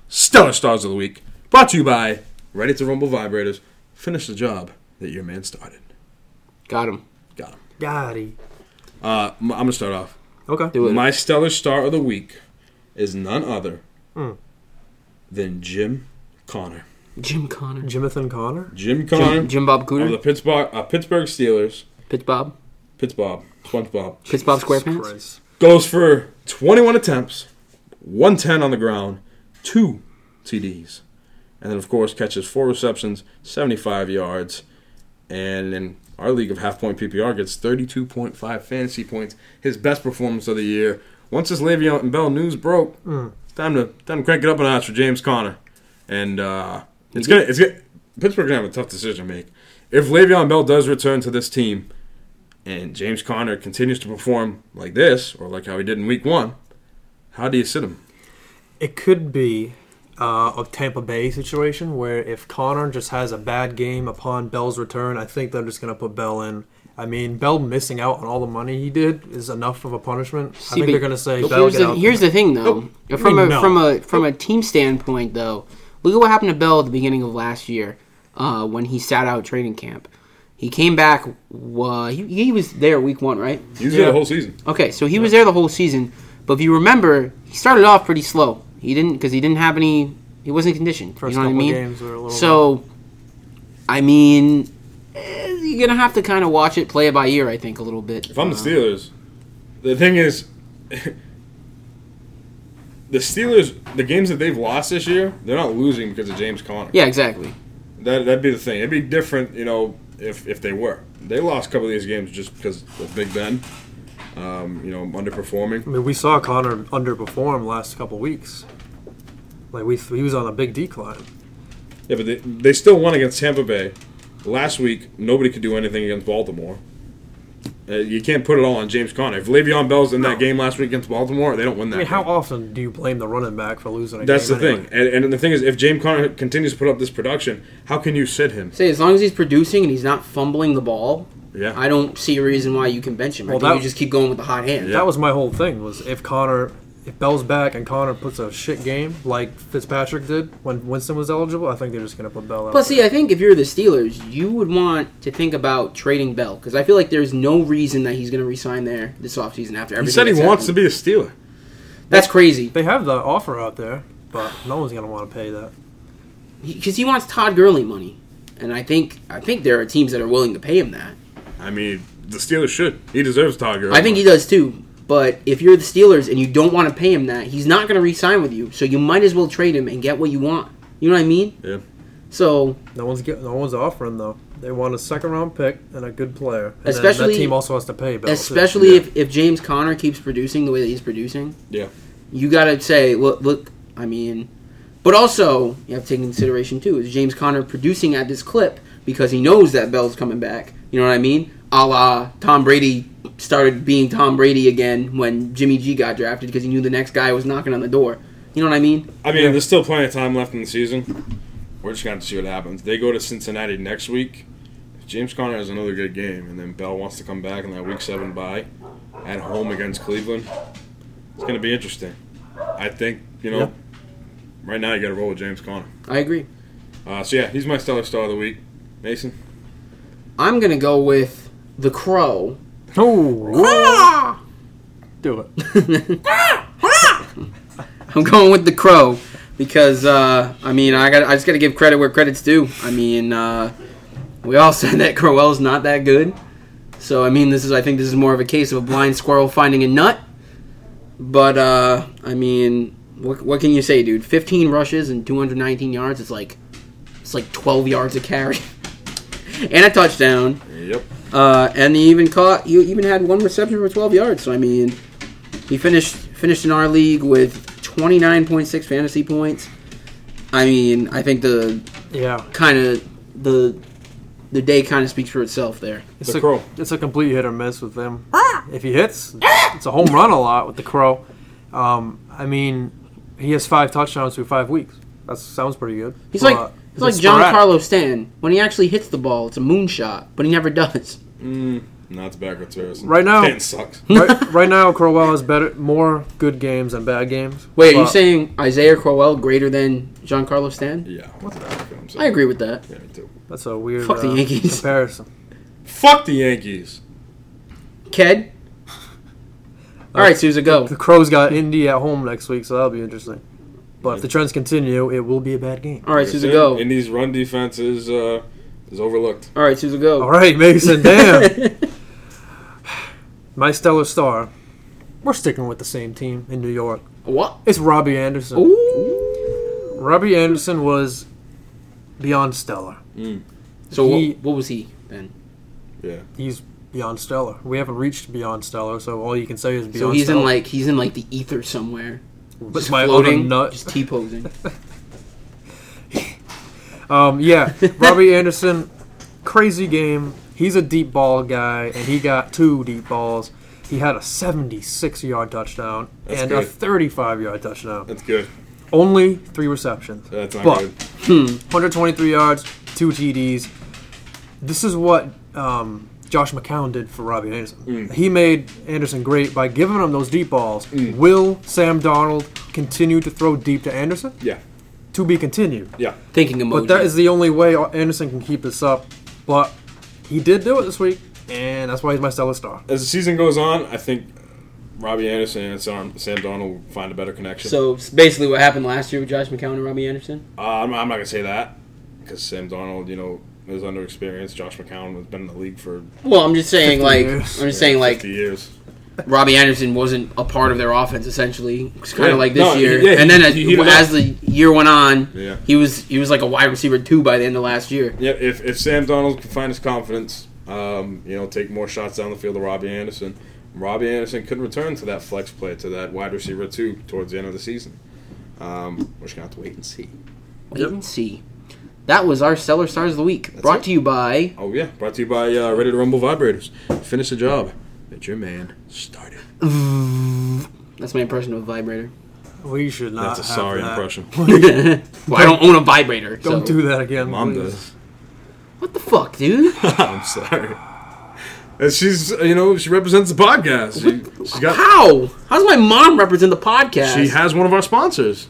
[SPEAKER 2] stellar stars of the week, brought to you by Ready to Rumble Vibrators. Finish the job that your man started.
[SPEAKER 1] Got him.
[SPEAKER 2] Got him.
[SPEAKER 3] Daddy.
[SPEAKER 2] Uh, m- I'm gonna start off.
[SPEAKER 3] Okay.
[SPEAKER 1] Do it.
[SPEAKER 2] My stellar star of the week is none other than Jim Connor.
[SPEAKER 1] Jim Connor.
[SPEAKER 3] Jonathan Connor.
[SPEAKER 2] Jim Connor.
[SPEAKER 1] Jim, Jim Bob
[SPEAKER 2] of the
[SPEAKER 1] Cooter.
[SPEAKER 2] Pittsburgh uh, Pittsburgh Steelers,
[SPEAKER 1] Pitts Bob.
[SPEAKER 2] Pitts Bob, SpongeBob,
[SPEAKER 1] Pitts Bob
[SPEAKER 3] Jesus
[SPEAKER 1] SquarePants.
[SPEAKER 3] Christ.
[SPEAKER 2] goes for 21 attempts, 110 on the ground, two TDs, and then of course catches four receptions, 75 yards, and in our league of half point PPR gets 32.5 fantasy points, his best performance of the year. Once this Le'Veon and Bell news broke, it's time to time to crank it up a notch for James Conner, and uh, it's gonna it's gonna, Pittsburgh's gonna have a tough decision to make. If Le'Veon Bell does return to this team, and James Conner continues to perform like this, or like how he did in Week One, how do you sit him?
[SPEAKER 3] It could be uh, a Tampa Bay situation where if Connor just has a bad game upon Bell's return, I think they're just going to put Bell in. I mean, Bell missing out on all the money he did is enough of a punishment. I
[SPEAKER 1] See,
[SPEAKER 3] think they're
[SPEAKER 1] but
[SPEAKER 3] going to say Bell
[SPEAKER 1] here's
[SPEAKER 3] get
[SPEAKER 1] the,
[SPEAKER 3] out.
[SPEAKER 1] here's the thing, though. From
[SPEAKER 3] mean
[SPEAKER 1] a
[SPEAKER 3] no?
[SPEAKER 1] from a from a team standpoint, though, look at what happened to Bell at the beginning of last year uh, when he sat out training camp. He came back. Uh, he, he was there week one, right?
[SPEAKER 2] He's
[SPEAKER 3] there the whole
[SPEAKER 2] season.
[SPEAKER 1] Okay, so he was there the whole season, but if you remember, he started off pretty slow. He didn't because he didn't have any. He wasn't conditioned.
[SPEAKER 3] First
[SPEAKER 1] you know what I
[SPEAKER 3] couple
[SPEAKER 1] mean?
[SPEAKER 3] games were a little
[SPEAKER 1] so, I mean, eh, you're gonna have to kind of watch it, play it by ear. I think a little bit.
[SPEAKER 2] If I'm the Steelers, the thing is, the Steelers, the games that they've lost this year, they're not losing because of James Conner.
[SPEAKER 1] yeah, exactly.
[SPEAKER 2] That, that'd be the thing. It'd be different, you know, if, if they were. They lost a couple of these games just because of Big Ben, um, you know, underperforming.
[SPEAKER 3] I mean, we saw Connor underperform last couple weeks. Like we, he was on a big decline.
[SPEAKER 2] Yeah, but they, they still won against Tampa Bay. Last week, nobody could do anything against Baltimore. Uh, you can't put it all on James Conner. If Le'Veon Bell's in that game last week against Baltimore, they don't win that.
[SPEAKER 3] I mean, how
[SPEAKER 2] game.
[SPEAKER 3] often do you blame the running back for losing? A
[SPEAKER 2] That's the
[SPEAKER 3] game
[SPEAKER 2] thing.
[SPEAKER 3] anyway?
[SPEAKER 2] And, and the thing is, if James Conner continues to put up this production, how can you sit him?
[SPEAKER 1] Say as long as he's producing and he's not fumbling the ball,
[SPEAKER 2] Yeah.
[SPEAKER 1] I don't see a reason why you can bench him. I
[SPEAKER 3] Well,
[SPEAKER 1] think
[SPEAKER 3] that-
[SPEAKER 1] you just keep going with the hot hand.
[SPEAKER 2] Yeah.
[SPEAKER 3] That was my whole thing. Was if Connor, if Bell's back and Connor puts a shit game like Fitzpatrick did when Winston was eligible, I think they're just gonna put Bell out.
[SPEAKER 1] Plus, see, I think if you're the Steelers, you would want to think about trading Bell because I feel like there's no reason that he's going to resign there this offseason after everything.
[SPEAKER 2] He said he
[SPEAKER 1] that's
[SPEAKER 2] wants to
[SPEAKER 1] happened.
[SPEAKER 2] be a Steeler.
[SPEAKER 1] That's crazy
[SPEAKER 3] they have the offer out there, but no one's gonna want to pay that.
[SPEAKER 1] because he wants Todd Gurley money, and I think I think there are teams that are willing to pay him that.
[SPEAKER 2] I mean, the Steelers should. He deserves Todd Gurley.
[SPEAKER 1] I think he does too. But if you're the Steelers and you don't want to pay him that, he's not going to re-sign with you. So you might as well trade him and get what you want. You know what I mean?
[SPEAKER 2] Yeah.
[SPEAKER 1] So
[SPEAKER 3] No one's get, no one's offering though. They want a second round pick and a good player. And then
[SPEAKER 1] Especially-
[SPEAKER 3] that team also has to pay Bell. too.
[SPEAKER 1] especially
[SPEAKER 2] yeah.
[SPEAKER 1] if, if James Conner keeps producing the way that he's producing,
[SPEAKER 2] Yeah.
[SPEAKER 1] you got to say, look, look, I mean, but also you have to take into consideration too is James Conner producing at this clip because he knows that Bell's coming back. You know what I mean? A la Tom Brady started being Tom Brady again when Jimmy G got drafted because he knew the next guy was knocking on the door. You know what I mean?
[SPEAKER 2] I mean, there's still plenty of time left in the season. We're just going to see what happens. They go to Cincinnati next week. If James Conner has another good game, and then Bell wants to come back in that Week Seven bye at home against Cleveland. It's going to be interesting. I think you know.
[SPEAKER 3] Yeah.
[SPEAKER 2] Right now, you got to roll with James Conner.
[SPEAKER 1] I agree.
[SPEAKER 2] Uh, so yeah, he's my stellar star of the week. Mason,
[SPEAKER 1] I'm gonna go with the crow.
[SPEAKER 3] Oh, do it.
[SPEAKER 1] I'm going with the crow because uh, I mean I got I just got to give credit where credit's due. I mean uh, we all said that Crowell's not that good, so I mean this is I think this is more of a case of a blind squirrel finding a nut. But uh, I mean what what can you say, dude? 15 rushes and 219 yards. It's like it's like 12 yards a carry and a touchdown.
[SPEAKER 2] yep,
[SPEAKER 1] Uh, and he even caught. He even had one reception for 12 yards. So I mean, he finished finished in our league with 29.6 fantasy points. I mean, I think the
[SPEAKER 3] Yeah,
[SPEAKER 1] kind of the the day kind of speaks for itself there.
[SPEAKER 3] it's
[SPEAKER 2] The
[SPEAKER 3] a
[SPEAKER 2] Crow.
[SPEAKER 3] it's a complete hit or miss with him. If he hits, it's a home run a lot with the crow. Um, I mean, he has five touchdowns through five weeks. That sounds pretty good.
[SPEAKER 1] He's
[SPEAKER 3] But
[SPEAKER 1] like
[SPEAKER 3] it's
[SPEAKER 1] he's like John
[SPEAKER 3] sporadic.
[SPEAKER 1] Carlos Stanton. When he actually hits the ball, it's a moonshot, but he never does.
[SPEAKER 2] no, it's backwards comparison.
[SPEAKER 3] Right now-
[SPEAKER 2] Stanton sucks.
[SPEAKER 3] right, right now, Crowell has better, more good games than bad games.
[SPEAKER 1] Wait, are you
[SPEAKER 3] But-
[SPEAKER 1] saying Isaiah Crowell greater than John Carlos Stanton?
[SPEAKER 2] yeah, what's that?
[SPEAKER 1] I agree with that.
[SPEAKER 2] Yeah, me too.
[SPEAKER 3] that's a weird
[SPEAKER 1] Fuck the
[SPEAKER 3] uh,
[SPEAKER 1] Yankees.
[SPEAKER 3] comparison?
[SPEAKER 2] Fuck the Yankees.
[SPEAKER 1] Ked. All right, Sousa, go.
[SPEAKER 3] The Crows got Indy at home next week, so that'll be interesting. But if the trends continue, it will be a bad game.
[SPEAKER 1] All right, Sousa, go.
[SPEAKER 2] Indy's run defense is uh, is overlooked.
[SPEAKER 1] All right, Sousa, go.
[SPEAKER 3] All right, Mason. Damn. My stellar star. We're sticking with the same team in New York.
[SPEAKER 1] What?
[SPEAKER 3] It's Robbie Anderson. Robbie Anderson was beyond stellar.
[SPEAKER 1] So
[SPEAKER 3] He-
[SPEAKER 1] what, what was he then?
[SPEAKER 2] Yeah.
[SPEAKER 3] He's beyond stellar. We haven't reached beyond stellar, so all you can say is beyond.
[SPEAKER 1] So he's
[SPEAKER 3] stellar.
[SPEAKER 1] in like he's in like the ether somewhere,
[SPEAKER 3] But
[SPEAKER 1] just
[SPEAKER 3] my other
[SPEAKER 1] floating,
[SPEAKER 3] nut-
[SPEAKER 1] just t posing.
[SPEAKER 3] Um, yeah, Robbie Anderson, crazy game. He's a deep ball guy, and he got two deep balls. He had a 76 yard touchdown
[SPEAKER 2] That's
[SPEAKER 3] and a
[SPEAKER 2] good.
[SPEAKER 3] 35 yard touchdown.
[SPEAKER 2] That's good.
[SPEAKER 3] Only three receptions.
[SPEAKER 2] That's not
[SPEAKER 3] But-
[SPEAKER 2] good.
[SPEAKER 3] 123 yards, two TDs. This is what um, Josh McCown did for Robbie Anderson.
[SPEAKER 2] Mm.
[SPEAKER 3] He made Anderson great by giving him those deep balls.
[SPEAKER 2] Mm.
[SPEAKER 3] Will Sam Donald continue to throw deep to Anderson?
[SPEAKER 2] Yeah.
[SPEAKER 3] To be continued.
[SPEAKER 2] Yeah.
[SPEAKER 1] Thinking emoji.
[SPEAKER 3] But that is the only way Anderson can keep this up. But he did do it this week, and that's why he's my stellar star.
[SPEAKER 2] As the season goes on, I think Robbie Anderson and Sam, Sam Donald will find a better connection.
[SPEAKER 1] so it's basically what happened last year with Josh McCown and Robbie Anderson.
[SPEAKER 2] uh, I'm, I'm not gonna say that because Sam Donald, you know, is underexperienced. Josh McCown has been in the league for
[SPEAKER 1] Well, I'm just saying
[SPEAKER 3] 50
[SPEAKER 1] like
[SPEAKER 3] years.
[SPEAKER 1] I'm just saying like
[SPEAKER 2] 50 years.
[SPEAKER 1] Robbie Anderson wasn't a part of their offense essentially. It's kind
[SPEAKER 2] Yeah,
[SPEAKER 1] of like this
[SPEAKER 2] no,
[SPEAKER 1] year,
[SPEAKER 2] yeah, he-
[SPEAKER 1] and then as,
[SPEAKER 2] he heated
[SPEAKER 1] as the year went on,
[SPEAKER 2] Yeah.
[SPEAKER 1] he was he was like a wide receiver two by the end of last year.
[SPEAKER 2] Yeah. If if Sam Donald can find his confidence, um, you know, take more shots down the field to Robbie Anderson. Robbie Anderson could return to that flex play to that wide receiver too towards the end of the season. Um, we're just gonna have to wait and see.
[SPEAKER 1] Wait and see. That was our Stellar Stars of the Week, brought
[SPEAKER 2] it.
[SPEAKER 1] to you by.
[SPEAKER 2] Oh yeah, brought to you by uh, Ready to Rumble vibrators. Finish the job that your man started.
[SPEAKER 1] That's my impression of a vibrator.
[SPEAKER 3] We should not.
[SPEAKER 2] That's a sorry
[SPEAKER 3] have that.
[SPEAKER 2] impression.
[SPEAKER 1] Well, I don't own a vibrator.
[SPEAKER 3] Don't
[SPEAKER 1] so-
[SPEAKER 3] do that again.
[SPEAKER 2] Mom
[SPEAKER 3] please.
[SPEAKER 2] does.
[SPEAKER 1] What the fuck, dude?
[SPEAKER 2] I'm sorry. And she's, you know, she represents the podcast. She, she got,
[SPEAKER 1] How? How does my mom represent the podcast?
[SPEAKER 2] she has one of our sponsors.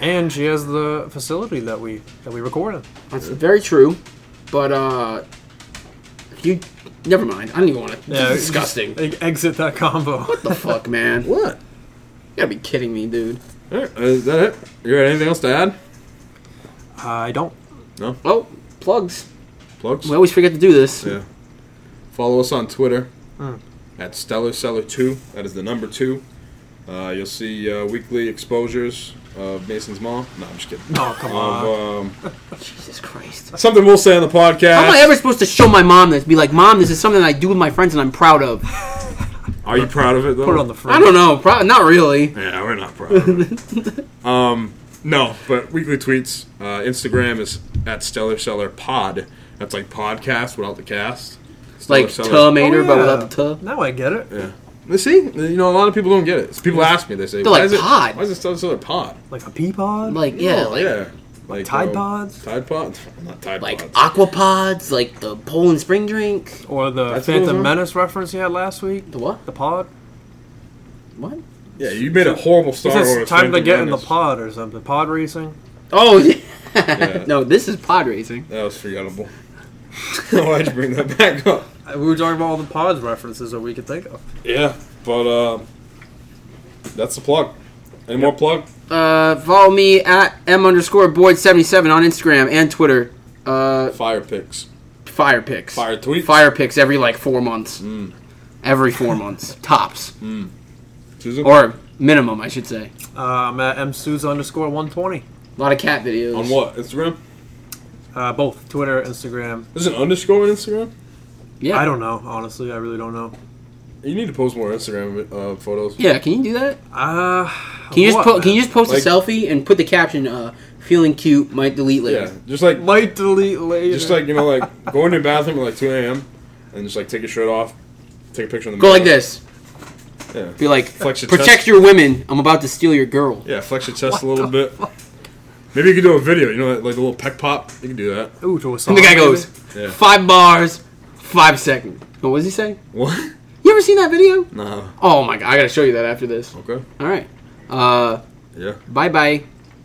[SPEAKER 3] And she has the facility that we that we recorded.
[SPEAKER 1] That's very true. But uh if you never mind. I don't even want to.
[SPEAKER 3] Yeah,
[SPEAKER 1] this is disgusting. What
[SPEAKER 3] Like, exit that combo.
[SPEAKER 1] the fuck, man? You
[SPEAKER 2] What?
[SPEAKER 1] gotta be kidding me, dude.
[SPEAKER 2] Is that it? You got anything else to add?
[SPEAKER 3] I don't.
[SPEAKER 1] Oh, plugs.
[SPEAKER 2] Plugs?
[SPEAKER 1] We always forget to do this.
[SPEAKER 2] yeah. Follow us on Twitter at Stellar Seller 2. That is the number 2. Uh, you'll see uh, weekly exposures of Mason's mom. No, I'm just kidding.
[SPEAKER 3] Oh come on.
[SPEAKER 2] Of, um,
[SPEAKER 1] Jesus Christ.
[SPEAKER 2] something we'll say on the podcast.
[SPEAKER 1] How am I ever supposed to show my mom this? Be like, mom, this is something I do with my friends and I'm proud of.
[SPEAKER 2] Are you proud of it, though?
[SPEAKER 3] Put it on the
[SPEAKER 1] I
[SPEAKER 3] front.
[SPEAKER 1] don't know. Pro- not really.
[SPEAKER 2] Yeah, we're not proud. Of it. um, no, but weekly tweets. Uh, Instagram is at Stellar Seller Pod. That's like podcast without the cast.
[SPEAKER 1] It's like
[SPEAKER 2] Stellar Seller-
[SPEAKER 1] Terminator, but
[SPEAKER 3] Oh, yeah.
[SPEAKER 1] without the t.
[SPEAKER 3] Now I get it.
[SPEAKER 2] You See, you know, a lot of people don't get it. People ask me, they say,
[SPEAKER 1] They're
[SPEAKER 2] why
[SPEAKER 1] like,
[SPEAKER 2] is it,
[SPEAKER 1] "Pod."
[SPEAKER 2] Why is it Stellar Seller Pod?
[SPEAKER 3] Like a pea pod.
[SPEAKER 1] Like yeah,
[SPEAKER 2] Oh,
[SPEAKER 1] like
[SPEAKER 2] yeah, like
[SPEAKER 3] Tide
[SPEAKER 2] uh,
[SPEAKER 3] Pods?
[SPEAKER 2] Tide Pod, not Tide
[SPEAKER 1] like
[SPEAKER 2] Pods.
[SPEAKER 1] aquapods, like the Poland spring drink.
[SPEAKER 3] or the
[SPEAKER 2] That's what it
[SPEAKER 3] Phantom
[SPEAKER 2] was on?
[SPEAKER 3] Menace reference he had last week.
[SPEAKER 1] The what?
[SPEAKER 3] The pod.
[SPEAKER 1] What?
[SPEAKER 2] yeah, you made a horrible
[SPEAKER 3] He
[SPEAKER 2] Star
[SPEAKER 3] says
[SPEAKER 2] Wars.
[SPEAKER 3] time to
[SPEAKER 2] Phantom
[SPEAKER 3] get in the
[SPEAKER 2] Menace.
[SPEAKER 3] pod or something. Pod racing.
[SPEAKER 1] Oh yeah.
[SPEAKER 2] Yeah,
[SPEAKER 1] No, this is pod racing.
[SPEAKER 2] that was forgettable. Why'd you bring that back up?
[SPEAKER 3] We were talking about all the pods references that we could think of.
[SPEAKER 2] Yeah, but uh, that's the plug. Any more plug?
[SPEAKER 1] Uh, follow me at m underscore boyd seventy seven on Instagram and Twitter. Uh,
[SPEAKER 2] Fire picks.
[SPEAKER 1] fire picks.
[SPEAKER 2] Fire Mm. tweets.
[SPEAKER 1] Fire picks every like four months. Every four months tops,
[SPEAKER 2] Mm. Susan?
[SPEAKER 1] or minimum, I should say.
[SPEAKER 3] Uh, I'm at msuza underscore 120.
[SPEAKER 1] A lot of cat videos.
[SPEAKER 2] on what? Instagram?
[SPEAKER 3] Uh, both Twitter, Instagram.
[SPEAKER 2] There's an underscore on Instagram?
[SPEAKER 1] Yeah.
[SPEAKER 3] I don't know, honestly. I really don't know.
[SPEAKER 2] You need to post more Instagram uh, photos.
[SPEAKER 1] Yeah. Can you do that?
[SPEAKER 3] Uh,
[SPEAKER 1] Can you just
[SPEAKER 3] what,
[SPEAKER 1] po- can you just post
[SPEAKER 2] Like-
[SPEAKER 1] a selfie and put the caption uh, "feeling cute"? Might delete later.
[SPEAKER 2] Yeah, just like,
[SPEAKER 3] man? Might delete later.
[SPEAKER 2] just like you know, like go in your bathroom at like 2 a.m. and just like take your shirt off, take a picture in the
[SPEAKER 1] Go like
[SPEAKER 2] mirror.
[SPEAKER 1] this.
[SPEAKER 2] Yeah,
[SPEAKER 1] Be like,
[SPEAKER 2] Flex your
[SPEAKER 1] protect
[SPEAKER 2] chest."
[SPEAKER 1] your women. I'm about to steal your girl.
[SPEAKER 2] yeah, flex your chest a little bit. Maybe you could do a video. You know, like, like the little peck pop. You can do that.
[SPEAKER 3] Ooh, to a song.
[SPEAKER 1] And the guy
[SPEAKER 3] maybe?
[SPEAKER 1] goes,
[SPEAKER 2] Yeah.
[SPEAKER 1] five bars, five seconds. What was he saying?
[SPEAKER 2] What?
[SPEAKER 1] You ever seen that video?
[SPEAKER 2] Nah.
[SPEAKER 1] Oh my god, I gotta show you that after this.
[SPEAKER 2] Okay.
[SPEAKER 1] All right. Uh,
[SPEAKER 2] Yeah.
[SPEAKER 1] bye bye.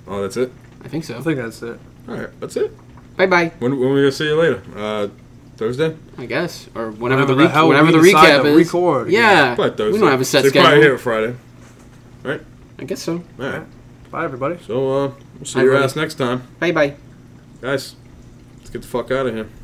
[SPEAKER 2] Oh, that's it.
[SPEAKER 1] I think
[SPEAKER 3] I
[SPEAKER 1] so.
[SPEAKER 3] think that's it.
[SPEAKER 2] All right, that's it.
[SPEAKER 1] Bye bye.
[SPEAKER 2] When when we gonna see you later? Uh, Thursday.
[SPEAKER 1] I guess, or whenever,
[SPEAKER 3] Whenever
[SPEAKER 1] the
[SPEAKER 3] the
[SPEAKER 1] re-
[SPEAKER 3] hell
[SPEAKER 1] whenever
[SPEAKER 3] we
[SPEAKER 1] the
[SPEAKER 3] decide
[SPEAKER 1] recap
[SPEAKER 3] to
[SPEAKER 1] is.
[SPEAKER 3] record,
[SPEAKER 1] Yeah.
[SPEAKER 2] Probably Thursday.
[SPEAKER 1] We don't have a set
[SPEAKER 2] so you're
[SPEAKER 1] schedule.
[SPEAKER 2] Probably here Friday.
[SPEAKER 1] I guess so.
[SPEAKER 2] All right.
[SPEAKER 3] Bye, everybody.
[SPEAKER 2] So uh, we'll see
[SPEAKER 1] Hi,
[SPEAKER 2] your
[SPEAKER 1] buddy.
[SPEAKER 2] ass next time,
[SPEAKER 1] Bye bye.
[SPEAKER 2] guys. Let's get the fuck out of here.